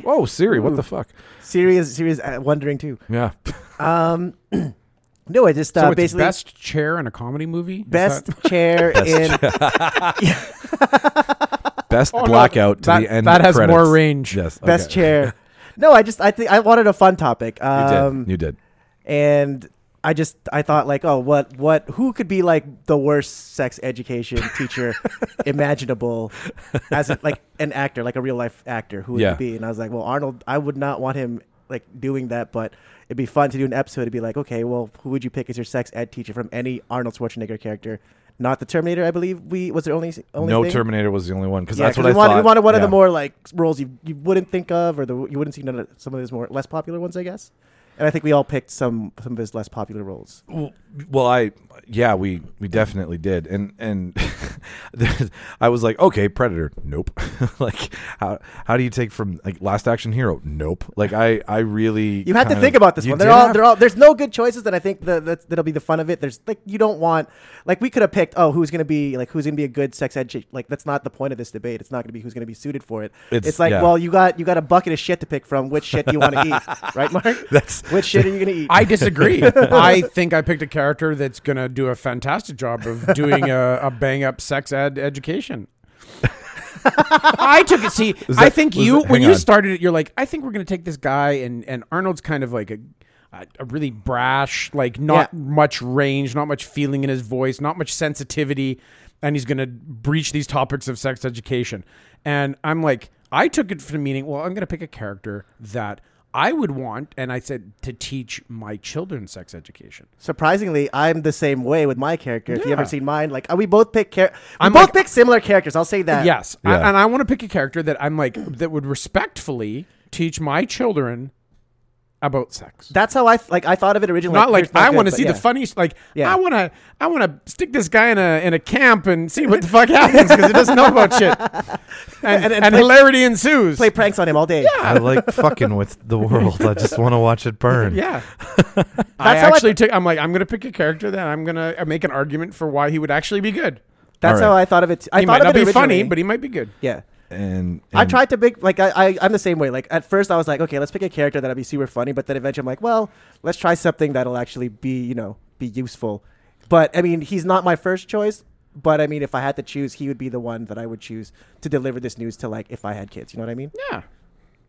Speaker 1: oh, Siri, what the fuck?
Speaker 3: Serious, serious, uh, wondering too.
Speaker 1: Yeah.
Speaker 3: Um, (clears throat) no, I just uh,
Speaker 2: so it's
Speaker 3: basically
Speaker 2: best chair in a comedy movie. Is
Speaker 3: best
Speaker 2: that-
Speaker 3: chair in.
Speaker 1: Best
Speaker 2: Oh, no,
Speaker 1: blackout to
Speaker 2: that-
Speaker 1: the end.
Speaker 2: that has
Speaker 1: credits.
Speaker 2: more range.
Speaker 1: Yes.
Speaker 3: best
Speaker 1: okay.
Speaker 3: chair. No, I just I think I wanted a fun topic.
Speaker 1: You
Speaker 3: Um,
Speaker 1: did. You did.
Speaker 3: and I just I thought like, oh, what what who could be like the worst sex education
Speaker 1: (laughs)
Speaker 3: teacher imaginable as a, like an actor, like a real life actor, who would
Speaker 1: Yeah.
Speaker 3: it be? And I was like, well, Arnold, I would not want him like doing that, but it'd be fun to do an episode to be like, okay, well, who would you pick as your sex ed teacher from any Arnold Schwarzenegger character? Not the Terminator, I believe. We was there only only
Speaker 1: no
Speaker 3: thing?
Speaker 1: Terminator was the only one because
Speaker 3: Yeah,
Speaker 1: that's
Speaker 3: 'cause
Speaker 1: what I
Speaker 3: we wanted,
Speaker 1: thought.
Speaker 3: we wanted one of
Speaker 1: Yeah.
Speaker 3: the more like roles you, you wouldn't think of, or the you wouldn't see none of some of his more less popular ones, I guess. And I think we all picked some some of his less popular roles.
Speaker 1: Well, well, I yeah, we we definitely did, and and (laughs) there's- I was like, okay, Predator, nope. (laughs) like how how do you take from like Last Action Hero? Nope. Like I I really
Speaker 3: You had to
Speaker 1: kind
Speaker 3: think
Speaker 1: of-
Speaker 3: about this
Speaker 1: You
Speaker 3: one. They're
Speaker 1: did
Speaker 3: all
Speaker 1: have-
Speaker 3: they're all there's no good choices that I think the, that's that'll be the fun of it. There's like you don't want like we could have picked oh who's gonna be like who's gonna be a good sex ed chi- like that's not the point of this debate. It's not gonna be who's gonna be suited for it.
Speaker 1: It's-
Speaker 3: It's, like
Speaker 1: yeah.
Speaker 3: well you got you got a bucket of shit to pick from. Which shit do you want
Speaker 1: (laughs)
Speaker 3: to eat? Right, Mark?
Speaker 1: That's-
Speaker 3: which shit are you gonna eat?
Speaker 2: I
Speaker 3: (laughs)
Speaker 2: disagree. I think I picked a character that's going to do a fantastic job of doing a, a bang up sex ed education. I took it. See, I
Speaker 1: that- (laughs)
Speaker 2: think
Speaker 1: was
Speaker 2: you
Speaker 1: that-
Speaker 2: when
Speaker 1: hang
Speaker 2: you
Speaker 1: on.
Speaker 2: started it, you're like, I think we're going to take this guy, and and Arnold's kind of like a. a- A really brash, like not
Speaker 3: Yeah.
Speaker 2: much range, not much feeling in his voice, not much sensitivity, and he's going to breach these topics of sex education. And I'm like, I took it for the meaning. Well, I'm going to pick a character that I would want, and I said to teach my children sex education.
Speaker 3: Surprisingly, I'm the same way with my character. If you
Speaker 2: Yeah.
Speaker 3: haven't seen mine, like uh, we both pick char- we
Speaker 2: I'm
Speaker 3: both
Speaker 2: like-
Speaker 3: pick similar characters. I'll say that.
Speaker 2: Yes, I-
Speaker 1: Yeah.
Speaker 2: and I want to pick a character that I'm like that would respectfully teach my children about sex.
Speaker 3: that's how I th- like. I thought of it originally.
Speaker 2: not like
Speaker 3: here's
Speaker 2: I
Speaker 3: good,
Speaker 2: want to
Speaker 3: but
Speaker 2: see
Speaker 3: yeah.
Speaker 2: the funniest. Like
Speaker 3: Yeah.
Speaker 2: I want to, I want to stick this guy in a in a camp and see what the
Speaker 3: (laughs)
Speaker 2: fuck happens because he doesn't know about shit, and, and,
Speaker 3: and play-
Speaker 2: hilarity ensues.
Speaker 3: Play pranks on him all day.
Speaker 1: I like fucking with the world. I just want to watch it
Speaker 3: (laughs)
Speaker 1: burn.
Speaker 2: yeah, I
Speaker 3: how I
Speaker 2: actually took. I'm like, I'm gonna pick a character that I'm gonna uh, make an argument for why he would actually be good.
Speaker 3: That's
Speaker 1: All right.
Speaker 3: how I thought of it. t- I
Speaker 2: he
Speaker 3: thought
Speaker 2: might
Speaker 3: of
Speaker 2: not
Speaker 3: it
Speaker 2: be funny,
Speaker 3: originally.
Speaker 2: but he Um, might be good.
Speaker 3: yeah.
Speaker 1: And,
Speaker 3: I
Speaker 1: and-
Speaker 3: tried to pick like I, I I'm the same way. Like at first I was like, okay, let's pick a character that'll be super funny, but then eventually I'm like, well, let's try something that'll actually be you know be useful. But I mean, he's not my first choice. But I mean, if I had to choose, he would be the one that I would choose to deliver this news to, like, if I had kids. You know what I mean?
Speaker 2: Yeah,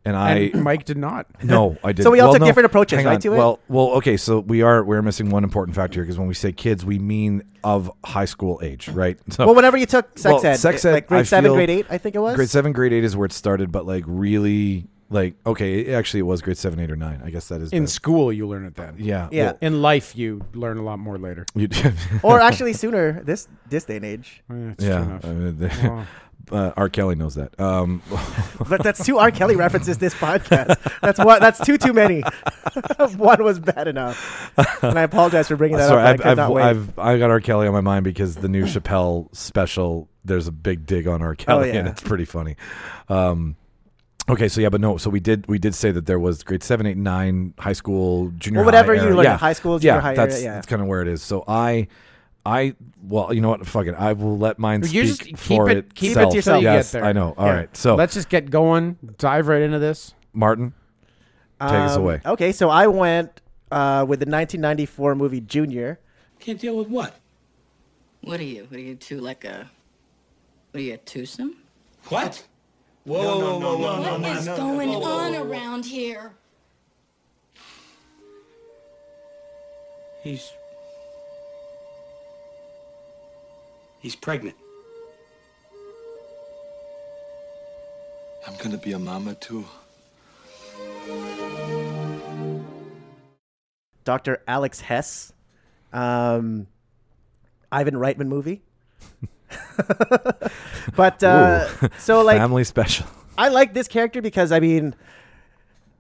Speaker 1: and I
Speaker 3: (clears throat)
Speaker 2: and Mike did not.
Speaker 3: (laughs)
Speaker 1: No, I didn't.
Speaker 3: we all
Speaker 1: Well,
Speaker 3: took
Speaker 1: no,
Speaker 3: different approaches,
Speaker 1: hang
Speaker 3: right,
Speaker 1: on.
Speaker 3: to it?
Speaker 1: Well, well, okay. So we are we're missing one important factor here because when we say kids, we mean of high school age, right? So
Speaker 3: Well, whenever you took sex
Speaker 1: Well,
Speaker 3: ed,
Speaker 1: sex
Speaker 3: it-
Speaker 1: ed,
Speaker 3: like grade
Speaker 1: I
Speaker 3: seven,
Speaker 1: feel-
Speaker 3: grade eight, I think it was.
Speaker 1: grade seven, grade eight is where it started, but like really, like okay, it- actually, it was grade seven, eight, or nine. I guess that is
Speaker 2: In
Speaker 1: the-
Speaker 2: school, you learn it then.
Speaker 1: yeah,
Speaker 3: Yeah.
Speaker 1: well, (laughs)
Speaker 2: In life, you learn a lot more later.
Speaker 1: you did-
Speaker 3: or actually sooner this this day and age.
Speaker 2: Eh, it's true
Speaker 1: yeah.
Speaker 2: enough.
Speaker 1: I mean, (laughs)
Speaker 2: Wow.
Speaker 1: uh, R. Kelly knows that.
Speaker 3: (laughs)
Speaker 1: Um, (laughs)
Speaker 3: But that's two R. Kelly references this podcast. That's one. That's two too many. (laughs) one was bad enough, and I apologize for bringing that
Speaker 1: Sorry,
Speaker 3: up.
Speaker 1: I've,
Speaker 3: but I could
Speaker 1: I've,
Speaker 3: not wait.
Speaker 1: I've, I got R. Kelly on my mind because the new Chappelle special, there's a big dig on R. Kelly, and
Speaker 3: Oh, yeah.
Speaker 1: it's pretty funny. Um, okay, so yeah, but no, so we did we did say that there was grade seven, eight, nine, high school, junior,
Speaker 3: Well, whatever
Speaker 1: high
Speaker 3: you
Speaker 1: era.
Speaker 3: learned
Speaker 1: yeah.
Speaker 3: in high school, junior
Speaker 1: yeah,
Speaker 3: high
Speaker 1: that's,
Speaker 3: area, yeah.
Speaker 1: that's kind of where it is. So I, I, well, you know what, fuck it, I will let mine
Speaker 2: You
Speaker 1: speak
Speaker 2: just keep
Speaker 1: for
Speaker 2: it- keep it to
Speaker 1: itself.
Speaker 2: yourself. You
Speaker 1: Yes,
Speaker 2: get there.
Speaker 1: I know. All right,
Speaker 3: Yeah.
Speaker 1: so
Speaker 2: Let's just get going. Dive right into this.
Speaker 1: Martin, take us
Speaker 3: Um,
Speaker 1: away.
Speaker 3: Okay, so I went uh, with the 1994 movie Junior.
Speaker 4: Can't deal with what?
Speaker 6: What are you? What are you two like a? What are you a twosome?
Speaker 4: What? Whoa, no, no, no, no,
Speaker 7: What is going on around here?
Speaker 4: He's. He's pregnant.
Speaker 8: I'm gonna be a mama too.
Speaker 3: Dr. Alex Hess, um, Ivan Reitman movie. (laughs) but uh, so like
Speaker 1: Family special. (laughs)
Speaker 3: I like this character because I mean,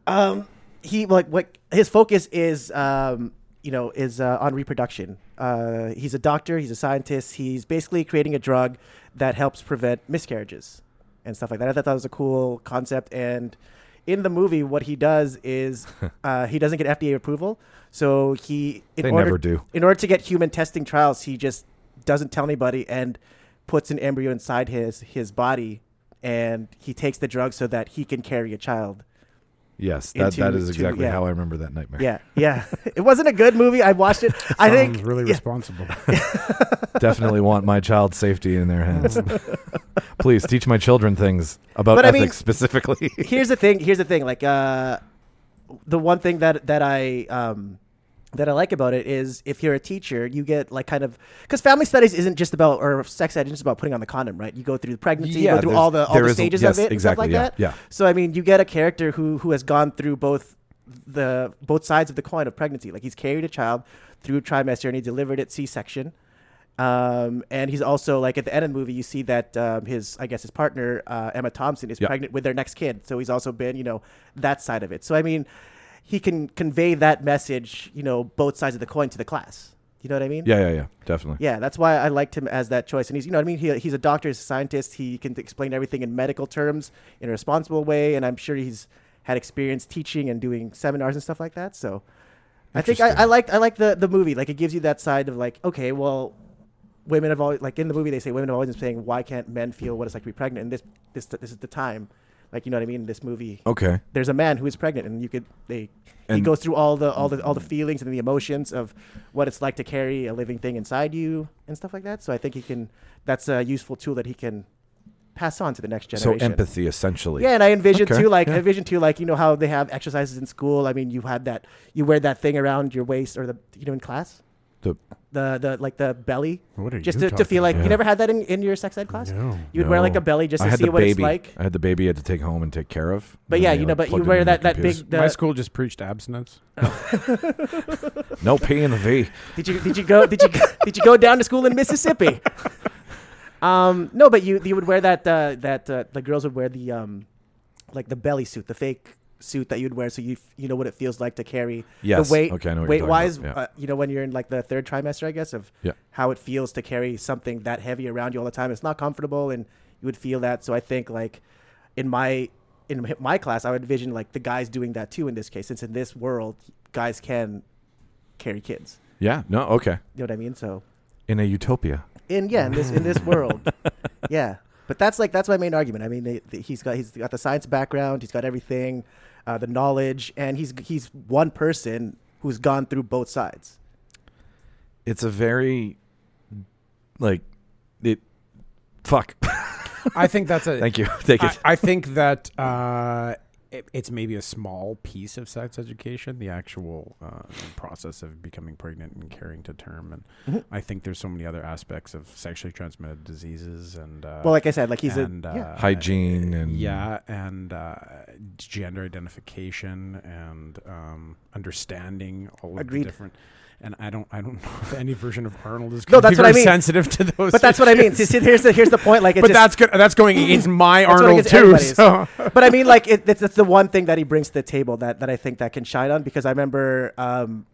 Speaker 3: um, he like what his focus is, um, you know, is uh, on reproduction. Uh, he's a doctor. He's a scientist. He's basically creating a drug that helps prevent miscarriages and stuff like that. I thought that was a cool concept. And in the movie, what he does
Speaker 1: (laughs)
Speaker 3: is uh, he doesn't get FDA approval, so he in
Speaker 1: They
Speaker 3: order,
Speaker 1: never do.
Speaker 3: In order to get human testing trials, he just doesn't tell anybody and puts an embryo inside his his body and he takes the drug so that he can carry a child.
Speaker 1: Yes, that,
Speaker 3: Into-
Speaker 1: that is
Speaker 3: to-
Speaker 1: exactly
Speaker 3: yeah.
Speaker 1: how I remember that nightmare.
Speaker 3: Yeah, yeah. (laughs) it wasn't a good movie. I watched it. I think
Speaker 2: Sounds really
Speaker 3: yeah,
Speaker 2: responsible.
Speaker 1: definitely
Speaker 3: (laughs)
Speaker 1: want my child's safety in their hands. Please teach my children things about
Speaker 3: But I
Speaker 1: ethics
Speaker 3: mean-
Speaker 1: specifically.
Speaker 3: here's the thing. Here's the thing. Like uh, the one thing that that I um, that I like about it is if you're a teacher, you get like kind of because family studies isn't just about or sex ed isn't just about putting on the condom, right? You go through the pregnancy,
Speaker 1: Yeah,
Speaker 3: you go through
Speaker 1: there's-
Speaker 3: all the all
Speaker 1: there
Speaker 3: the
Speaker 1: is-
Speaker 3: stages
Speaker 1: yes,
Speaker 3: of it,
Speaker 1: exactly,
Speaker 3: and
Speaker 1: yeah,
Speaker 3: stuff like that.
Speaker 1: yeah.
Speaker 3: So I mean, you get a character who who has gone through both the both sides of the coin of pregnancy. Like he's carried a child through trimester and he delivered it C-section. Um, and he's also like at the end of the movie, you see that um, his I guess his partner uh, Emma Thompson is
Speaker 1: Yeah.
Speaker 3: pregnant with their next kid. So he's also been you know that side of it. So I mean, he can convey that message you know both sides of the coin to the class. You know what I mean?
Speaker 1: (laughs) Yeah, yeah, yeah, definitely.
Speaker 3: Yeah, that's why I liked him as that choice. And he's, you know what I mean? He, he's a doctor, he's a scientist. He can explain everything in medical terms in a responsible way. And I'm sure he's had experience teaching and doing seminars and stuff like that. So I think I, I
Speaker 1: Interesting.
Speaker 3: liked I like the, the movie. Like, it gives you that side of, like, okay, well, women have always, like, in the movie, they say women have always been saying, why can't men feel what it's like to be pregnant? And this, this, this is the time. Like, you know what I mean? In this movie.
Speaker 1: Okay.
Speaker 3: There's a man who is pregnant, and you could they he
Speaker 1: And-
Speaker 3: goes through all the all the all the feelings and the emotions of what it's like to carry a living thing inside you and stuff like that. So I think he can. That's a useful tool that he can pass on to the next
Speaker 1: So
Speaker 3: generation.
Speaker 1: empathy, essentially.
Speaker 3: Yeah, and I envision
Speaker 1: Okay,
Speaker 3: too, like
Speaker 1: yeah.
Speaker 3: envision too, like you know how they have exercises in school. I mean, you had that, you wear that thing around your waist or the you know in class.
Speaker 1: The-
Speaker 3: The, the like the belly
Speaker 5: What are
Speaker 3: just
Speaker 5: you
Speaker 3: to, to feel like
Speaker 5: talking
Speaker 3: you
Speaker 1: about?
Speaker 3: never had that in, in your sex ed class
Speaker 5: No.
Speaker 3: you would wear like
Speaker 1: No.
Speaker 3: a belly just
Speaker 1: I
Speaker 3: to
Speaker 1: had
Speaker 3: see
Speaker 1: the
Speaker 3: what it's
Speaker 1: baby.
Speaker 3: like
Speaker 1: I had the baby I had to take home and take care of.
Speaker 3: but
Speaker 1: And
Speaker 3: yeah
Speaker 1: then
Speaker 3: you
Speaker 1: I
Speaker 3: know but you
Speaker 1: plugged it
Speaker 3: wear
Speaker 1: into
Speaker 3: that
Speaker 1: the
Speaker 3: that big
Speaker 1: computer.
Speaker 3: (laughs) the-
Speaker 5: My school just preached abstinence.
Speaker 1: No P in the V.
Speaker 3: Did you did you go did you go, (laughs) did you go down to school in Mississippi? um, no, but you you would wear that uh, that uh, the girls would wear the um, like the belly suit, the fake suit that you'd wear, so you you know what it feels like to carry
Speaker 1: Yes.
Speaker 3: the weight.
Speaker 1: Okay, I know what you're
Speaker 3: weight
Speaker 1: talking
Speaker 3: wise,
Speaker 1: about. Yeah.
Speaker 3: uh, you know when you're in like the third trimester, I guess of
Speaker 1: Yeah.
Speaker 3: how it feels to carry something that heavy around you all the time. It's not comfortable, and you would feel that. So I think like in my in my class, I would envision like the guys doing that too. In this case, since in this world, guys can carry kids.
Speaker 1: Yeah. No. Okay.
Speaker 3: You know what I mean? So
Speaker 1: In a utopia.
Speaker 3: in yeah in this in this world
Speaker 5: (laughs)
Speaker 3: yeah but that's like that's my main argument i mean they, they- he's got he's got the science background he's got everything uh, the knowledge and he's he's one person who's gone through both sides
Speaker 1: It's a very like it. Fuck. (laughs)
Speaker 5: I think that's a.
Speaker 1: Thank you. Take
Speaker 5: I,
Speaker 1: it.
Speaker 5: I think that uh, it, it's maybe a small piece of sex education, the actual uh, process of becoming pregnant and carrying to term. And
Speaker 1: Mm-hmm.
Speaker 5: I think there's so many other aspects of sexually transmitted diseases and. Uh,
Speaker 3: well like i said like he's
Speaker 5: and,
Speaker 3: a
Speaker 5: uh,
Speaker 3: yeah.
Speaker 1: Hygiene
Speaker 3: Mm.
Speaker 1: and
Speaker 5: yeah, and uh, gender identification and um, understanding all of
Speaker 3: Agreed.
Speaker 5: the different. And I don't, I don't (laughs) know if any version of Arnold is
Speaker 3: No,
Speaker 5: gonna be
Speaker 3: that's what I
Speaker 5: very
Speaker 3: mean.
Speaker 5: sensitive to those.
Speaker 3: but that's what i mean
Speaker 5: (laughs) issues.
Speaker 3: See, see, here's the here's the point like it's
Speaker 5: but
Speaker 3: just,
Speaker 5: that's good. That's
Speaker 3: (clears throat)
Speaker 5: going against my
Speaker 3: That's what I
Speaker 5: Arnold
Speaker 3: guess
Speaker 5: too.
Speaker 3: everybody's-
Speaker 5: So
Speaker 3: (laughs) but I mean, like, it, it's, it's the one thing that he brings to the table that, that I think that can shine on because I remember um,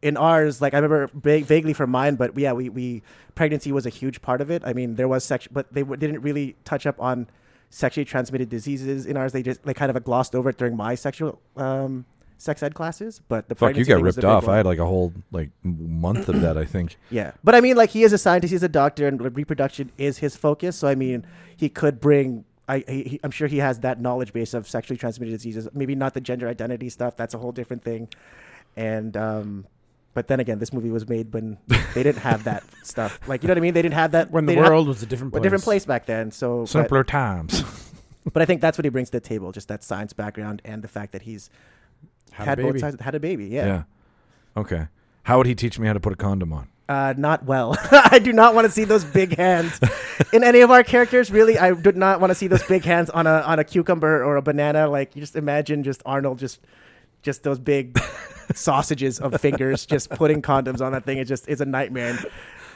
Speaker 3: in ours, like, I remember va- vaguely from mine, but yeah, we, we pregnancy was a huge part of it. I mean, there was sex, but they w- didn't really touch up on sexually transmitted diseases in ours. They just they kind of glossed over it during my sexual um, sex ed classes. But the
Speaker 1: Fuck, you
Speaker 3: pregnancy
Speaker 1: got
Speaker 3: thing was the
Speaker 1: ripped
Speaker 3: big
Speaker 1: off.
Speaker 3: one.
Speaker 1: I had like a whole like month of that. I think.
Speaker 3: Yeah, but I mean, like he is a scientist, he's a doctor, and reproduction is his focus. So I mean, he could bring. I, he, he- I'm sure he has that knowledge base of sexually transmitted diseases. Maybe not the gender identity stuff. That's a whole different thing. And um, but then again, this movie was made when they didn't
Speaker 5: (laughs)
Speaker 3: have that stuff. Like you know what I mean? They didn't have that
Speaker 5: when
Speaker 3: they
Speaker 5: the
Speaker 3: didn't have-
Speaker 5: world was a different place.
Speaker 3: a different place back then. So but-
Speaker 1: Simpler times.
Speaker 3: but I think that's what he brings to the table: just that science background and the fact that he's
Speaker 5: Had a
Speaker 3: had both
Speaker 5: baby.
Speaker 3: sides, had a
Speaker 1: (laughs)
Speaker 3: baby.
Speaker 1: yeah.
Speaker 3: Yeah.
Speaker 1: Okay. How would he teach me how to put a condom on?
Speaker 3: Uh, not well. (laughs) I do not want to see those big hands in any of our characters. Really, I do not want to see those big hands on a on a cucumber or a banana. Like you just imagine, just Arnold, just just those big sausages of fingers, just putting condoms on that thing. It just is a nightmare. And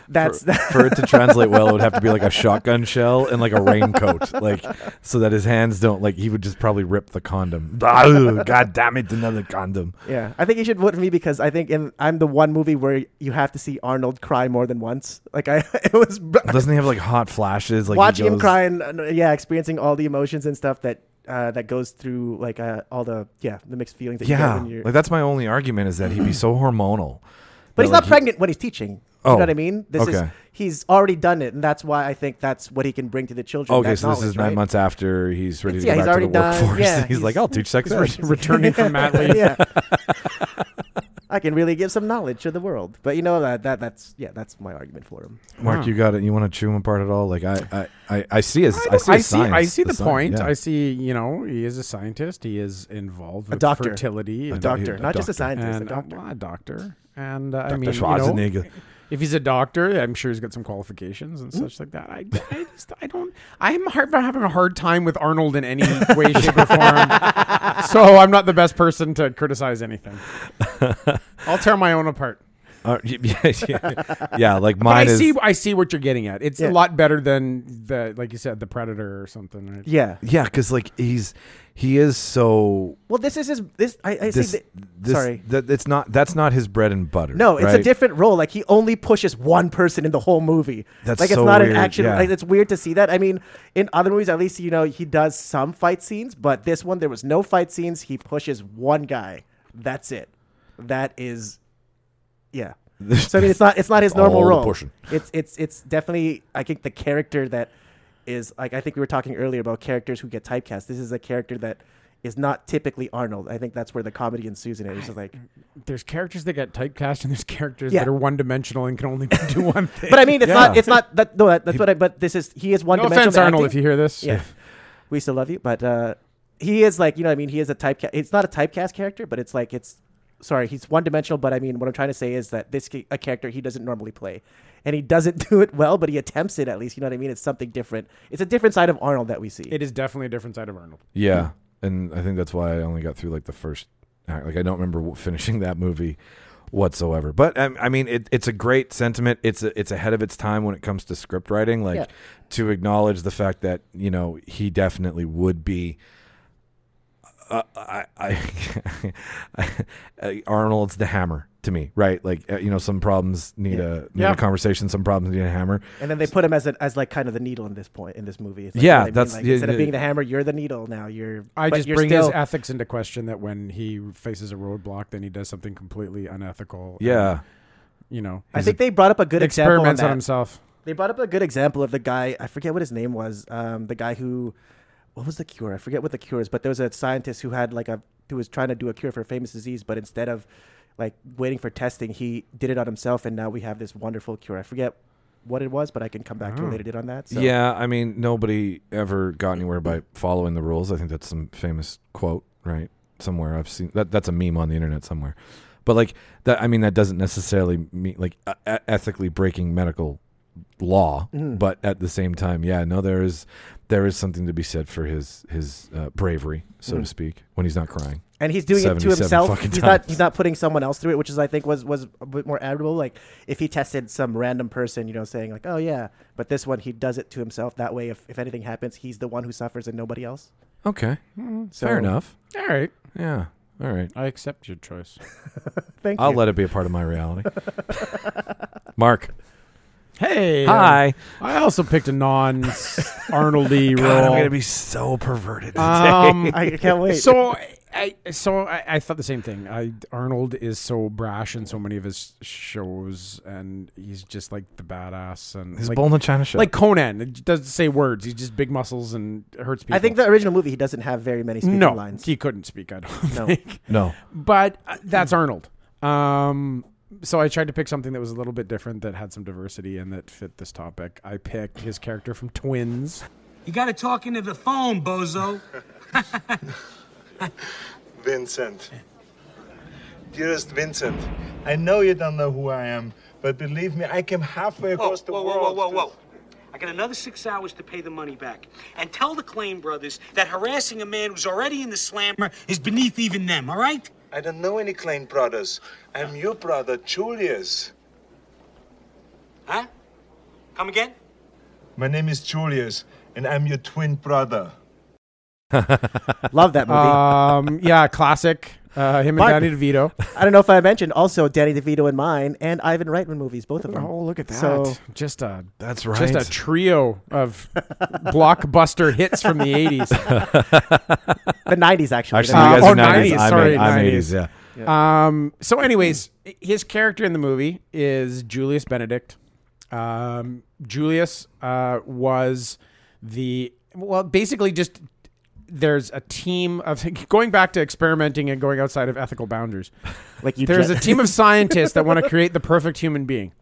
Speaker 3: that's
Speaker 1: for, for it to translate well, it would have to be like a shotgun shell and like a raincoat, like so that his hands don't like. He would just probably rip the condom. Oh, God damn it! Another condom.
Speaker 3: (laughs) yeah. I think you should vote for me because I think in, I'm the one movie where you have to see Arnold cry more than once. Like I, (laughs) it was
Speaker 1: Doesn't he have like hot flashes? Like he
Speaker 3: watching him
Speaker 1: goes-
Speaker 3: cry and uh, yeah, experiencing all the emotions and stuff that uh, that goes through like uh, all the yeah the mixed feelings. That you get
Speaker 1: Yeah,
Speaker 3: when you're,
Speaker 1: like that's my only argument is that he'd be so hormonal.
Speaker 3: but
Speaker 1: that,
Speaker 3: he's not
Speaker 1: like, he-
Speaker 3: pregnant when he's teaching. You
Speaker 1: Oh,
Speaker 3: know what I mean? This is
Speaker 1: okay.
Speaker 3: he's already done it, and that's why I think that's what he can bring to the children.
Speaker 1: okay,
Speaker 3: that
Speaker 1: so this is
Speaker 3: knowledge,
Speaker 1: nine
Speaker 3: right?
Speaker 1: months after he's ready
Speaker 3: It's-
Speaker 1: to
Speaker 3: yeah,
Speaker 1: go back to
Speaker 3: he's
Speaker 1: the
Speaker 3: already done.
Speaker 1: workforce. (laughs)
Speaker 3: Yeah, (laughs)
Speaker 1: he's, like,
Speaker 3: he's-
Speaker 1: I'll teach sex ed. (laughs)
Speaker 5: returning from mat leave.
Speaker 3: (laughs) yeah. I can really give some knowledge to the world. But you know that, that that's yeah, that's my argument for him.
Speaker 1: Mark, you got it. You want to chew him apart at all? Like I, I, I, I see his, I, see,
Speaker 2: I
Speaker 1: his
Speaker 2: see,
Speaker 1: science,
Speaker 2: I see the,
Speaker 1: sci-
Speaker 2: point.
Speaker 1: yeah.
Speaker 2: I see, you know, he is a scientist. He is involved with
Speaker 3: doctor.
Speaker 2: fertility.
Speaker 3: A
Speaker 2: and-
Speaker 3: doctor, not just
Speaker 1: doctor.
Speaker 3: a scientist,
Speaker 2: and
Speaker 3: a doctor.
Speaker 2: uh, well, a doctor. And uh, I mean, you know,
Speaker 1: Schwarzenegger.
Speaker 2: if he's a doctor, I'm sure he's got some qualifications and such like that. I, I just, I don't, I'm hard, I'm having a hard time with Arnold in any way, shape, or
Speaker 3: (laughs)
Speaker 2: form. So I'm not the best person to criticize anything. I'll tear my own apart.
Speaker 1: Uh, (laughs) y- yeah, yeah, yeah, like
Speaker 2: But
Speaker 1: mine
Speaker 2: I
Speaker 1: is.
Speaker 2: see, I see what you're getting at. It's
Speaker 3: Yeah.
Speaker 2: a lot better than the, like you said, the Predator or something. Right?
Speaker 3: Yeah.
Speaker 1: yeah, because like he's, he is so.
Speaker 3: Well, this is his. This I, I
Speaker 1: This,
Speaker 3: say. That,
Speaker 1: this,
Speaker 3: sorry.
Speaker 1: That it's not. That's not his bread and butter.
Speaker 3: no, it's a
Speaker 1: right?
Speaker 3: different role. Like he only pushes one person in the whole movie.
Speaker 1: That's
Speaker 3: like it's
Speaker 1: so
Speaker 3: not
Speaker 1: weird,
Speaker 3: an action.
Speaker 1: yeah.
Speaker 3: Like it's weird to see that. I mean, in other movies, at least you know he does some fight scenes, but this one there was no fight scenes. He pushes one guy. That's it. That is, yeah.
Speaker 1: (laughs)
Speaker 3: so I mean, it's not it's not his normal
Speaker 1: All the
Speaker 3: role.
Speaker 1: pushing.
Speaker 3: It's it's it's definitely I think the character that is like I think we were talking earlier about characters who get typecast. This is a character that is not typically Arnold. I think that's where the comedy ensues in it. It's just like
Speaker 2: There's characters that get typecast, and there's characters
Speaker 3: Yeah.
Speaker 2: that are one dimensional and can only do one thing.
Speaker 3: (laughs) But I mean, it's
Speaker 1: Yeah.
Speaker 3: not. It's not that. No, that, that's what I. But this is. He is one.
Speaker 2: no offense, Arnold, if you hear this.
Speaker 3: Yeah, we still love you, but uh, he is like you know. what I mean, he is a typecast. It's not a typecast character, but it's like it's. Sorry, he's one dimensional. But I mean, what I'm trying to say is that this ca- a character he doesn't normally play, and he doesn't (laughs) do it well, but he attempts it at least. You know what I mean? It's something different. It's a different side of Arnold that we see.
Speaker 2: It is definitely a different side of Arnold.
Speaker 1: Yeah,
Speaker 2: Mm-hmm.
Speaker 1: and I think that's why I only got through like the first. act. Like I don't remember w- finishing (laughs) that movie whatsoever. But um, I, I mean, it, it's a great sentiment. It's a, it's ahead of its time when it comes to script writing. Like
Speaker 3: Yeah.
Speaker 1: to acknowledge the fact that you know he definitely would be. Uh, I, I, (laughs) I, Arnold's the hammer to me, right? Like uh, you know, some problems need a need
Speaker 2: Yeah.
Speaker 1: a conversation. Some problems need a hammer.
Speaker 3: and then they put him as a, as like kind of the needle in this point in this movie. It's like,
Speaker 1: Yeah,
Speaker 3: you know what I mean?
Speaker 1: that's-
Speaker 3: like,
Speaker 1: yeah,
Speaker 3: instead
Speaker 1: yeah.
Speaker 3: of being the hammer, you're the needle now. You're.
Speaker 2: I
Speaker 3: but
Speaker 2: just
Speaker 3: you're
Speaker 2: bring
Speaker 3: still,
Speaker 2: his ethics into question that when he faces a roadblock, then he does something completely unethical. and,
Speaker 1: Yeah,
Speaker 2: you know,
Speaker 3: I think they brought up a good example on
Speaker 2: experiments on,
Speaker 3: that.
Speaker 2: himself.
Speaker 3: They brought up a good example of the guy. I forget what his name was. Um, the guy who, what was the cure? I forget what the cure is. But there was a scientist who had like a who was trying to do a cure for a famous disease, but instead of like waiting for testing, he did it on himself, and now we have this wonderful cure. I forget what it was, but I can come back to it later on that. So.
Speaker 1: Oh. Yeah, I mean, nobody ever got anywhere by following the rules. I think that's some famous quote, right? Somewhere I've seen that. That's a meme on the internet somewhere. But like that, I mean, that doesn't necessarily mean like e- e- ethically breaking medical law. But at the same time, yeah, no, there is there is something to be said for his his uh, bravery, so to speak, when he's not crying.
Speaker 3: and he's doing it to
Speaker 1: 77
Speaker 3: himself.
Speaker 1: fucking
Speaker 3: He's not
Speaker 1: times.
Speaker 3: he's not putting someone else through it, which is I think was was a bit more admirable. Like if he tested some random person, you know, saying like, oh yeah, but this one he does it to himself. That way, if if anything happens, he's the one who suffers and nobody else.
Speaker 1: Okay,
Speaker 3: So,
Speaker 1: fair enough.
Speaker 2: All right,
Speaker 1: Yeah, all right.
Speaker 2: I accept your choice.
Speaker 3: Thank
Speaker 1: I'll
Speaker 3: you.
Speaker 1: let it be a part of my (laughs) reality. Mark,
Speaker 2: Hey,
Speaker 1: hi.
Speaker 2: I also picked a non
Speaker 3: (laughs)
Speaker 2: Arnoldy role.
Speaker 1: God, I'm gonna be so perverted. Today.
Speaker 2: (laughs) um,
Speaker 3: I can't (laughs) wait.
Speaker 2: So I so I, I thought the same thing. I Arnold is so brash in so many of his shows, and he's just like the badass and
Speaker 1: His
Speaker 2: like,
Speaker 1: bowl in a china shop.
Speaker 2: like Conan. It doesn't say words. He's just big muscles and hurts people.
Speaker 3: I think the original movie he doesn't have very many speaking
Speaker 2: no,
Speaker 3: lines.
Speaker 2: he couldn't speak. I don't
Speaker 3: No.
Speaker 2: think.
Speaker 1: no,
Speaker 2: But uh, that's Arnold. Um, so I tried to pick something that was a little bit different, that had some diversity, and that fit this topic. I picked his character from Twins.
Speaker 4: You gotta talk into the phone, bozo.
Speaker 9: Vincent. Dearest Vincent, I know you don't know who I am, but believe me, I came halfway
Speaker 4: Whoa,
Speaker 9: across the
Speaker 4: whoa, whoa, whoa,
Speaker 9: world.
Speaker 4: whoa, whoa.
Speaker 9: to-
Speaker 4: I got another six hours to pay the money back. And tell the Klein brothers that harassing a man who's already in the slammer is beneath even them, all right?
Speaker 9: I don't know any Klein brothers. I'm your brother, Julius.
Speaker 4: Huh? Come again?
Speaker 9: My name is Julius, and I'm your twin brother.
Speaker 3: Love that
Speaker 2: Um,
Speaker 3: movie.
Speaker 2: (laughs) yeah, classic. Uh, him and
Speaker 3: Mark-
Speaker 2: Danny DeVito.
Speaker 3: I don't know if I mentioned also Danny DeVito in mine and Ivan Reitman movies, both of them.
Speaker 2: Oh, look at that!
Speaker 3: So
Speaker 2: just a
Speaker 1: that's right.
Speaker 2: just a trio of (laughs) blockbuster hits from the eighties.
Speaker 3: the '90s actually.
Speaker 1: Actually,
Speaker 2: Uh,
Speaker 1: you guys
Speaker 2: or
Speaker 1: are 90s.
Speaker 2: 90s,
Speaker 1: I'm,
Speaker 2: sorry,
Speaker 1: I'm
Speaker 2: 90s.
Speaker 1: 80s. Yeah.
Speaker 2: Um, so, anyways, his character in the movie is Julius Benedict. Um, Julius uh, was the well, basically just there's a team of (laughs) going back to experimenting and going outside of ethical boundaries.
Speaker 3: Like you
Speaker 2: There's
Speaker 3: ju-
Speaker 2: a team of scientists that want to create the perfect human being.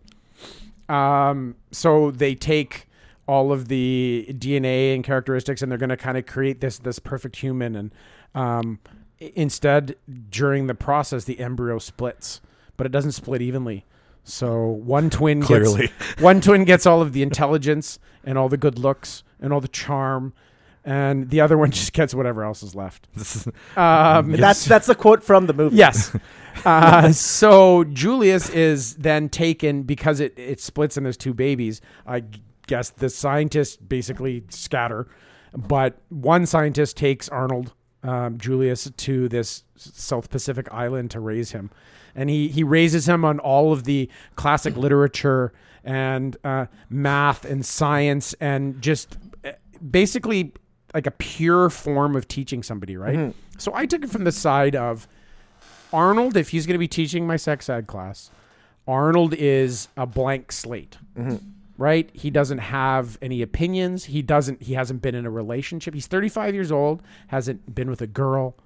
Speaker 2: Um, so they take all of the DNA and characteristics, and they're going to kind of create this this perfect human. And um, i- instead, during the process, the embryo splits, but it doesn't split evenly. So one twin gets-
Speaker 1: Clearly.
Speaker 2: (laughs) one twin gets all of the intelligence and all the good looks and all the charm, and the other one (laughs) just gets whatever else is left. Um,
Speaker 3: That's that's the quote from the (laughs) movie.
Speaker 2: Yes. Uh, so Julius is then taken because it, it splits and there's two babies. I g- guess the scientists basically scatter, but one scientist takes Arnold um, Julius to this South Pacific island to raise him, and he he raises him on all of the classic literature and uh, math and science and just uh, basically like a pure form of teaching somebody, right? So I took it from the side of Arnold, if he's going to be teaching my sex ed class, Arnold is a blank slate, right? He doesn't have any opinions. He doesn't. He hasn't been in a relationship. He's 35 years old. Hasn't been with a girl.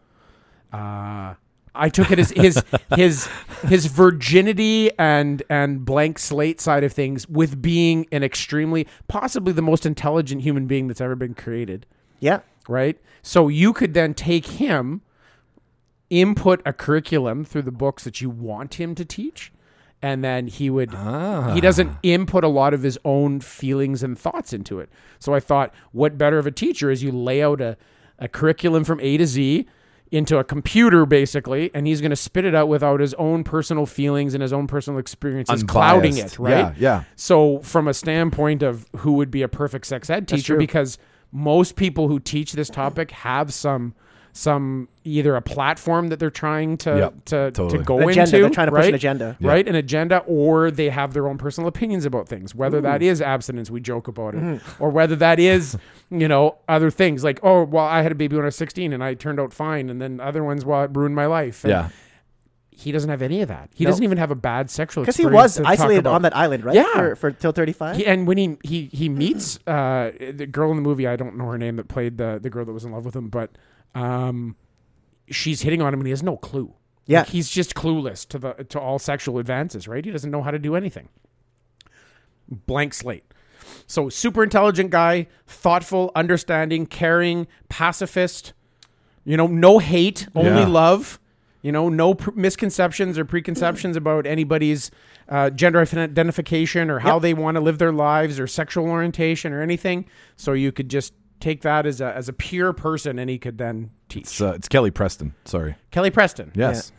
Speaker 2: Uh, I took it as his his his virginity and and blank slate side of things with being an extremely possibly the most intelligent human being that's ever been created
Speaker 3: Yeah.
Speaker 2: right? So you could then take him, input a curriculum through the books that you want him to teach, and then he would he
Speaker 1: Ah.
Speaker 2: doesn't input a lot of his own feelings and thoughts into it. So I thought, what better of a teacher is you lay out a, a curriculum from A to Z into a computer basically and he's going to spit it out without his own personal feelings and his own personal experiences clouding
Speaker 1: Unbiased.
Speaker 2: it right
Speaker 1: Yeah, yeah.
Speaker 2: so, from a standpoint of who would be a perfect sex ed teacher, because most people who teach this topic have some some either a platform that they're trying to
Speaker 1: Yep,
Speaker 2: to,
Speaker 1: totally.
Speaker 2: to go
Speaker 3: An agenda.
Speaker 2: into.
Speaker 3: They're trying to push an
Speaker 2: right?
Speaker 3: agenda.
Speaker 1: Yeah.
Speaker 2: right? An agenda, or they have their own personal opinions about things. Whether
Speaker 3: Mm.
Speaker 2: that is abstinence, we joke about it,
Speaker 3: Mm-hmm.
Speaker 2: or whether that is, you know, other things like, oh, well, I had a baby when I was 16 and I turned out fine, and then other ones, well, it ruined my life. And
Speaker 1: Yeah.
Speaker 2: He doesn't have any of that. He doesn't even have a bad sexual
Speaker 3: Because he
Speaker 2: experience.
Speaker 3: was
Speaker 2: to talk
Speaker 3: isolated
Speaker 2: about.
Speaker 3: on that island, right?
Speaker 2: Yeah.
Speaker 3: For, for till thirty five.
Speaker 2: He, and when he he he meets uh, the girl in the movie, I don't know her name that played the the girl that was in love with him, but um, she's hitting on him and he has no clue.
Speaker 3: Yeah.
Speaker 2: Like, he's just clueless to the to all sexual advances. Right, he doesn't know how to do anything. Blank slate. So super intelligent guy, thoughtful, understanding, caring, pacifist. You know, no hate, only
Speaker 1: Yeah.
Speaker 2: love. You know, no pr- misconceptions or preconceptions about anybody's uh, gender ident- identification or how they want to live their lives or sexual orientation or anything. So you could just take that as a as a pure person, and he could then teach.
Speaker 1: It's, uh, it's Kelly Preston. Sorry.
Speaker 2: Kelly Preston,
Speaker 1: Yes.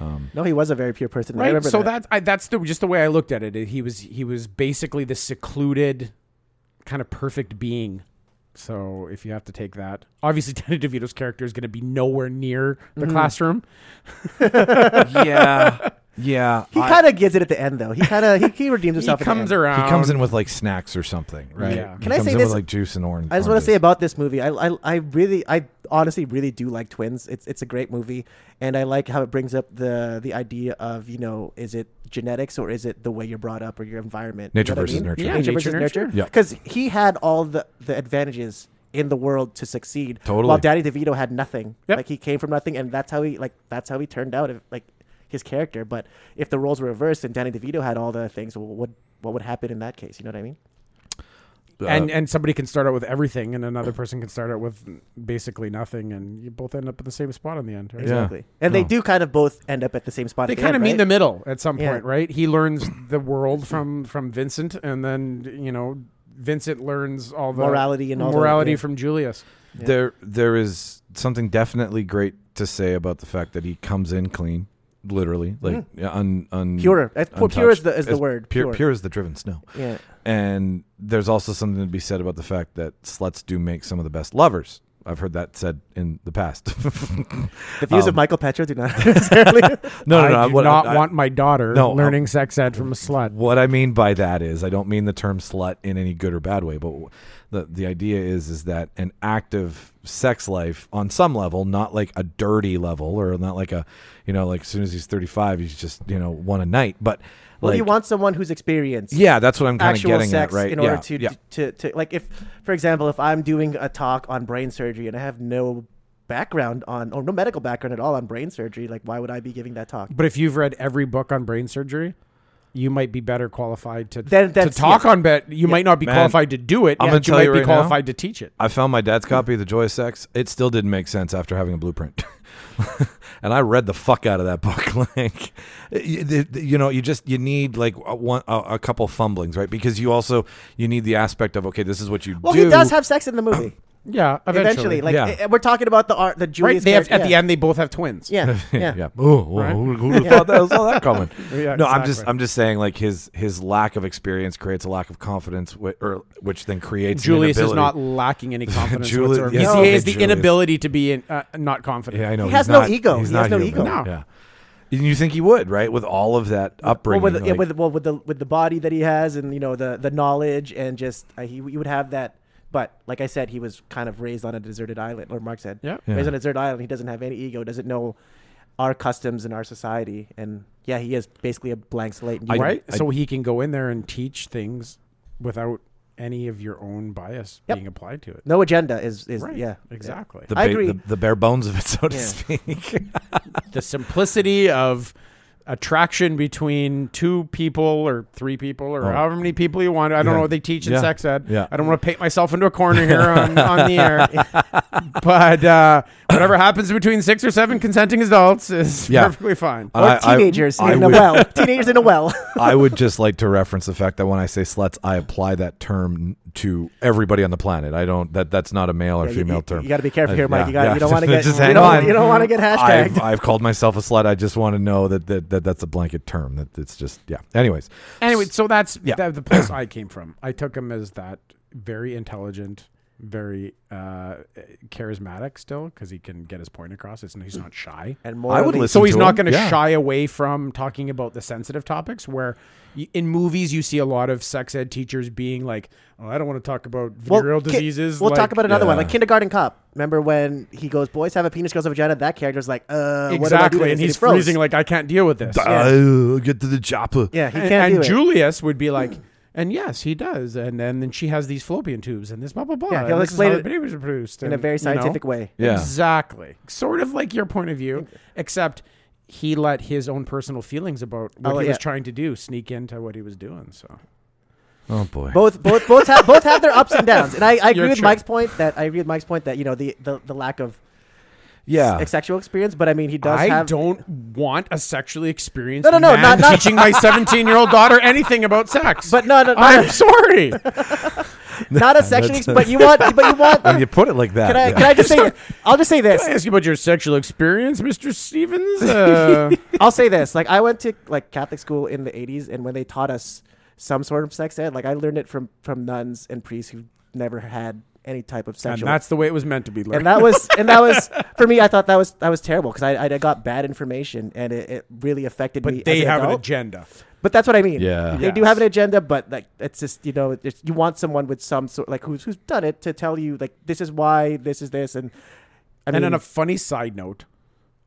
Speaker 3: No, he was a very pure person. I
Speaker 2: right?
Speaker 3: remember
Speaker 2: So
Speaker 3: that.
Speaker 2: that I, that's the just the way I looked at it. He was he was basically the secluded, kind of perfect being. So if you have to take that, obviously (laughs) Danny DeVito's character is going to be nowhere near the classroom.
Speaker 1: Mm-hmm. (laughs) Yeah. Yeah.
Speaker 3: he kind of gets it at the end, though. He kind of he, he redeems
Speaker 2: He
Speaker 3: himself. at the
Speaker 2: comes
Speaker 3: end.
Speaker 2: around.
Speaker 1: He comes in with like snacks or something, right?
Speaker 2: Yeah.
Speaker 1: He
Speaker 3: Can I
Speaker 1: comes
Speaker 3: say
Speaker 1: in
Speaker 3: this?
Speaker 1: with like juice and orange.
Speaker 3: I just want to say about this movie. I, I I really I honestly really do like Twins. It's it's a great movie, and I like how it brings up the the idea of you know is it genetics or is it the way you're brought up or your environment? You
Speaker 1: Nature
Speaker 3: know what I
Speaker 1: versus
Speaker 3: mean?
Speaker 1: nurture.
Speaker 2: Yeah, nature
Speaker 3: nature, versus nurture.
Speaker 2: nurture.
Speaker 1: Yeah.
Speaker 3: Because he had all the the advantages in the world to succeed.
Speaker 1: Totally.
Speaker 3: While Danny DeVito had nothing.
Speaker 2: Yep.
Speaker 3: Like he came from nothing, and that's how he like that's how he turned out. Like his character. But if the roles were reversed and Danny DeVito had all the things, what would- what would happen in that case? You know what I mean?
Speaker 1: Uh,
Speaker 2: and and somebody can start out with everything, and another person can start out with basically nothing, and you both end up at the same spot in the end. Right?
Speaker 1: Yeah.
Speaker 3: Exactly. And they
Speaker 1: No.
Speaker 3: do kind of both end up at the same spot.
Speaker 2: They
Speaker 3: at the
Speaker 2: kind of
Speaker 3: end,
Speaker 2: meet in
Speaker 3: right?
Speaker 2: the middle at some
Speaker 3: Yeah.
Speaker 2: point, right? He learns the world from from Vincent, and then you know Vincent learns all the
Speaker 3: Morality and all the-
Speaker 2: morality
Speaker 3: yeah.
Speaker 2: from Julius.
Speaker 1: there there is something definitely great to say about the fact that he comes in clean, literally, like yeah, un, un
Speaker 3: Mm. Pure. That's- pure
Speaker 1: untouched.
Speaker 3: is the- is the
Speaker 1: As
Speaker 3: word,
Speaker 1: Pure,
Speaker 3: pure.
Speaker 1: pure is the driven snow.
Speaker 3: Yeah.
Speaker 1: And there's also something to be said about the fact that sluts do make some of the best lovers. I've heard that said in the
Speaker 3: (laughs)
Speaker 1: past.
Speaker 3: The views
Speaker 1: um,
Speaker 3: of Michael Petro do not (laughs) necessarily.
Speaker 1: no, no,
Speaker 2: I
Speaker 1: no.
Speaker 2: do
Speaker 1: what,
Speaker 2: not
Speaker 1: I-
Speaker 2: want my daughter
Speaker 1: No,
Speaker 2: learning sex ed from a slut.
Speaker 1: What I mean by that is, I don't mean the term slut in any good or bad way, but w- the the idea is is that an active sex life on some level, not like a dirty level or not like a you know like as soon as he's 35 he's just you know one a night, but (laughs)
Speaker 3: Well,
Speaker 1: like
Speaker 3: you want someone who's experienced.
Speaker 1: yeah, that's what I'm kind of
Speaker 3: actual
Speaker 1: getting
Speaker 3: sex
Speaker 1: at, right?
Speaker 3: in order
Speaker 1: yeah,
Speaker 3: to,
Speaker 1: yeah.
Speaker 3: to to like if for example if i'm doing a talk on brain surgery and i have no background on or no medical background at all on brain surgery like why would i be giving that talk
Speaker 2: But if you've read every book on brain surgery, you might be better qualified to
Speaker 3: Then
Speaker 2: to
Speaker 3: that's-
Speaker 2: talk
Speaker 3: yeah.
Speaker 2: on bet. You might not be
Speaker 1: Man,
Speaker 2: qualified to do it.
Speaker 1: I'm
Speaker 2: but
Speaker 1: gonna
Speaker 2: you
Speaker 1: tell
Speaker 2: might
Speaker 1: you
Speaker 2: be
Speaker 1: right now-
Speaker 2: qualified to teach it.
Speaker 1: I found my dad's copy of The Joy of Sex. It still didn't make sense after having a blueprint. (laughs) and I read the fuck out of that book. (laughs) like, you, the- the- you know, you just you need like a, one, a, a couple fumblings, right? Because you also you need the aspect of okay, this is what you
Speaker 3: well
Speaker 1: do. (laughs)
Speaker 3: he does have sex in the movie
Speaker 2: Yeah,
Speaker 3: eventually, like
Speaker 1: Yeah.
Speaker 3: eh, eh, we're talking about the art the
Speaker 2: right?
Speaker 3: julius
Speaker 2: They have,
Speaker 3: character-
Speaker 2: at the end, they both have twins.
Speaker 3: yeah. yeah yeah,
Speaker 1: yeah. Oh, oh, who,
Speaker 3: (laughs)
Speaker 1: who would've thought that saw that coming?
Speaker 2: Yeah,
Speaker 1: no, I'm just
Speaker 2: exactly.
Speaker 1: I'm just saying like his his lack of experience creates a lack of confidence, whi- or which then creates an
Speaker 2: Julius is
Speaker 1: inability.
Speaker 2: not lacking
Speaker 1: (laughs)
Speaker 2: any confidence
Speaker 1: Juli-
Speaker 2: whatsoever.
Speaker 1: yeah,
Speaker 2: He's-
Speaker 1: okay,
Speaker 2: he has the
Speaker 1: Julius.
Speaker 2: inability to be in, uh, not confident.
Speaker 1: Yeah, I know.
Speaker 3: He
Speaker 1: he's
Speaker 3: has no
Speaker 1: not-
Speaker 3: ego.
Speaker 1: He's
Speaker 3: He
Speaker 1: not
Speaker 3: has no
Speaker 1: human.
Speaker 3: ego.
Speaker 2: No.
Speaker 1: Yeah. And you think he would, right? With all of that
Speaker 3: Well,
Speaker 1: upbringing,
Speaker 3: with, yeah,
Speaker 1: like-
Speaker 3: with, well, with the with the body that he has, and you know the the knowledge, and just uh, he, he would have that. But like I said, he was kind of raised on a deserted island, or Mark said,
Speaker 2: Yeah.
Speaker 1: Yeah.
Speaker 3: raised on a deserted island. He doesn't have any ego, doesn't know our customs and our society, and yeah, he is basically a blank slate. And you-
Speaker 2: right?
Speaker 1: I-
Speaker 2: so he can go in there and teach things without any of your own bias
Speaker 3: Yep.
Speaker 2: being applied to it.
Speaker 3: no agenda is is
Speaker 2: Right.
Speaker 3: yeah
Speaker 2: Exactly.
Speaker 1: the,
Speaker 3: I agree.
Speaker 1: The, the bare bones of it, so to
Speaker 3: Yeah.
Speaker 1: speak.
Speaker 2: The simplicity of attraction between two people or three people or
Speaker 1: Oh.
Speaker 2: however many people you want. I don't
Speaker 1: Yeah.
Speaker 2: know what they teach in
Speaker 1: Yeah.
Speaker 2: sex ed.
Speaker 1: Yeah.
Speaker 2: I don't want to paint myself into a
Speaker 1: (laughs)
Speaker 2: corner here on, on the air. but uh, whatever happens between six or seven consenting adults is
Speaker 1: Yeah.
Speaker 2: perfectly fine.
Speaker 3: Or teenagers
Speaker 1: I, I,
Speaker 3: in a
Speaker 1: would, (laughs)
Speaker 3: well. Teenagers in a well.
Speaker 1: I would just like to reference the fact that when I say sluts, I apply that term to everybody on the planet. I don't. That that's not a male or
Speaker 3: Yeah, you-
Speaker 1: female
Speaker 3: you-
Speaker 1: term. Uh,
Speaker 3: you gotta be careful here, Mike. You gotta- you don't wanna
Speaker 1: (laughs)
Speaker 3: get-
Speaker 1: Just
Speaker 3: you
Speaker 1: hang
Speaker 3: don't-
Speaker 1: on.
Speaker 3: you don't wanna get
Speaker 1: I've,
Speaker 3: hashtagged.
Speaker 1: I've called myself a slut. I just want to know that, that that that's a blanket term. That it's just yeah. Anyways,
Speaker 2: Anyway, so that's
Speaker 1: Yeah.
Speaker 2: that, the
Speaker 1: (clears throat)
Speaker 2: place I came from. I took him as that very intelligent, very uh, charismatic still because he can get his point across. It's, he's not shy.
Speaker 1: I would
Speaker 3: and morally-
Speaker 1: listen.
Speaker 2: So he's
Speaker 1: to
Speaker 2: not
Speaker 1: him.
Speaker 2: going to
Speaker 1: Yeah.
Speaker 2: shy away from talking about the sensitive topics. Where y- in movies you see a lot of sex ed teachers being like, "Oh, I don't want to talk about venereal
Speaker 3: ki-
Speaker 2: diseases."
Speaker 3: We'll
Speaker 2: like-
Speaker 3: talk about another one,
Speaker 1: yeah.
Speaker 3: like Kindergarten Cop. Remember when he goes, "Boys have a penis, girls have a vagina." That character's like, "Uh, what do I do to
Speaker 2: exactly,
Speaker 3: this?"
Speaker 2: and he's
Speaker 3: he froze.
Speaker 2: freezing like, "I can't deal with this."
Speaker 1: Uh, get to the chopper.
Speaker 3: "Yeah, he
Speaker 2: and, and
Speaker 3: can't do it."
Speaker 2: Julius would be like, and yes, he does. And then, then she has these fallopian tubes and this blah blah blah.
Speaker 3: Yeah,
Speaker 2: and
Speaker 3: he'll
Speaker 2: this is
Speaker 3: explain
Speaker 2: how
Speaker 3: it
Speaker 2: the babies are produced
Speaker 3: in a
Speaker 2: and,
Speaker 3: very
Speaker 2: you know.
Speaker 3: scientific way.
Speaker 1: Yeah.
Speaker 2: Exactly. Sort of like your point of view, except he let his own personal feelings about what
Speaker 3: Oh,
Speaker 2: he
Speaker 3: yeah.
Speaker 2: was trying to do sneak into what he was doing. So
Speaker 1: Oh boy.
Speaker 3: both both both have both have their ups and downs. And I, I agree
Speaker 2: You're
Speaker 3: with
Speaker 2: true.
Speaker 3: Mike's point that I agree with Mike's point that you know the the, the lack of
Speaker 1: yeah.
Speaker 3: ex- sexual experience. But I mean, he does
Speaker 2: I
Speaker 3: have.
Speaker 2: don't want a sexually experienced
Speaker 3: No, no, no,
Speaker 2: man
Speaker 3: not- not-
Speaker 2: teaching my 17 year old daughter anything about sex.
Speaker 3: But no, no, not,
Speaker 2: I'm sorry. (laughs)
Speaker 3: not a sexual. ex- But you want, but you want.
Speaker 1: when you put it like that.
Speaker 3: Can I,
Speaker 1: yeah.
Speaker 3: can I just say?
Speaker 2: (laughs)
Speaker 3: I'll just say
Speaker 2: I
Speaker 3: this.
Speaker 2: ask you about your sexual experience, Mr. Stevens. Uh,
Speaker 3: (laughs) I'll say this. Like I went to like Catholic school in the '80s, and when they taught us some sort of sex ed, like I learned it from from nuns and priests who never had any type of
Speaker 2: and
Speaker 3: sexual.
Speaker 2: that's the way it was meant to be learned.
Speaker 3: and that
Speaker 2: (laughs)
Speaker 3: was and that was for me. I thought that was that was terrible because I, I got bad information and it, it really affected me.
Speaker 2: but
Speaker 3: as
Speaker 2: they
Speaker 3: an
Speaker 2: have an
Speaker 3: adult.
Speaker 2: agenda.
Speaker 3: But that's what I mean.
Speaker 1: Yeah.
Speaker 3: they do
Speaker 2: Yes.
Speaker 3: have an agenda, but like it's just you know it's, you want someone with some sort like who's who's done it to tell you like this is why this is this and I mean
Speaker 2: and on a funny side note,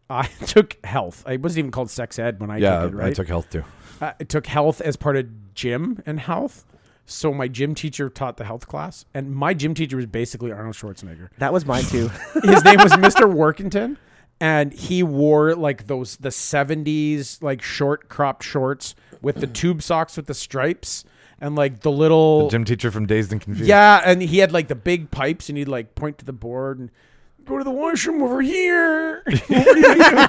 Speaker 2: I (laughs) took health. It wasn't even called sex ed when I
Speaker 1: yeah,
Speaker 2: took it, right?
Speaker 1: I took health too.
Speaker 2: uh, I took health as part of gym and health. So my gym teacher taught the health class, and my gym teacher was basically Arnold Schwarzenegger.
Speaker 3: that was
Speaker 2: (laughs)
Speaker 3: mine too.
Speaker 2: His name
Speaker 3: (laughs)
Speaker 2: was Mr. Workington, and he wore like those the '70s like short cropped shorts with the tube socks with the stripes and like the little
Speaker 1: Gym teacher from Dazed and Confused.
Speaker 2: yeah, and he had like the big pipes, and he'd like point to the board and go to the washroom over here. (laughs) What are you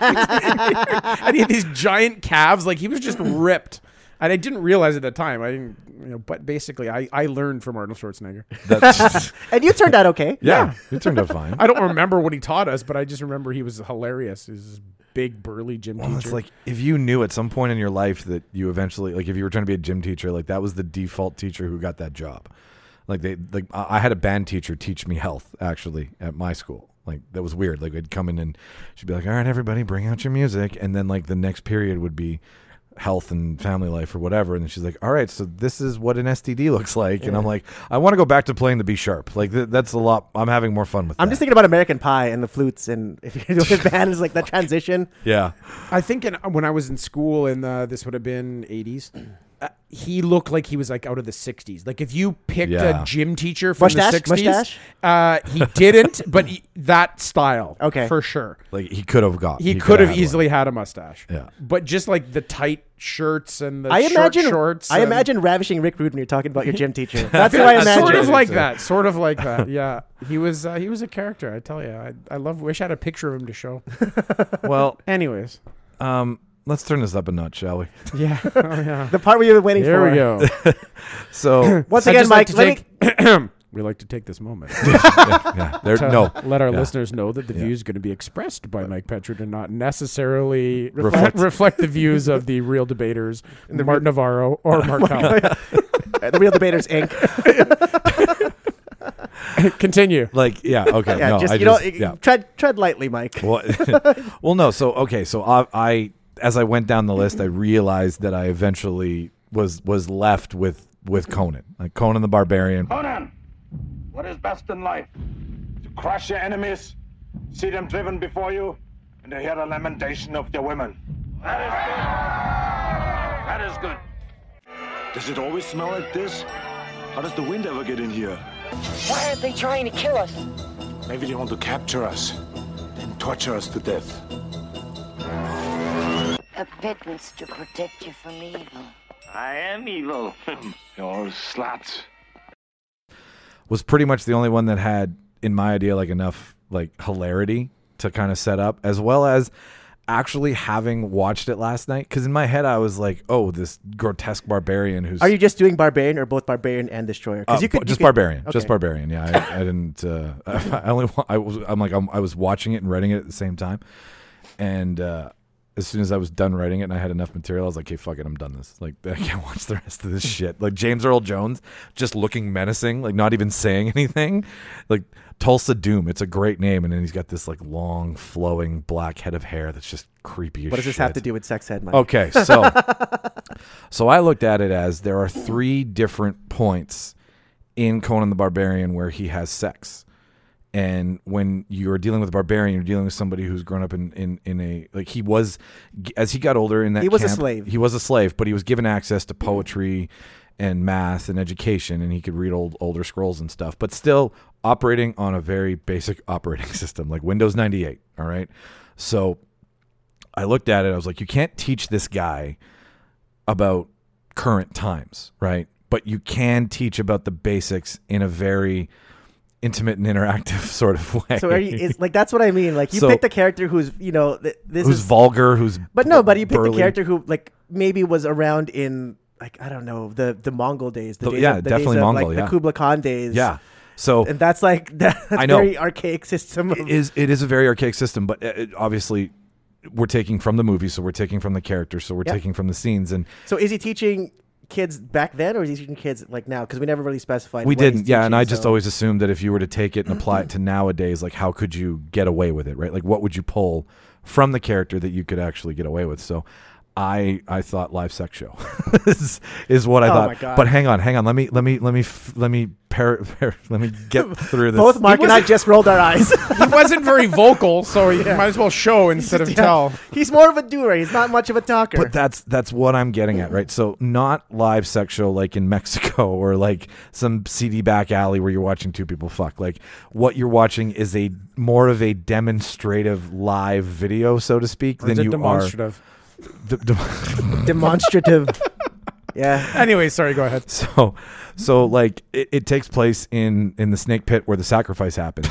Speaker 2: doing? (laughs) and he had these giant calves, like he was just ripped. And I didn't realize at the time. I didn't, you know, but basically, I I learned from Arnold Schwarzenegger.
Speaker 3: (laughs)
Speaker 1: That's, (laughs)
Speaker 3: and you turned out okay.
Speaker 1: yeah. It turned out fine.
Speaker 2: I don't remember what he taught us, but I just remember he was hilarious. He's this big burly gym
Speaker 1: Well,
Speaker 2: teacher.
Speaker 1: it's like if you knew at some point in your life that you eventually, like, if you were trying to be a gym teacher, like that was the default teacher who got that job. Like they, like I I had a band teacher teach me health actually at my school. Like that was weird. Like I'd come in and she'd be like, "All right, everybody, bring out your music," and then like the next period would be health and family life or whatever. And she's like, all right, so this is what an STD looks like. And I'm like, I want to go back to playing the B sharp. Like, th- that's a lot. I'm having more fun with
Speaker 3: I'm
Speaker 1: that.
Speaker 3: just thinking about American Pie and the flutes, and if you're
Speaker 2: (laughs)
Speaker 3: doing a band, it's like that transition.
Speaker 1: yeah.
Speaker 2: I think in, when I was in school, in the, this would have been 80s. Uh, he looked like he was like out of the 60s. Like if you picked
Speaker 1: Yeah.
Speaker 2: a gym teacher from the
Speaker 3: Mustache?
Speaker 2: 60s,
Speaker 3: Mustache?
Speaker 2: Uh, he didn't, but he, that style,
Speaker 3: Okay.
Speaker 2: for sure.
Speaker 1: Like, he could have got.
Speaker 2: He, could
Speaker 1: coulda
Speaker 2: have
Speaker 1: had one.
Speaker 2: easily had a mustache.
Speaker 1: Yeah.
Speaker 2: but just like the tight shirts and the
Speaker 3: I
Speaker 2: short
Speaker 3: imagine
Speaker 2: shorts.
Speaker 3: I
Speaker 2: and-
Speaker 3: imagine ravishing Rick Rude when you're talking about your
Speaker 1: (laughs)
Speaker 3: gym teacher. That's who I imagine.
Speaker 2: Sort of like
Speaker 1: So-
Speaker 2: that. Sort of like that. Yeah, he was uh, he was a character. I tell you, I, I love. Wish I had a picture of him to show.
Speaker 1: Well,
Speaker 2: Anyways,
Speaker 1: um, let's turn this up a notch, shall
Speaker 3: (laughs)
Speaker 1: we?
Speaker 2: yeah. (laughs) Oh yeah.
Speaker 3: the part we were waiting
Speaker 2: Here
Speaker 3: for.
Speaker 2: we go.
Speaker 3: (laughs)
Speaker 1: So,
Speaker 3: Once
Speaker 2: I'd
Speaker 3: again,
Speaker 2: just
Speaker 3: Mike,
Speaker 2: like to
Speaker 3: let me-
Speaker 2: (coughs) take- we like to take this (laughs) moment
Speaker 1: yeah, there,
Speaker 2: to
Speaker 1: no.
Speaker 2: let our
Speaker 1: Yeah.
Speaker 2: listeners know that the views going to be expressed by Mike Petrard and not necessarily
Speaker 1: Reflect.
Speaker 2: reflect, reflect the views of the real (laughs) debaters, Mark Navarro or (laughs) Mark Howell.
Speaker 3: Uh, (laughs) the Real
Speaker 2: (laughs)
Speaker 3: Debaters Inc.
Speaker 2: Continue.
Speaker 1: Like, yeah,
Speaker 3: (laughs)
Speaker 1: okay.
Speaker 3: Yeah,
Speaker 1: no,
Speaker 3: just
Speaker 1: I
Speaker 3: you
Speaker 1: just,
Speaker 3: know, (laughs)
Speaker 1: yeah.
Speaker 3: tread tread lightly, Mike.
Speaker 1: Well, (laughs) well, no. So okay. So I, I, as I went down the list, I realized that I eventually was was left with with Conan, like Conan the Barbarian.
Speaker 9: Conan, what is best in life? To crush your enemies, see them driven before you, and to hear the lamentation of your women. That is good. That is good.
Speaker 10: Does it always smell like this? How does the wind ever get in here?
Speaker 9: Why are they trying to kill us?
Speaker 10: Maybe they want to capture us, then torture us to death.
Speaker 7: A pittance to protect you from evil.
Speaker 9: I am evil.
Speaker 10: You're sluts.
Speaker 1: Was pretty much the only one that had, in my idea, like enough like hilarity to kind of set up, as well as actually having watched it last night. Because in my head, I was like, oh, this grotesque barbarian who's
Speaker 3: Are you just doing Barbarian or both Barbarian and Destroyer?
Speaker 1: Uh,
Speaker 3: Because you could you
Speaker 1: just
Speaker 3: could-
Speaker 1: barbarian, just
Speaker 3: okay.
Speaker 1: barbarian. Yeah, I, I didn't. Uh, (laughs) I only. wa- I was. I'm like. I'm, I was watching it and writing it at the same time, and uh, as soon as I was done writing it and I had enough material, I was like, "Okay, fuck it, I'm done this. Like, (laughs) I can't watch the rest of
Speaker 3: (laughs)
Speaker 1: this shit." Like James Earl Jones, just looking menacing, like not even saying (laughs) anything. Like Tulsa Doom, it's a great name, and then he's got this like long, flowing black head of hair that's just creepy.
Speaker 3: What does this have to do with sex head, Mike?
Speaker 1: Okay,
Speaker 3: (laughs)
Speaker 1: so so I looked at it as there are three different points in Conan the Barbarian where he has sex. And when you're dealing with a barbarian, you're dealing with somebody who's grown up in, in, in a like he was as he got older in that
Speaker 3: He was a
Speaker 1: camp,
Speaker 3: slave.
Speaker 1: He was a slave, but he was given access to poetry and math and education, and he could read old older scrolls and stuff. But still operating on a very basic (laughs) operating system like Windows 98. All right, so I looked at it. I was like, you can't teach this guy about current times, right? But you can teach about the basics in a very intimate and interactive (laughs) sort of way.
Speaker 3: So are you, it's like that's what I mean. Like you
Speaker 1: So-
Speaker 3: picked a character who's you know th- this
Speaker 1: who's
Speaker 3: is
Speaker 1: vulgar? Who's
Speaker 3: but no, but you picked
Speaker 1: burly.
Speaker 3: a character who like maybe was around in like I don't know the the Mongol days, the
Speaker 1: The-
Speaker 3: days
Speaker 1: yeah,
Speaker 3: of, the
Speaker 1: definitely
Speaker 3: days of,
Speaker 1: Mongol,
Speaker 3: like,
Speaker 1: yeah.
Speaker 3: the Kublai Khan days,
Speaker 1: Yeah. So
Speaker 3: and that's like (laughs) that's
Speaker 1: I know.
Speaker 3: very archaic system. Of,
Speaker 1: it is it is a very archaic system, but uh, it, it- obviously we're taking from the movie, so we're taking from the character, so we're
Speaker 3: Yeah.
Speaker 1: taking from the scenes, and
Speaker 3: so is he teaching kids back then, or is he teaching kids like now? Because we never really specified.
Speaker 1: we
Speaker 3: what he's
Speaker 1: didn't yeah and
Speaker 3: teaching,
Speaker 1: i just
Speaker 3: so-
Speaker 1: always assumed that if you were to take it and apply
Speaker 3: (clears throat)
Speaker 1: it to nowadays like how could you get away with it right like what would you pull from the character that you could actually get away with so i i thought live sex show (laughs) is, is what i
Speaker 3: Oh
Speaker 1: thought
Speaker 3: my God.
Speaker 1: but hang on hang on let me let me let me f- let me par- (laughs) par- let me
Speaker 3: (laughs)
Speaker 1: get through this
Speaker 3: both Mark and I just rolled our
Speaker 1: (laughs)
Speaker 3: eyes.
Speaker 2: he wasn't very vocal, so he might as well (laughs) show instead of tell.
Speaker 3: (laughs) He's more of a doer. He's not much of a talker.
Speaker 1: But that's that's what I'm getting at, right? So not live sexual like in (laughs) Mexico or like some seedy back alley where you're watching two people fuck. Like what you're watching is a more of a demonstrative live video, so to speak, than
Speaker 2: Is it
Speaker 1: you
Speaker 2: demonstrative.
Speaker 1: are. De- de-
Speaker 3: demonstrative. yeah.
Speaker 2: Anyway, sorry. Go
Speaker 1: (laughs)
Speaker 2: ahead.
Speaker 1: so so like it, it takes place in in the snake pit where the sacrifice happens.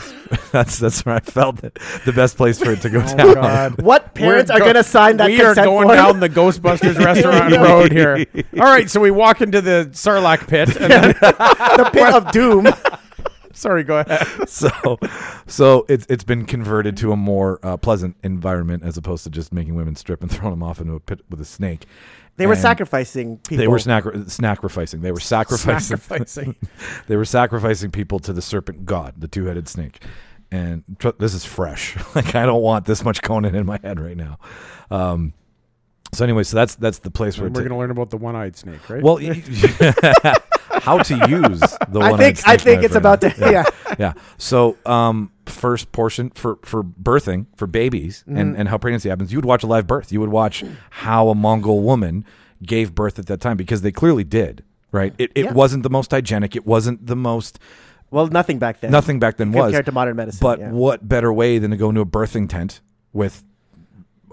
Speaker 1: (laughs) that's that's where I felt that the best place for it to go
Speaker 2: Oh,
Speaker 1: down.
Speaker 3: What parents
Speaker 2: We're
Speaker 3: are
Speaker 2: go-
Speaker 3: going to sign that
Speaker 2: We are
Speaker 3: consent
Speaker 2: going
Speaker 3: form?
Speaker 2: down the
Speaker 3: (laughs)
Speaker 2: Ghostbusters restaurant road here. All right, so we walk into the Sarlacc pit. And then,
Speaker 3: the pit of doom.
Speaker 1: (laughs)
Speaker 2: sorry, go ahead.
Speaker 1: so so it's it's been converted to a more uh, pleasant environment as opposed to just making women strip and (laughs) throwing them off into a pit with a snake.
Speaker 3: They were
Speaker 1: And
Speaker 3: sacrificing people.
Speaker 1: They were snacri- sacrificing. They were sacrificing.
Speaker 2: Sacrificing.
Speaker 1: (laughs) they were sacrificing people to the serpent god, the two-headed snake. And (laughs) tr- this is fresh. like I don't want this much Conan in my head right now. Um, So anyway, so that's that's the place where
Speaker 5: we're going to learn about the one-eyed snake, right?
Speaker 1: Well, (laughs) y- y- how to use the
Speaker 5: I
Speaker 1: one.
Speaker 5: think- I think it's about to-
Speaker 1: yeah,
Speaker 5: yeah.
Speaker 1: yeah. So, um, first portion for for birthing for babies and
Speaker 11: Mhm.
Speaker 1: and how pregnancy happens. You would watch a live birth. You would watch how a Mongol woman gave birth at that time because they clearly did. Right. It it
Speaker 3: Yeah.
Speaker 1: wasn't the most hygienic. It wasn't the most.
Speaker 3: Well, nothing back then.
Speaker 1: Nothing back then was
Speaker 3: Compared to modern medicine,
Speaker 1: But
Speaker 3: yeah.
Speaker 1: what better way than to go into a birthing tent with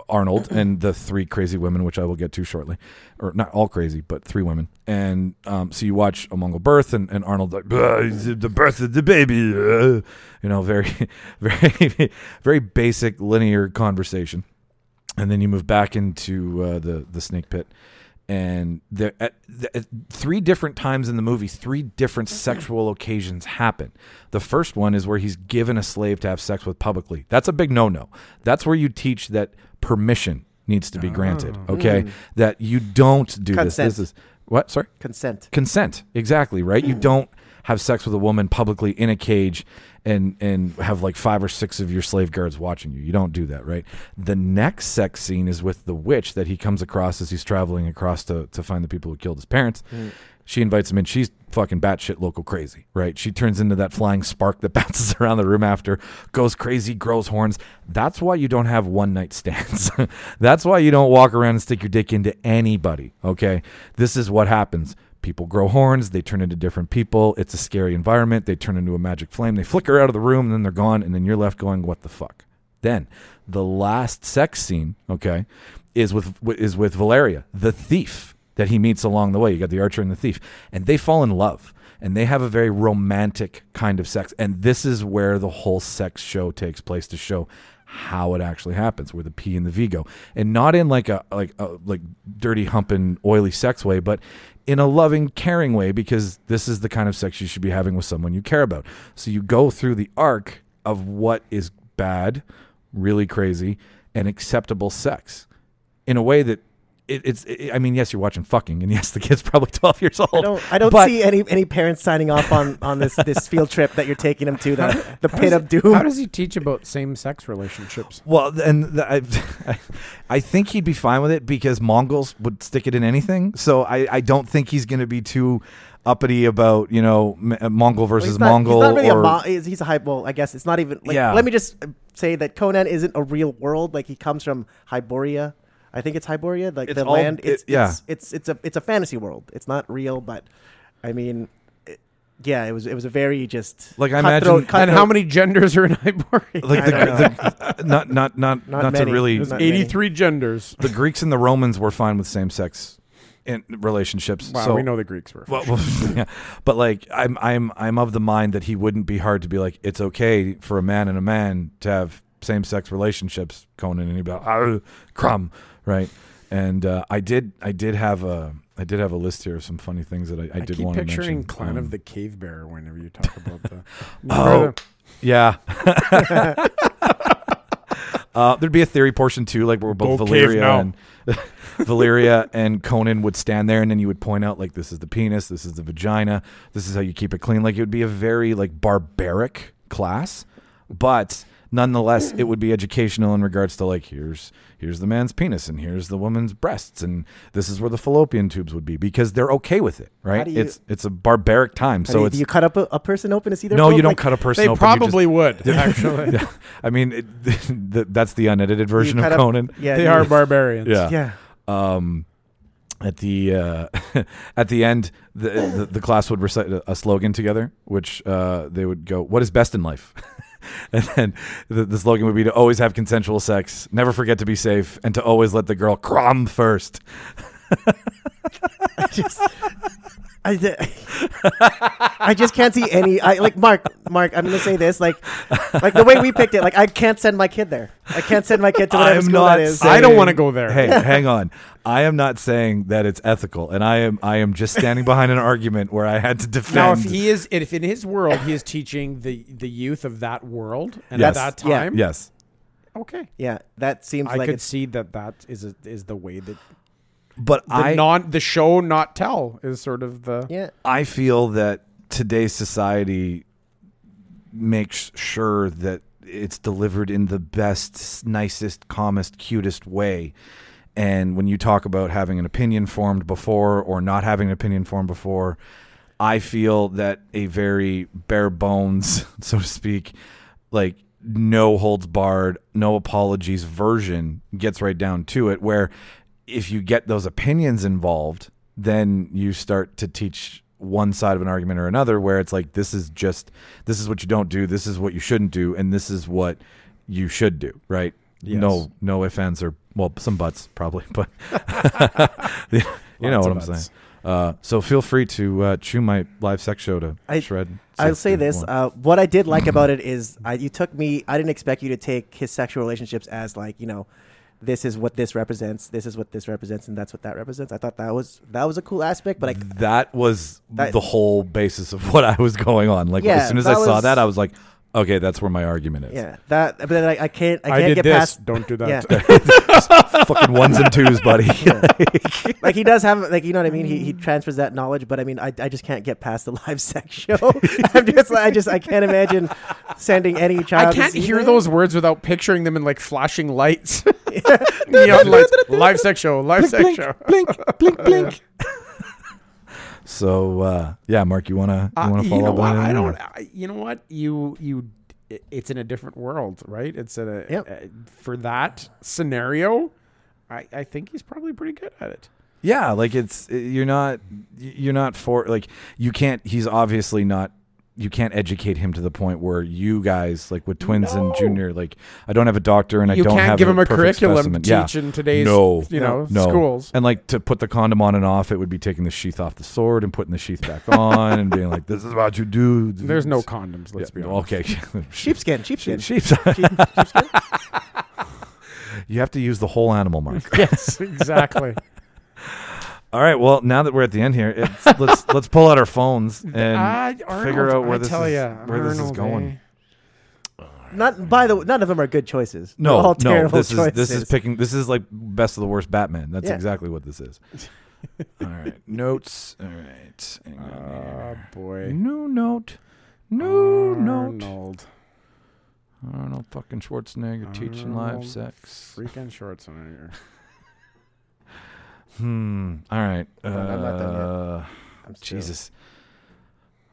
Speaker 1: Arnold and the three crazy women, which I will get to shortly, or not all crazy, but three women. And um, so you watch a Mongol birth, and, and Arnold like "Bah, it's the birth of the baby, uh," you know, very, (laughs) very, very basic linear conversation. And then you move back into uh, the the snake pit, and there at, the- at three different times in the movie, three different sexual occasions happen. The first one is where he's given a slave to have sex with publicly. That's a big no no. That's where you teach that permission needs to be granted.
Speaker 3: Oh.
Speaker 1: Okay,
Speaker 3: Mm.
Speaker 1: that you don't do this.
Speaker 3: Consent.
Speaker 1: This is what? Sorry,
Speaker 3: Consent.
Speaker 1: Consent, exactly right. You don't have sex with a woman publicly in a cage and and have like five or six of your slave guards watching you. You don't do that, right? The next sex scene is with the witch that he comes across as he's traveling across to to find the people who killed his parents.
Speaker 11: Mm.
Speaker 1: She invites him in. She's fucking batshit local crazy, right? She turns into that flying spark that (laughs) bounces around the room after, goes crazy, grows horns. That's why you don't have one night stands. (laughs) That's why you don't walk around and stick your dick into anybody, okay? This is what happens. People grow horns, they turn into different people. It's a scary environment. They turn into a magic flame. They flicker out of the room, and then they're gone, and then you're left going, what the fuck? Then the last sex scene, okay, is with is with Valeria, the thief that he meets along the way. You got the archer and the thief, and they fall in love, and they have a very romantic kind of sex. And this is where the whole sex show takes place to show how it actually happens, where the P and the V go, and not in like a like a like dirty humping oily sex way, but in a loving, caring way, because this is the kind of sex you should be having with someone you care about. So you go through the arc of what is bad, really crazy, and acceptable sex in a way that it, it's. It, I mean, yes, you're watching fucking, and (laughs) yes, the kid's probably 12 years old.
Speaker 3: I don't. I don't
Speaker 1: but-
Speaker 3: see any any parents signing off on on this this field trip that you're taking him
Speaker 1: (laughs)
Speaker 3: to the the pit of doom.
Speaker 5: How does he teach about same-sex relationships?
Speaker 1: Well, th- and th- I, (laughs) I think he'd be fine with it because Mongols would stick it in anything. So I, I don't think he's going to be too uppity about you know M- uh, Mongol versus
Speaker 3: He's not-
Speaker 1: Mongol.
Speaker 3: He's not really
Speaker 1: or,
Speaker 3: a Mon- he's, he's a Hyborian. I guess it's not even. Like,
Speaker 1: Yeah.
Speaker 3: Let me just uh, say that Conan isn't a real world. Like he comes from Hyboria. I think it's Hyboria. Like
Speaker 1: It's
Speaker 3: the
Speaker 1: all-
Speaker 3: land.
Speaker 1: it-
Speaker 3: It's,
Speaker 1: yeah.
Speaker 3: It's, it's it's a it's a fantasy world. It's not real, but I mean. It, yeah, it was it was a very just
Speaker 1: Like, I
Speaker 3: cutthroat-
Speaker 1: imagine- And
Speaker 3: cutthroat-
Speaker 1: how
Speaker 5: many genders are in (laughs) Hyboria?
Speaker 1: like
Speaker 3: I don't
Speaker 1: the, (laughs) the,
Speaker 3: know.
Speaker 1: not not not not,
Speaker 3: Not
Speaker 1: to
Speaker 3: many.
Speaker 1: really
Speaker 3: There's Not many.
Speaker 5: 83 genders.
Speaker 1: The Greeks and the Romans were fine with same sex in relationships.
Speaker 5: Wow,
Speaker 1: so
Speaker 5: we know the Greeks were.
Speaker 1: Well, well, (laughs) yeah. But like I'm I'm I'm of the mind that he wouldn't be hard to be like it's okay for a man and a man to have same sex relationships. Conan and he'd be like, "Arr, crumb, right? And uh, I did I did have a I did have a list here of some funny things that I,
Speaker 5: I
Speaker 1: I, did
Speaker 5: keep
Speaker 1: want to mention.
Speaker 5: picturing Clan
Speaker 1: Um,
Speaker 5: of the Cave Bear whenever you talk
Speaker 1: (laughs)
Speaker 5: about the.
Speaker 1: Oh, yeah. (laughs) uh, there'd be a theory portion too, like where both
Speaker 5: Go cave
Speaker 1: Valeria
Speaker 5: now.
Speaker 1: and (laughs) Valeria and Conan would stand there, and then you would point out like this is the penis, this is the vagina, this is how you keep it clean. Like it would be a very like barbaric class, but nonetheless it would be educational in regards to like here's here's the man's penis and here's the woman's breasts and this is where the fallopian tubes would be because they're okay with it right
Speaker 3: do you-
Speaker 1: it's it's a barbaric time
Speaker 3: do
Speaker 1: so
Speaker 3: you,
Speaker 1: it's
Speaker 3: do you cut up a, a person open to see their
Speaker 1: no,
Speaker 3: foot?
Speaker 1: you don't
Speaker 3: Like,
Speaker 1: cut a person.
Speaker 3: they
Speaker 1: open.
Speaker 3: prob-
Speaker 1: you just-
Speaker 5: probably would, actually.
Speaker 1: (laughs) Yeah. I mean, it, (laughs) th- that's the unedited version of
Speaker 5: cut up-
Speaker 1: Conan.
Speaker 5: (laughs) yeah, They you- are barbarians.
Speaker 1: Yeah.
Speaker 5: Yeah.
Speaker 1: Um, at the uh, (laughs) at the end, the, the the class would recite a, a slogan together, which uh, they would go, "What is best in life?" (laughs) and then the, the slogan would be to always have consensual sex, never forget to be safe, and to always let the girl crom first.
Speaker 3: I, d- (laughs) I just can't see any. I like Mark. Mark, I'm gonna say this. Like, like the way we picked it. Like, I can't send my kid there. I can't send my kid to whatever
Speaker 1: I'm
Speaker 3: school
Speaker 1: not
Speaker 3: that is.
Speaker 1: saying-
Speaker 5: I don't wanna go there. (laughs)
Speaker 1: Hey, hang on. I am not saying that it's ethical, and I am I am just standing behind an argument where I had to defend.
Speaker 5: Now, if he is, if in his world he is teaching the the youth of that world and
Speaker 1: yes.
Speaker 5: at that time,
Speaker 1: yes,
Speaker 5: okay,
Speaker 3: Yeah, that seems
Speaker 5: I
Speaker 3: like
Speaker 5: could
Speaker 3: it's-
Speaker 5: see that that is a, is the way that.
Speaker 1: But
Speaker 5: the
Speaker 1: I-
Speaker 5: non the show not tell is sort of the
Speaker 1: I feel that today's society makes sure that it's delivered in the best, nicest, calmest, cutest way. And when you talk about having an opinion formed before or not having an opinion formed before, I feel that a very bare bones, (laughs) so to speak, like no holds barred, no apologies version gets right down to it. Where if you get those opinions involved, then you start to teach one side of an argument or another where it's like this is just this is what you don't do this is what you shouldn't do and this is what you should do right no no ifs ands or well some buts probably but (laughs)
Speaker 3: (laughs)
Speaker 1: you know
Speaker 5: Lots of
Speaker 1: what i'm
Speaker 5: buts.
Speaker 1: saying uh, so feel free to uh, chew my live sex show to
Speaker 3: I,
Speaker 1: shred
Speaker 3: I'll
Speaker 1: if
Speaker 3: say
Speaker 1: you
Speaker 3: this:
Speaker 1: want.
Speaker 3: uh, what I
Speaker 1: (clears throat)
Speaker 3: did like about it is I, you took me. I didn't expect you to take his sexual relationships as like you know, this is what this represents, this is what this represents, and that's what that represents. I thought that was that was a cool aspect, but I,
Speaker 1: that was
Speaker 3: That-
Speaker 1: the whole basis of what I was going on. Like
Speaker 3: Yeah,
Speaker 1: as soon as
Speaker 3: that
Speaker 1: I saw
Speaker 3: was-
Speaker 1: that, I was like, okay, that's where my argument is.
Speaker 3: yeah, that but then I, I can't I
Speaker 5: I,
Speaker 3: can't
Speaker 5: did
Speaker 3: get
Speaker 5: this.
Speaker 3: past.
Speaker 5: Don't do that.
Speaker 1: (laughs)
Speaker 3: Yeah. (laughs)
Speaker 1: Fucking ones and twos, buddy.
Speaker 3: like he does have like you know what I mean. He, he transfers that knowledge, but I mean I, I just can't get past the (laughs) live sex show. I'm just like, I just I can't imagine sending any child.
Speaker 1: Uh,
Speaker 2: I
Speaker 3: to
Speaker 2: can't
Speaker 3: see
Speaker 2: hear
Speaker 3: that.
Speaker 2: those words without picturing them in like
Speaker 5: (laughs)
Speaker 1: (laughs)
Speaker 2: flashing lights, neon lights, live sex show, live sex show.
Speaker 1: blink, blink, blink. (laughs) so uh, yeah, Mark, you wanna
Speaker 5: (laughs)
Speaker 1: you
Speaker 5: Uh,
Speaker 1: wanna follow
Speaker 5: know
Speaker 1: up
Speaker 5: what?
Speaker 1: on
Speaker 5: I
Speaker 1: anything,
Speaker 5: don't.
Speaker 1: or-
Speaker 5: I, you know what? You you. it- It's in a different world, right? It's in a
Speaker 3: Yep.
Speaker 5: uh, for that scenario. I, I think he's probably pretty good at it.
Speaker 1: Yeah, like it's uh, you're not you're not for like you can't. He's obviously not. You can't educate him to the point where you guys like with twins and junior. Like I don't have a doctor and I
Speaker 2: You
Speaker 1: don't
Speaker 2: can't
Speaker 1: have
Speaker 2: give him a
Speaker 1: perfect
Speaker 2: curriculum to
Speaker 1: specimen.
Speaker 2: teach
Speaker 1: yeah.
Speaker 2: in today's,
Speaker 1: no,
Speaker 2: you know,
Speaker 1: no.
Speaker 2: schools.
Speaker 1: And like to put the condom on and off, it would be taking the sheath off the sword and putting the sheath back on and being like, "This is what you do."
Speaker 5: There's no condoms. Let's be honest.
Speaker 1: Okay, (laughs)
Speaker 3: sheepskin, sheepskin.
Speaker 1: sheep's. (laughs) you have to use the whole animal, Mark.
Speaker 5: (laughs) Yes, exactly.
Speaker 1: All right. Well, now that we're at the end here, it's, let's let's pull out our
Speaker 3: (laughs)
Speaker 1: phones and
Speaker 5: I-
Speaker 1: figure
Speaker 5: Arnold,
Speaker 1: out where
Speaker 5: I
Speaker 1: this
Speaker 5: tell
Speaker 1: is,
Speaker 5: ya,
Speaker 1: where this is
Speaker 5: Arnold,
Speaker 1: going.
Speaker 5: eh?
Speaker 3: Not by the way, none of them are good choices. They're
Speaker 1: No,
Speaker 3: all
Speaker 1: no.
Speaker 3: terrible
Speaker 1: This is this is
Speaker 3: choices.
Speaker 1: picking. This is like best of the worst Batman. That's
Speaker 3: Yeah.
Speaker 1: exactly what this
Speaker 3: (laughs)
Speaker 1: is. All right. Notes. All right. Hang on
Speaker 3: Ah,
Speaker 5: Oh
Speaker 1: here.
Speaker 5: boy.
Speaker 1: New note. New note.
Speaker 5: Arnold.
Speaker 1: Arnold fucking Schwarzenegger teaching live
Speaker 5: Arnold
Speaker 1: sex.
Speaker 5: Freaking shorts on here.
Speaker 1: Hmm. All right.
Speaker 3: Hold on, I'm not done yet.
Speaker 1: Uh,
Speaker 3: I'm still-
Speaker 1: Jesus.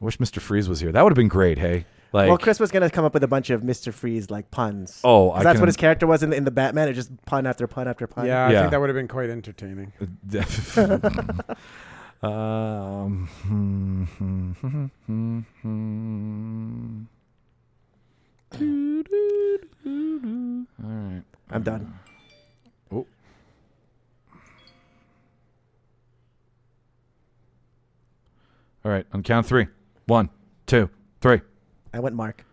Speaker 1: I wish Mr. Freeze was here. That would have been great. Hey. Like.
Speaker 3: well, Chris was gonna come up with a bunch of Mister Freeze like puns.
Speaker 1: Oh,
Speaker 3: 'Cause
Speaker 1: I
Speaker 3: that's
Speaker 1: can-
Speaker 3: what his character was in the, in the Batman. It just pun after pun after pun.
Speaker 5: Yeah, I
Speaker 1: Yeah.
Speaker 5: think that would have been quite entertaining.
Speaker 1: um, (laughs) hmm, hmm, hmm, hmm, hmm. All right.
Speaker 3: I'm done.
Speaker 1: All right. On count three. One, two, three.
Speaker 3: I went Mark.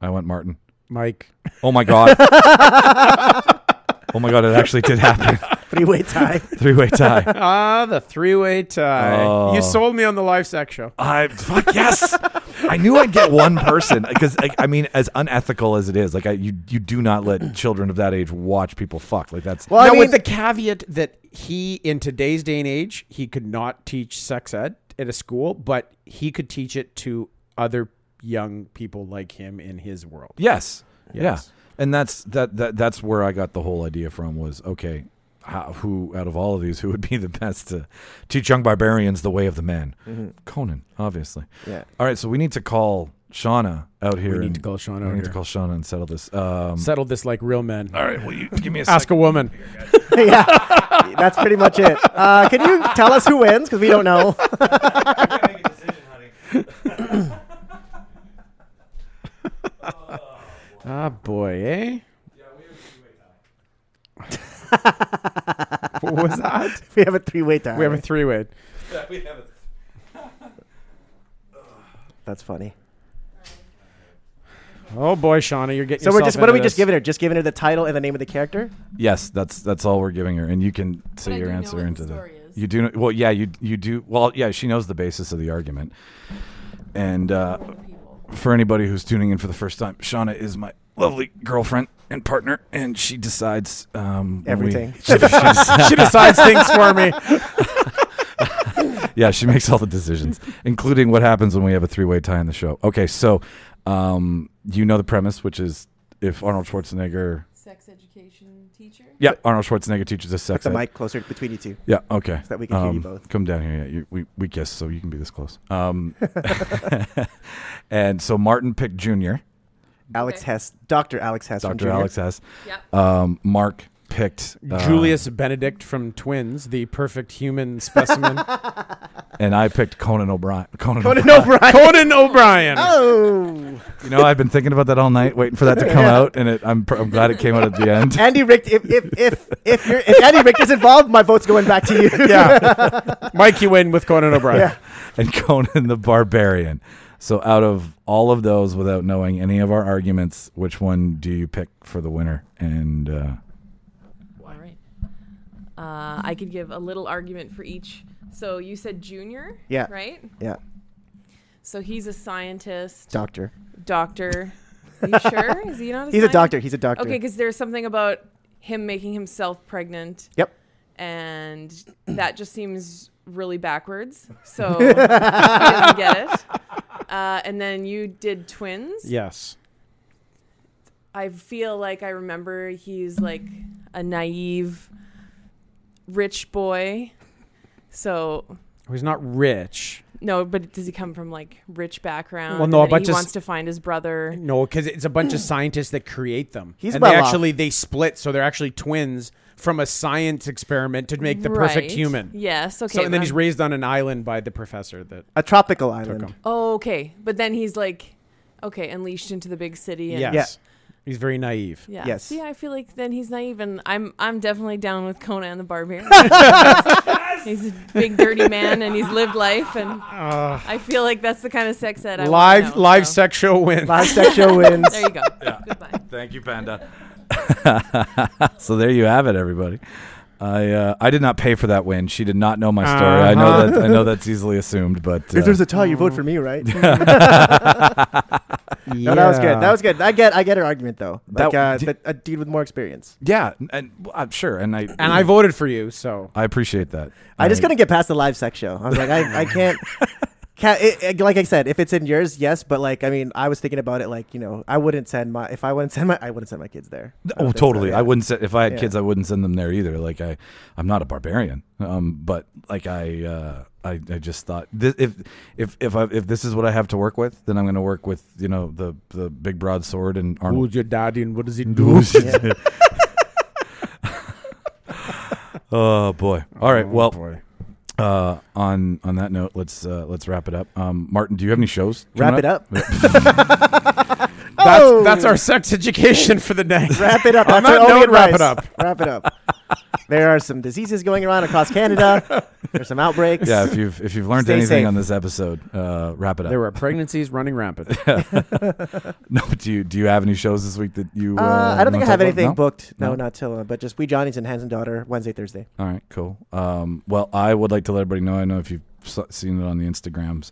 Speaker 1: I went Martin.
Speaker 5: Mike.
Speaker 1: Oh my god. oh my god! It actually did happen. (laughs)
Speaker 3: Three way tie.
Speaker 1: Three way tie.
Speaker 5: Ah, the three-way tie.
Speaker 1: Oh.
Speaker 5: You sold me on the live sex show.
Speaker 1: I fuck yes. I knew I'd get one person because like, I mean, as unethical as it is, like I, you you do not let children of that age watch people fuck. Like that's
Speaker 3: Well, I
Speaker 5: now,
Speaker 3: mean,
Speaker 5: with the caveat that he, in today's day and age, he could not teach sex ed at a school, but he could teach it to other young people like him in his world.
Speaker 1: Yes.
Speaker 5: Yes.
Speaker 1: Yeah. And that's that, that that's where I got the whole idea from was okay, how, who out of all of these who would be the best to teach young barbarians the way of the man?
Speaker 5: Mm-hmm.
Speaker 1: Conan, obviously.
Speaker 3: Yeah.
Speaker 1: All right, so we need to call Shauna out here.
Speaker 5: need
Speaker 1: and-
Speaker 5: to call Shauna
Speaker 1: We
Speaker 5: out
Speaker 1: need to
Speaker 5: here.
Speaker 1: call Shauna and settle this. Um,
Speaker 5: Settle this like real men.
Speaker 1: all right, will you give me a
Speaker 5: Ask
Speaker 1: second?
Speaker 5: a woman.
Speaker 3: (laughs) yeah, that's pretty much it. Uh, can you tell us who wins? Because we don't know. (laughs)
Speaker 5: Ah, boy, eh? (laughs) what was that?
Speaker 3: we have a three way tie.
Speaker 5: We have a three-way.
Speaker 3: that's funny.
Speaker 5: Oh boy, Shauna, you're getting.
Speaker 3: So we're
Speaker 5: yourself
Speaker 3: just what are
Speaker 5: into
Speaker 3: we just
Speaker 5: this. (laughs)
Speaker 3: giving her? Just giving her the title and the name of the character.
Speaker 1: Yes, that's that's all we're giving her, and you can say
Speaker 11: I
Speaker 1: your
Speaker 11: do know
Speaker 1: answer
Speaker 11: what the
Speaker 1: into
Speaker 11: story is.
Speaker 1: You do well, yeah. You you do well, yeah. She knows the basis of the argument, and uh, for anybody who's tuning in for the first time, Shauna is my lovely girlfriend and partner, and she decides um, when we-
Speaker 3: Everything.
Speaker 1: (laughs) she, she-
Speaker 5: She decides things for (laughs) me.
Speaker 1: yeah, she makes all the decisions, including what happens when we have a three-way tie in the show. Okay, so um, you know the premise, which is if Arnold Schwarzenegger
Speaker 11: Sex education teacher.
Speaker 1: Yeah, Arnold Schwarzenegger teaches us sex.
Speaker 3: the
Speaker 1: ed.
Speaker 3: mic closer between you two.
Speaker 1: Yeah. Okay.
Speaker 3: So that we can hear you
Speaker 1: Um,
Speaker 3: both.
Speaker 1: Come down here. Yeah. You, we we kiss, so you can be this close. Um, (laughs) and so Martin picked Junior.
Speaker 3: Alex Hess, Doctor Alex Hess, from
Speaker 1: Dr.
Speaker 3: Junior. (laughs)
Speaker 1: Alex has.
Speaker 11: Yep.
Speaker 1: Um, Mark picked uh,
Speaker 5: Julius Benedict from Twins, the perfect human specimen.
Speaker 1: and I picked Conan O'Brien. Conan,
Speaker 5: Conan
Speaker 2: O'Brien. Conan O'Brien.
Speaker 3: Oh.
Speaker 1: You know, I've been thinking about that all night, waiting for that to come
Speaker 3: Yeah.
Speaker 1: out, and it, I'm pr- I'm glad it came out at the end.
Speaker 3: (laughs) Andy Rick, if if if if, you're, if Andy Rick is involved, my vote's going back
Speaker 5: (laughs)
Speaker 3: to you.
Speaker 1: yeah,
Speaker 5: Mike, you win with Conan O'Brien.
Speaker 3: Yeah.
Speaker 1: and Conan the Barbarian. So, out of all of those, without knowing any of our arguments, which one do you pick for the winner? And uh,
Speaker 11: All right. Uh, I could give a little argument for each. So you said Junior,
Speaker 3: Yeah.
Speaker 11: right?
Speaker 3: Yeah.
Speaker 11: So he's a scientist.
Speaker 3: Doctor.
Speaker 11: Doctor.
Speaker 3: (laughs)
Speaker 11: Are you sure? Is he not? A
Speaker 3: He's a
Speaker 11: scientist?
Speaker 3: doctor. He's a doctor.
Speaker 11: Okay, because there's something about him making himself pregnant.
Speaker 3: Yep.
Speaker 11: And that just seems really backwards.
Speaker 5: (laughs)
Speaker 11: So he doesn't get it. Uh, and then you did twins.
Speaker 5: Yes.
Speaker 11: I feel like I remember he's like a naive rich boy. So
Speaker 5: He's not rich.
Speaker 11: no, but does he come from like rich background?
Speaker 5: Well, no,
Speaker 11: and
Speaker 5: but
Speaker 11: then he
Speaker 5: just-
Speaker 11: wants to find his brother.
Speaker 5: No, because it's a bunch of scientists that create them.
Speaker 11: He's
Speaker 5: and
Speaker 11: well
Speaker 5: they
Speaker 11: off.
Speaker 5: actually they split, so they're actually twins from a science experiment to make the perfect
Speaker 11: Right.
Speaker 5: human.
Speaker 11: Yes,
Speaker 5: So-
Speaker 11: okay,
Speaker 5: and then
Speaker 11: but
Speaker 5: he's
Speaker 11: I'm-
Speaker 5: raised on an island by the professor that
Speaker 3: A tropical island.
Speaker 5: took him.
Speaker 11: Oh, okay. But then he's like, okay, unleashed into the big city. And
Speaker 5: Yes. He's very naive.
Speaker 11: Yeah. See, I feel like then he's naive, and I'm I'm definitely down with Conan
Speaker 5: (laughs)
Speaker 11: the Barbarian. (laughs) He's a big dirty man, and he's lived life, and
Speaker 5: Ah.
Speaker 11: I feel like that's the kind of sex that I wanna
Speaker 5: live
Speaker 11: know,
Speaker 5: live
Speaker 11: so.
Speaker 5: sex show wins.
Speaker 11: (laughs) there you go. Goodbye.
Speaker 1: Thank you, Panda. (laughs) so there you have it, everybody. I uh, I did not pay for that win. She did not know my story. I know
Speaker 3: Uh-huh.
Speaker 1: that I know that's easily assumed, but uh,
Speaker 3: If there's a tie, you vote for me, right? No, that was good. That was good. I get, I get her argument though.
Speaker 1: That-
Speaker 3: Like uh,
Speaker 1: di-
Speaker 3: that a dude with more experience.
Speaker 1: yeah, and well, I'm sure, and I
Speaker 3: And I voted for you,
Speaker 5: so
Speaker 1: I appreciate that.
Speaker 3: I just couldn't get past the live sex show. I was like, I,
Speaker 1: (laughs)
Speaker 3: I can't. Can't, it, it- like I said, if it's in yours, yes. But like, I mean, I was thinking about it. Like, you know, I wouldn't send my if I wouldn't send my I wouldn't send my kids there.
Speaker 1: Oh,
Speaker 3: think so,
Speaker 1: totally.
Speaker 3: yeah.
Speaker 1: I wouldn't send if I had
Speaker 3: Yeah.
Speaker 1: kids. I wouldn't send them there either. Like I, I'm not a barbarian. Um, but like I, uh, I, I just thought this, if if if I, if this is what I have to work with, then I'm going to work with you know the the big broadsword and Arnold.
Speaker 5: Who's your daddy and what does he do?
Speaker 1: Who's your daddy? (laughs) Oh boy! All right.
Speaker 5: Oh,
Speaker 1: well,
Speaker 5: boy.
Speaker 1: Uh, on on that note, let's uh, let's wrap it up. Um, Martin, do you have any shows?
Speaker 3: Wrap
Speaker 1: coming
Speaker 3: it up.
Speaker 5: That's,
Speaker 1: Oh!
Speaker 5: that's our sex education for the
Speaker 1: (laughs)
Speaker 5: night.
Speaker 3: Wrap it up.
Speaker 5: On
Speaker 3: That's
Speaker 5: that
Speaker 3: our only
Speaker 5: note, wrap it
Speaker 3: advice.
Speaker 5: up.
Speaker 3: (laughs) Wrap it up. There are some diseases going around across
Speaker 1: (laughs)
Speaker 3: Canada. There's some outbreaks.
Speaker 1: (laughs)
Speaker 3: Uh,
Speaker 1: yeah. If you've if you've learned
Speaker 3: Stay
Speaker 1: anything
Speaker 3: safe.
Speaker 1: on this episode, uh, wrap it up.
Speaker 5: There were pregnancies running rampant.
Speaker 1: (laughs) no, do you do you have any shows this week that you? Uh,
Speaker 3: Uh, I don't think
Speaker 1: wanna
Speaker 3: I have
Speaker 1: talk about?
Speaker 3: anything
Speaker 1: No?
Speaker 3: booked. No, not till uh, but just we Johnny's and Hands and Daughter Wednesday, Thursday.
Speaker 1: All right, cool. Um, well, I would like to let everybody know. I know if you've s- seen it on the Instagrams,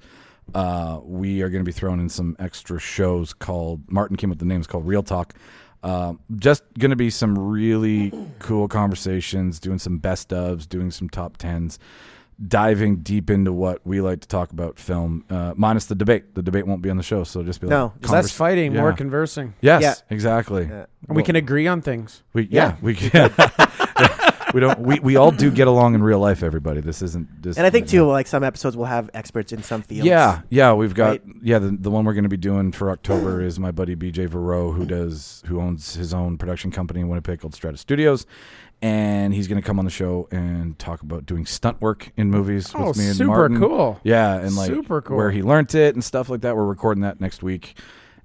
Speaker 1: uh, we are going to be throwing in some extra shows called Martin came up with the names called Real Talk. Um, just going to be some really cool conversations, doing some best ofs, doing some top tens, diving deep into what we like to talk about film, uh, minus the debate. The debate won't be on the show, so just be
Speaker 5: No,
Speaker 1: like
Speaker 5: less fighting, more conversing.
Speaker 1: Yes,
Speaker 5: Yeah.
Speaker 1: exactly.
Speaker 5: Yeah. And we can agree on things.
Speaker 1: We
Speaker 5: Yeah.
Speaker 1: yeah, we (laughs) can. we don't. We, we all do get along in real life. Everybody, this isn't. This,
Speaker 3: And I think too, like some episodes will have experts in some fields.
Speaker 1: Yeah, yeah, we've got
Speaker 3: Right?
Speaker 1: yeah. The, the one we're going to be doing for October is my buddy BJ Verreau, who does who owns his own production company in Winnipeg called Strata Studios, and he's going to come on the show and talk about doing stunt work in movies
Speaker 5: Oh,
Speaker 1: with me and
Speaker 5: super
Speaker 1: Martin.
Speaker 5: cool.
Speaker 1: Yeah, and like
Speaker 5: Super cool.
Speaker 1: where he learned it and stuff like that. We're recording that next week.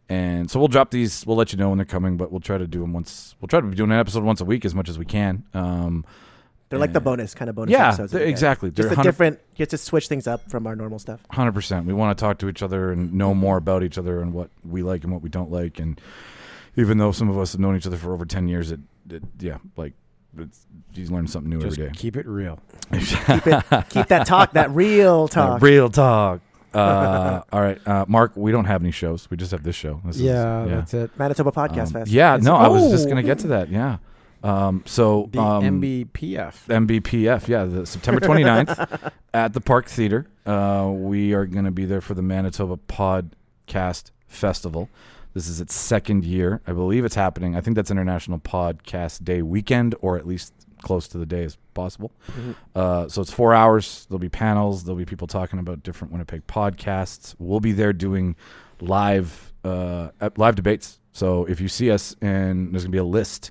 Speaker 1: And so we'll drop these. We'll let you know when they're coming, but we'll try to do them once. We'll try to be doing an episode once a week as much as we can. Um,
Speaker 3: They're like the
Speaker 1: and-
Speaker 3: bonus kind of bonus
Speaker 1: Yeah,
Speaker 3: episodes. that
Speaker 1: they're-
Speaker 3: we get.
Speaker 1: exactly. They're
Speaker 3: Just a
Speaker 1: 100
Speaker 3: different just to switch things up from our normal stuff.
Speaker 1: Hundred percent. We want to talk to each other and know more about each other and what we like and what we don't like. And even though some of us have known each other for over ten years, it, it yeah, like it's, you learn something new
Speaker 5: Just
Speaker 1: every day.
Speaker 5: keep it real.
Speaker 1: (laughs) keep
Speaker 3: it, keep that talk,
Speaker 1: (laughs)
Speaker 3: that
Speaker 5: (laughs)
Speaker 3: real talk.
Speaker 1: real talk. Uh, all right, uh, Mark. We don't have any shows. We just have this show. This
Speaker 5: Yeah, that's it.
Speaker 3: Manitoba Podcast
Speaker 1: Um,
Speaker 3: Fest.
Speaker 1: Yeah,
Speaker 3: It's-
Speaker 1: no, I was just
Speaker 3: Oh.
Speaker 1: gonna get to that. Yeah. Um, so
Speaker 5: The
Speaker 1: um,
Speaker 5: MBPF.
Speaker 1: MBPF, yeah, the September 29th at the Park Theater. Uh, we are going to be there for the Manitoba Podcast Festival. This is its second year. I believe it's happening. I think that's International Podcast Day weekend, or at least close to the day as possible.
Speaker 12: Mhm.
Speaker 1: Uh, so it's four hours. There'll be panels. There'll be people talking about different Winnipeg podcasts. We'll be there doing live uh, at- live debates. So if you see us, and there's gonna be a list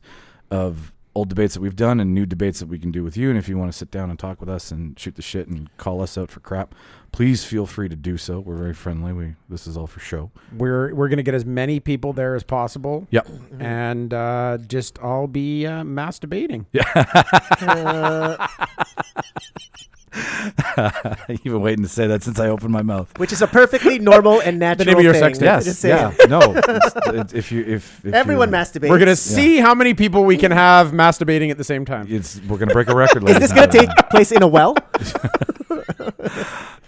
Speaker 1: of old debates that we've done and new debates that we can do with you. And if you want to sit down and talk with us and shoot the shit and call us out for crap, please feel free to do so. We're very friendly. We this is all for show.
Speaker 2: We're we're gonna get as many people there as possible.
Speaker 1: Yep.
Speaker 2: And uh, just all be uh, masturbating.
Speaker 1: Yeah. (laughs) You've been waiting to say that since I opened my mouth.
Speaker 3: Which is a perfectly
Speaker 1: (laughs)
Speaker 3: normal and natural thing. Just
Speaker 1: Yes.
Speaker 3: saying.
Speaker 1: Yeah. No. it's- (laughs) it- if you if, if
Speaker 3: Everyone
Speaker 1: you're-
Speaker 3: masturbates.
Speaker 13: We're gonna
Speaker 3: Yeah.
Speaker 13: see how many people we can have masturbating at the same time.
Speaker 1: It's we're gonna break a record.
Speaker 3: (laughs) Is
Speaker 1: ladies
Speaker 3: this
Speaker 1: and (laughs)
Speaker 3: going to take
Speaker 1: gentlemen.
Speaker 3: place in
Speaker 1: (laughs)
Speaker 3: a well?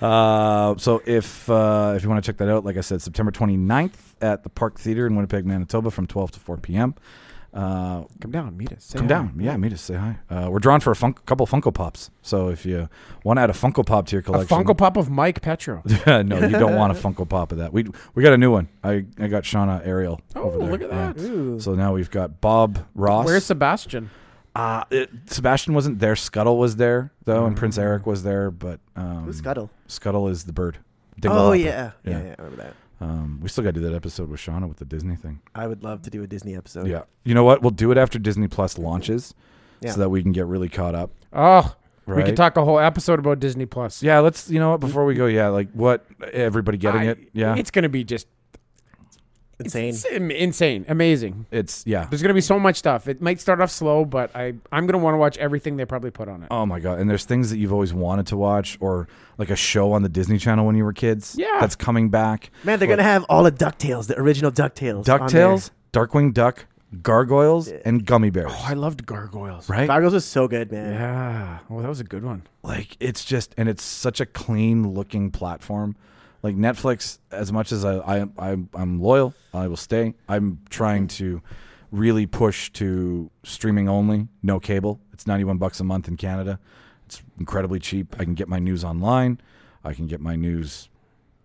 Speaker 1: Uh, so if uh, if you want to check that out, like I said, September 29th at the Park Theater in Winnipeg, Manitoba, from 12 to 4 p.m. Uh,
Speaker 2: come down, meet us. say
Speaker 1: come
Speaker 2: hi.
Speaker 1: down, yeah, meet us, say hi. Uh, we're drawn for a funk- couple Funko Pops, so if you want to add a Funko Pop to your
Speaker 2: A
Speaker 1: collection,
Speaker 2: Funko Pop of Mike Petro.
Speaker 1: (laughs) no, you
Speaker 2: (laughs)
Speaker 1: don't want a Funko Pop of that. We we got a new one. I, I got Shauna Ariel. over
Speaker 2: Oh,
Speaker 1: there.
Speaker 2: look at
Speaker 1: Yeah.
Speaker 2: that. Ooh.
Speaker 1: So now we've got Bob Ross.
Speaker 2: Where's Sebastian?
Speaker 1: Uh, it, Sebastian wasn't there. Scuttle was there though, and
Speaker 2: Mm.
Speaker 1: Prince Eric was there. But um,
Speaker 3: Who's Scuttle?
Speaker 1: Scuttle is the bird.
Speaker 3: Oh,
Speaker 1: Dinglehopper.
Speaker 3: yeah. Yeah, yeah, I remember that.
Speaker 1: Um, we still got to do that episode with Shauna with the Disney thing.
Speaker 3: I would love to do a Disney episode.
Speaker 1: Yeah, you know what? We'll do it after Disney Plus launches,
Speaker 3: Yeah.
Speaker 1: so that we can get really caught up.
Speaker 2: Oh, we
Speaker 1: Right?
Speaker 2: could talk a whole episode about Disney Plus.
Speaker 1: Yeah, let's. You know what? Before we go, yeah, like what? Everybody getting
Speaker 2: I-
Speaker 1: it? Yeah,
Speaker 2: It's gonna be just
Speaker 3: insane.
Speaker 2: It's im- insane, amazing.
Speaker 1: It's yeah.
Speaker 2: There's gonna be so much stuff. It might start off slow, but I I'm gonna want to watch everything they probably put on it.
Speaker 1: Oh my god! And there's things that you've always wanted to watch, or like a show on the Disney Channel when you were kids.
Speaker 3: Yeah.
Speaker 1: that's coming back.
Speaker 3: Man, they're
Speaker 1: Like
Speaker 3: going to have all of DuckTales, the original DuckTales. on there.
Speaker 1: Ducktales, Darkwing Duck, Gargoyles, and Gummy Bears.
Speaker 2: I loved Gargoyles.
Speaker 1: Right?
Speaker 3: Gargoyles was so good, man.
Speaker 2: Yeah. Oh, that was a good one.
Speaker 1: Like it's just, and it's such a clean looking platform. Like Netflix, as much as I, I, I I'm loyal, I will stay. I'm trying to really push to streaming only, no cable. It's 91 bucks a month in Canada. It's incredibly cheap. I can get my news online. I can get my news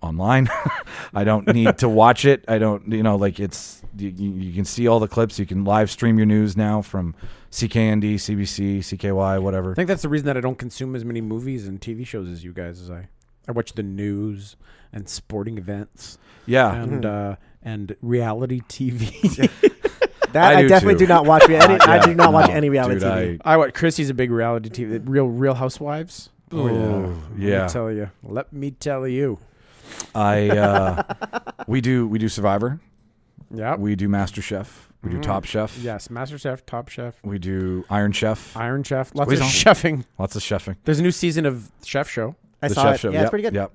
Speaker 1: online. (laughs) I don't need to watch it. I don't, you know, like it's you, you you can see all the clips. You can live stream your news now from CKND, CBC, CKY, whatever.
Speaker 2: I think that's the reason that I don't consume as many movies and TV shows as you guys as I. I watch the news and sporting events.
Speaker 1: Yeah.
Speaker 2: And uh, and reality TV.
Speaker 3: That I I do definitely too. do
Speaker 1: (laughs)
Speaker 3: not watch rea- any- I do not watch any reality
Speaker 1: dude, TV.
Speaker 2: I, watch Chrissy's a big reality TV. Real Real Housewives.
Speaker 1: Oh, yeah.
Speaker 2: Let
Speaker 1: Yeah.
Speaker 2: me tell you. Let me tell you.
Speaker 1: I
Speaker 3: (laughs)
Speaker 1: uh, we do we do Survivor.
Speaker 2: Yeah.
Speaker 1: We do Master Chef. We
Speaker 3: Mm-hmm.
Speaker 1: do
Speaker 2: Mm.
Speaker 1: Top Chef.
Speaker 2: Yes, Master Chef, Top Chef.
Speaker 1: We do Iron Chef.
Speaker 2: Iron Chef. Lots of
Speaker 1: chefing. Lots of chefing.
Speaker 2: There's a new season of Chef Show.
Speaker 1: the chef show. yep, Yep.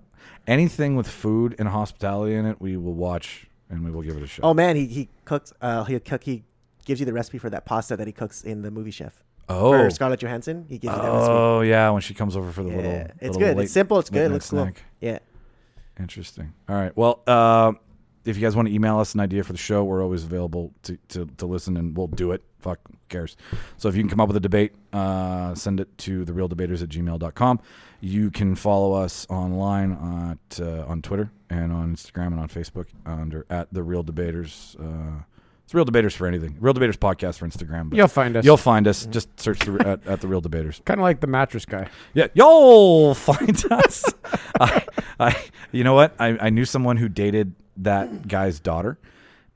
Speaker 1: Anything with food and hospitality in it, we will watch and we will give it a shot.
Speaker 3: Oh, man, he, he cooks, uh, he, cook, he gives you the recipe for that pasta that he cooks in the movie Chef.
Speaker 1: Oh.
Speaker 3: For Scarlett Johansson, he gives you that recipe.
Speaker 1: Oh yeah, when she comes over for the
Speaker 3: Yeah,
Speaker 1: little,
Speaker 3: it's
Speaker 1: little
Speaker 3: good. It's
Speaker 1: late-
Speaker 3: simple, it's good, it
Speaker 1: late night
Speaker 3: looks cool.
Speaker 1: snack.
Speaker 3: Yeah.
Speaker 1: Interesting. All right. Well, uh, if you guys want to email us an idea for the show, we're always available to, to, to listen and we'll do it. Fuck, who cares? So if you can come up with a debate, uh, send it to therealdebaters at gmail.com. You can follow us online at, uh, on Twitter and on Instagram and on Facebook under at The Real Debaters. Uh, it's Real Debaters for anything. Real Debaters podcast for Instagram. but
Speaker 2: You'll find us. (laughs)
Speaker 1: You'll find us. Just search the, at, at The Real Debaters.
Speaker 2: Kind of like the mattress guy.
Speaker 1: Yeah, y'all find (laughs) us. I, I, you know what? I, I knew someone who dated that guy's daughter,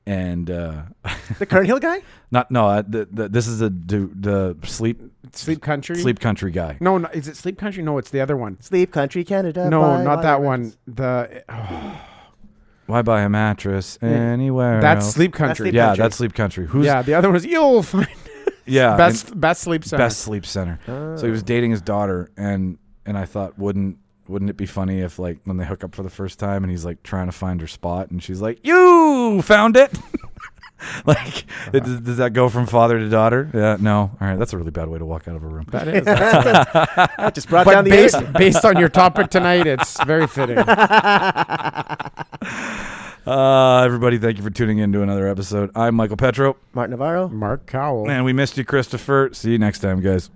Speaker 1: and uh,
Speaker 3: (laughs)
Speaker 1: (laughs)
Speaker 3: The Kernhill guy?
Speaker 1: not no. Uh, the, the, this is the du- the sleep
Speaker 2: Sleep Country.
Speaker 1: sleep country guy.
Speaker 2: No, no, is it Sleep Country? No, it's the other one.
Speaker 3: Sleep Country Canada.
Speaker 2: No,
Speaker 3: by
Speaker 2: not
Speaker 3: Bonnie
Speaker 2: that one. The oh,
Speaker 1: Why buy a mattress
Speaker 2: Yeah.
Speaker 1: anywhere?
Speaker 2: That's
Speaker 1: else?
Speaker 2: Sleep That's Country. Sleep
Speaker 1: yeah,
Speaker 2: Country.
Speaker 1: that's sleep country. Who's
Speaker 2: yeah, the other one was you'll find. Us."
Speaker 1: yeah
Speaker 2: best
Speaker 1: and-
Speaker 2: best sleep center.
Speaker 1: Best sleep center. So he was
Speaker 2: Oh.
Speaker 1: dating his daughter, and and I thought wouldn't. Wouldn't it be funny if, like, when they hook up for the first time and he's like trying to find her spot and she's like, You found it. (laughs) like, it- does, does that go from father to daughter? Yeah, no. All right, that's a really bad way to walk out of a room.
Speaker 2: That (laughs) is.
Speaker 3: That just brought
Speaker 2: but
Speaker 3: down the
Speaker 2: based,
Speaker 3: earth.
Speaker 2: based on your topic tonight, it's very fitting.
Speaker 1: Uh, everybody, thank you for tuning in to another episode. I'm Michael Petro.
Speaker 3: Martin Navarro. (laughs)
Speaker 2: Mark Cowell.
Speaker 1: And we missed you, Christopher. See you next time, guys.